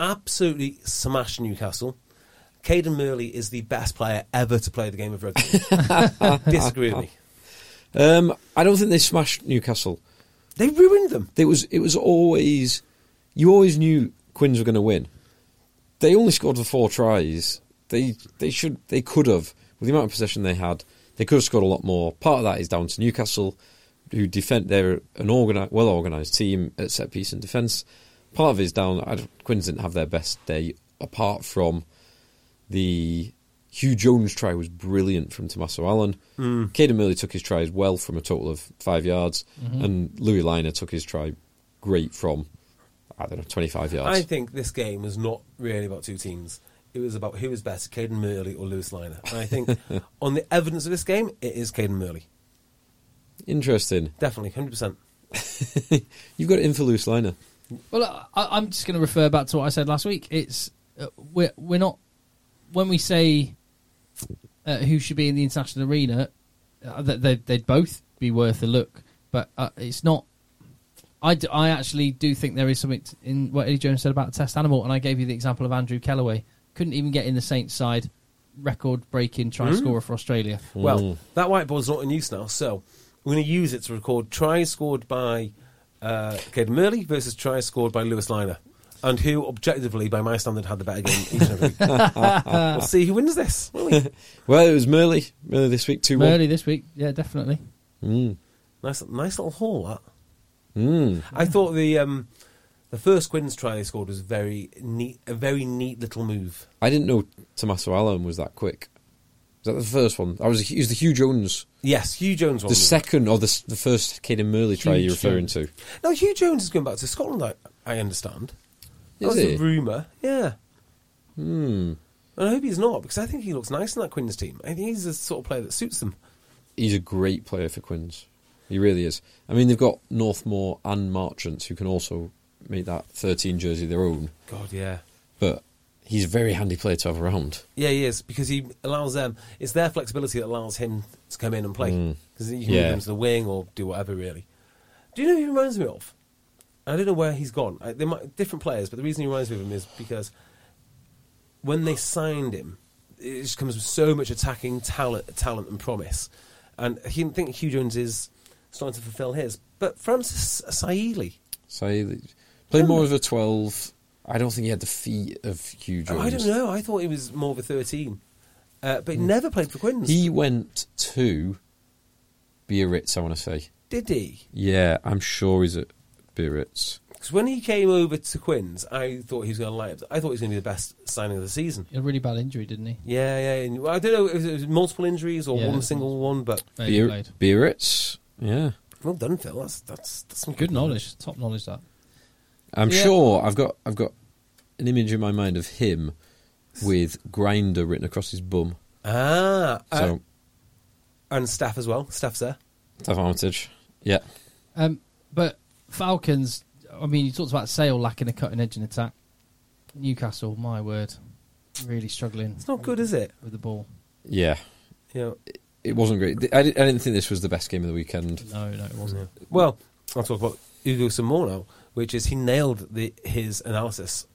absolutely smashed Newcastle. Caden Murley is the best player ever to play the game of rugby. Disagree with me. Um, I don't think they smashed Newcastle. They ruined them. It was it was always you always knew Quins were going to win. They only scored the four tries. They they should they could have with the amount of possession they had. They could have scored a lot more. Part of that is down to Newcastle, who defend they're an organi- well organised team at set piece and defence. Part of it is down. I don't- Quins didn't have their best day apart from the Hugh Jones try was brilliant from Tommaso Allen. Mm. Caden Murley took his try as well from a total of five yards, and Louis Liner took his try great from I don't know twenty five yards. I think this game was not really about two teams. It was about who was better, Caden Murley or Lewis Liner. And I think on the evidence of this game, it is Caden Murley. Interesting. Definitely, 100%. You've got it in for Louis Liner. Well, I, I'm just going to refer back to what I said last week. It's uh, we're we're not when we say uh, who should be in the international arena, uh, that they'd, they'd both be worth a look. But uh, it's not. I, d- I actually do think there is something t- in what Eddie Jones said about the test animal, and I gave you the example of Andrew Kellaway. Couldn't even get in the Saints side, record breaking try scorer for Australia. Well, that whiteboard's not in use now, so we're going to use it to record tries scored by uh, Caden Murley versus tries scored by Lewis Liner. and who, objectively, by my standard, had the better game each and every week. we'll see who wins this. will we? Well, it was Merley. Merley this week, 2 1. Early this week, yeah, definitely. Nice, nice little haul that. Hmm. I thought the um, the first Quinn's try they scored was very neat, a very neat little move. I didn't know Tommaso Allen was that quick. Was that the first one? I was, he was the Hugh Jones. Yes, Hugh Jones. One The was- second or the, s- the first Caden Merley try Hugh you're referring to. No, Hugh Jones is going back to Scotland. I, I understand. That Is was he? a rumor. Yeah. Hmm. And I hope he's not because I think he looks nice in that Quinn's team. I think he's the sort of player that suits them. He's a great player for Quinns. He really is. I mean, they've got Northmore and Marchants who can also make that 13 jersey their own, God, yeah. but he's a very handy player to have around. Yeah, he is because he allows them. It's their flexibility that allows him to come in and play because you can Mm. Yeah. move him to the wing or do whatever really. Do you know who he reminds me of? I don't know where he's gone. I, they might different players, but the reason he reminds me of him is because when they signed him, it just comes with so much attacking talent, talent and promise. And he didn't think Hugh Jones is starting to fulfil his, but Francis Saili. So he played more of a 12. I don't think he had the feet of Hugh Jones. Mm. I don't know. I thought he was more of a thirteen, uh, but he never played for Quinns. He went to Biarritz, I want to say. did he? Yeah, I'm sure he's at Biarritz. Because when he came over to Quinns, I thought he was going to light up. I thought he was going to be the best signing of the season. A really bad injury, didn't he? Yeah, yeah. And I don't know if it was multiple injuries or Yeah. one single one, but There you Biar- Oh, played. Biarritz? Yeah. well done, Phil. That's that's, that's some Good knowledge, top knowledge that. I'm Yeah. sure I've got I've got an image in my mind of him with grinder written across his bum. Ah, uh, So and staff as well. Staff's there. tough advantage. Yeah. Um, but Falcons, I mean, you talked about Sale lacking a cutting edge in attack. Newcastle, my word, really struggling It's not good, is it? with the ball. Yeah. You know, It wasn't great. I didn't, I didn't think this was the best game of the weekend. No, no, it wasn't. well, I'll talk about Hugo Samorno, which is he nailed the, his analysis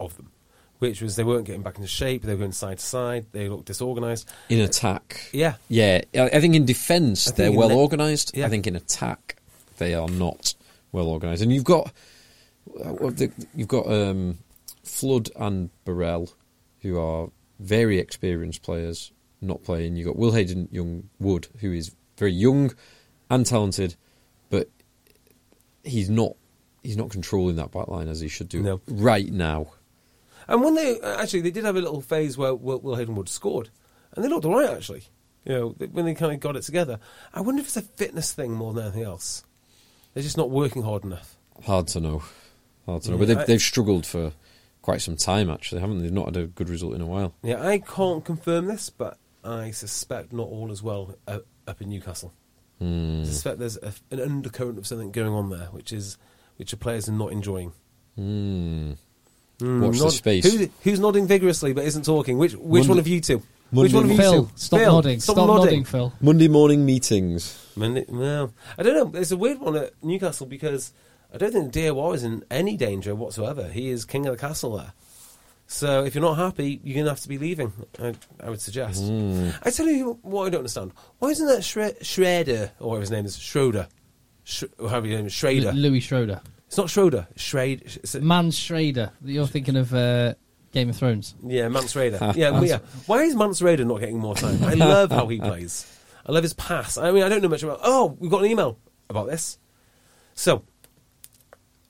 of them, which was they weren't getting back into shape. They were going side to side. They looked disorganised. In attack. Yeah. Yeah. I, I think in defence, I think they're in well the- organised. Yeah. I think in attack, they are not well organised. And you've got uh, well, the- you've got um, Flood and Burrell, who are very experienced players, not playing. You've got Will Hayden Young Wood, who is very young and talented, but he's not he's not controlling that back line as he should do No. right now. And when they uh, actually, they did have a little phase where Will, Will Hayden Wood scored, and they looked all right actually. You know, th- when they kind of got it together. I wonder if it's a fitness thing more than anything else. They're just not working hard enough. Hard to know. Hard to know. Yeah, but they've, I- they've struggled for quite some time, actually, haven't they? They've not had a good result in a while. Yeah, I can't confirm this, but I suspect not all is well uh, up in Newcastle. Hmm. I suspect there's a, an undercurrent of something going on there, which is which the players are not enjoying. Hmm. Mm. Mm, Watch the nod- space. Who's, who's nodding vigorously but isn't talking? Which which Monday- one of you two? Which one of you Phil, two? stop Phil, nodding. Stop, nodding. Phil. Monday morning meetings. Mani- well, I don't know. It's a weird one at Newcastle because I don't think Diawara is in any danger whatsoever. He is king of the castle there. So if you're not happy, you're going to have to be leaving. I, I would suggest. Hmm. I tell you what I don't understand. Why isn't that Shre- Schroeder or whatever his name is Schroeder, Sh- or however your name is Schrader? L- Louis Schroeder. it's not Schroeder. Schrader. Sh- Man Schrader. You're thinking of uh, Game of Thrones. yeah, Mance Raider. Yeah, well, yeah. Why is Mance Raider not getting more time? I love how he plays. I love his pass. I mean, I don't know much about. Oh, we got an email about this. So,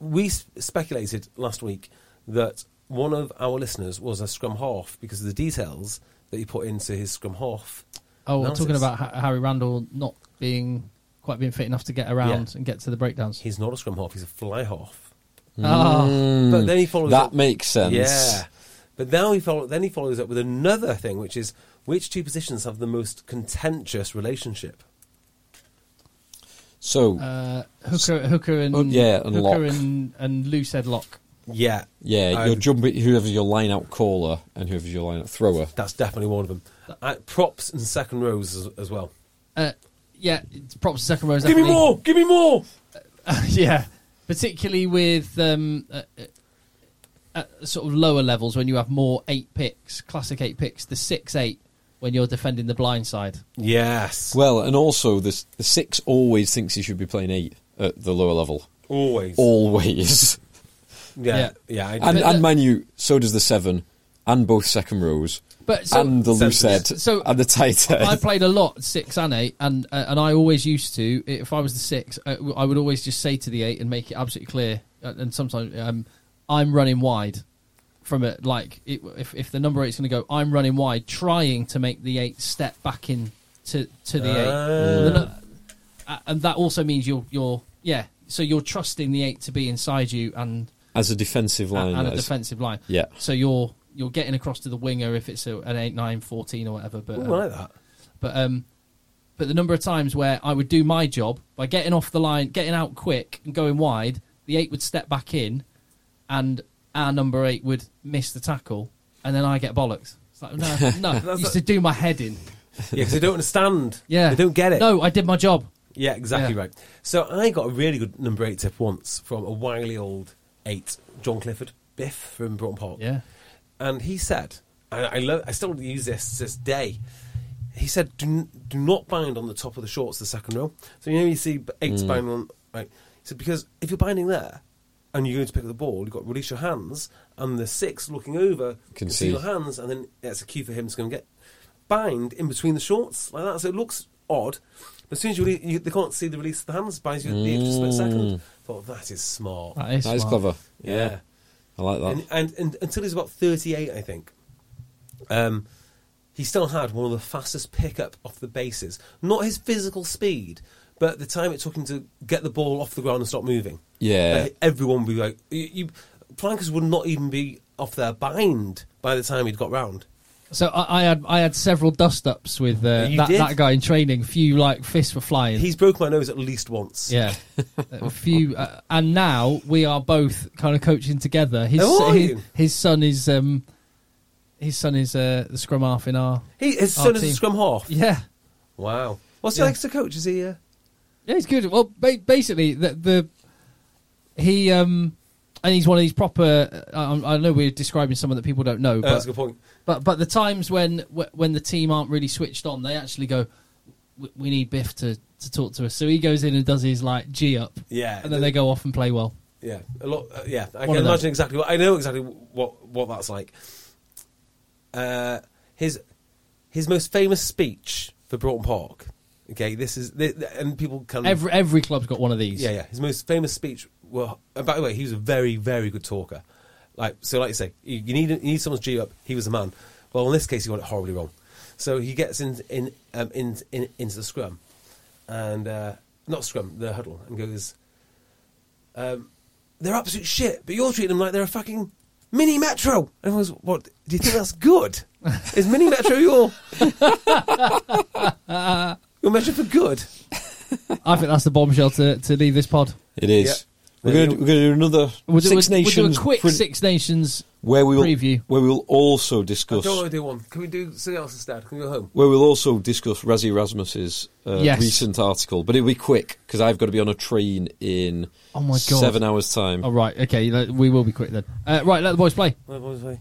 we s- speculated last week that one of our listeners was a scrum half because of the details that he put into his scrum half. Oh, we're analysis. talking about Ha- Harry Randall not being quite being fit enough to get around Yeah. and get to the breakdowns. He's not a scrum half. He's a fly half. Ah, But then he follows Hmm. That up- makes sense. Yeah. But now he follow, then he follows up with another thing, which is which two positions have the most contentious relationship? So, uh, Hooker, Hooker, and Oh, yeah, and Hooker Lock. and and Lou said lock. Yeah. yeah, I- you're jumping whoever's your line out caller and whoever's your line out thrower. That's definitely one of them. Uh, props and second rows as, as well. Uh, yeah, it's props to second rows. Give me definitely. more! Give me more! yeah, particularly with um, uh, uh, at sort of lower levels when you have more eight picks, classic eight picks, the six eight when you're defending the blind side. Yes. Well, and also the the six always thinks he should be playing eight at the lower level. always. Always. Yeah, yeah. Yeah. I And, But the- and mind you, so does the seven, and both second rows, But so- and the So- Lucette, so- and the tight I end. played a lot six and eight, and uh, and I always used to. If I was the six, I, I would always just say to the eight and make it absolutely clear. uh, And sometimes um, I'm running wide from it. Like it, if if the number eight's going to go, I'm running wide, trying to make the eight step back in to to the Ah. eight. The nu- uh, and that also means you're you're yeah. So you're trusting the eight to be inside you and As a defensive line, and a that is. defensive line. Yeah. So you're you're getting across to the winger if it's a, an 8 9 14 or whatever but Ooh, I um, like that. but um, but the number of times where I would do my job by getting off the line, getting out quick, and going wide, the eight would step back in, and our number eight would miss the tackle, and then I get bollocks. It's like no, no, used to do my head in. Yeah, because they don't understand. Yeah, they don't get it. No, I did my job. Yeah, exactly Yeah. right. So I got a really good number eight tip once from a wily old eight, John Clifford Biff from Broughton Park. Yeah. and he said, and I love, I still use this to this day. He said, do, n- do not bind on the top of the shorts, the second row. So you know you see eights bind on right. He said because if you're binding there and you're going to pick up the ball, you've got to release your hands, and the six looking over Can can see. see your hands, and then that's a cue for him to go and get bind in between the shorts like that. So it looks odd. But as soon as you, rele- you they can't see the release of the hands, binds you at the extra split second. Thought that is smart. Mm. That is, That is smart. clever. yeah. I like that. And, and, and until he's about 38, I think, um, he still had one of the fastest pickup off the bases. Not his physical speed, but the time it took him to get the ball off the ground and stop moving. Yeah. Like, everyone would be like, you, you, Plankers would not even be off their bind by the time he'd got round. So I, I had I had several dust ups with uh, You that, did? that guy in training. Few like fists were flying. He's broke my nose at least once. Yeah, a few, uh, and now we are both kind of coaching together. His Oh, are his, you? his son is um, his son is uh, the scrum half in our He, his Our son is a Oh, team. scrum half. yeah Wow. What's he Yeah. like to coach? Is he. Uh, yeah he's good. Well, ba- basically the the he um and he's one of these proper. I, I know we're describing someone that people don't know, uh, but that's a good point. But but the times when wh- when the team aren't really switched on, they actually go, "We- "We need Biff to, to talk to us." So he goes in and does his like G up, Yeah. and then they go off and play well. Yeah, a lot. Uh, yeah, I One can of them. imagine exactly. What, I know exactly what what that's like. Uh, his his most famous speech for Broughton Park. Okay, this is th th- and people can Every every club's got one of these. yeah yeah. His most famous speech. Well, and by the way, he was a very very good talker. Like so, like you say, you, you need you need someone's G up. He was a man. Well, in this case, he got it horribly wrong. So he gets in in um, in, in into the scrum, and uh, not scrum the huddle, and goes um, they're absolute shit, but you're treating them like they're a fucking mini metro. And I was, what? Do you think that's good? Is mini metro your your measure for good? I think that's the bombshell to, to leave this pod. It is. Yeah. We're There going to you we're gonna do another We'll do, Six we'll- we'll do Nations a quick print- Six Nations where we will preview. where we will also I discuss don't want to do one. Can we do something else instead? Can we go home? where we'll also discuss Razzie Rasmus's uh, Yes. recent article, but it'll be quick because I've got to be on a train in Oh my God. seven hours time. All Oh, right, okay, le- we will be quick then. Uh, right, let the boys play. What was I-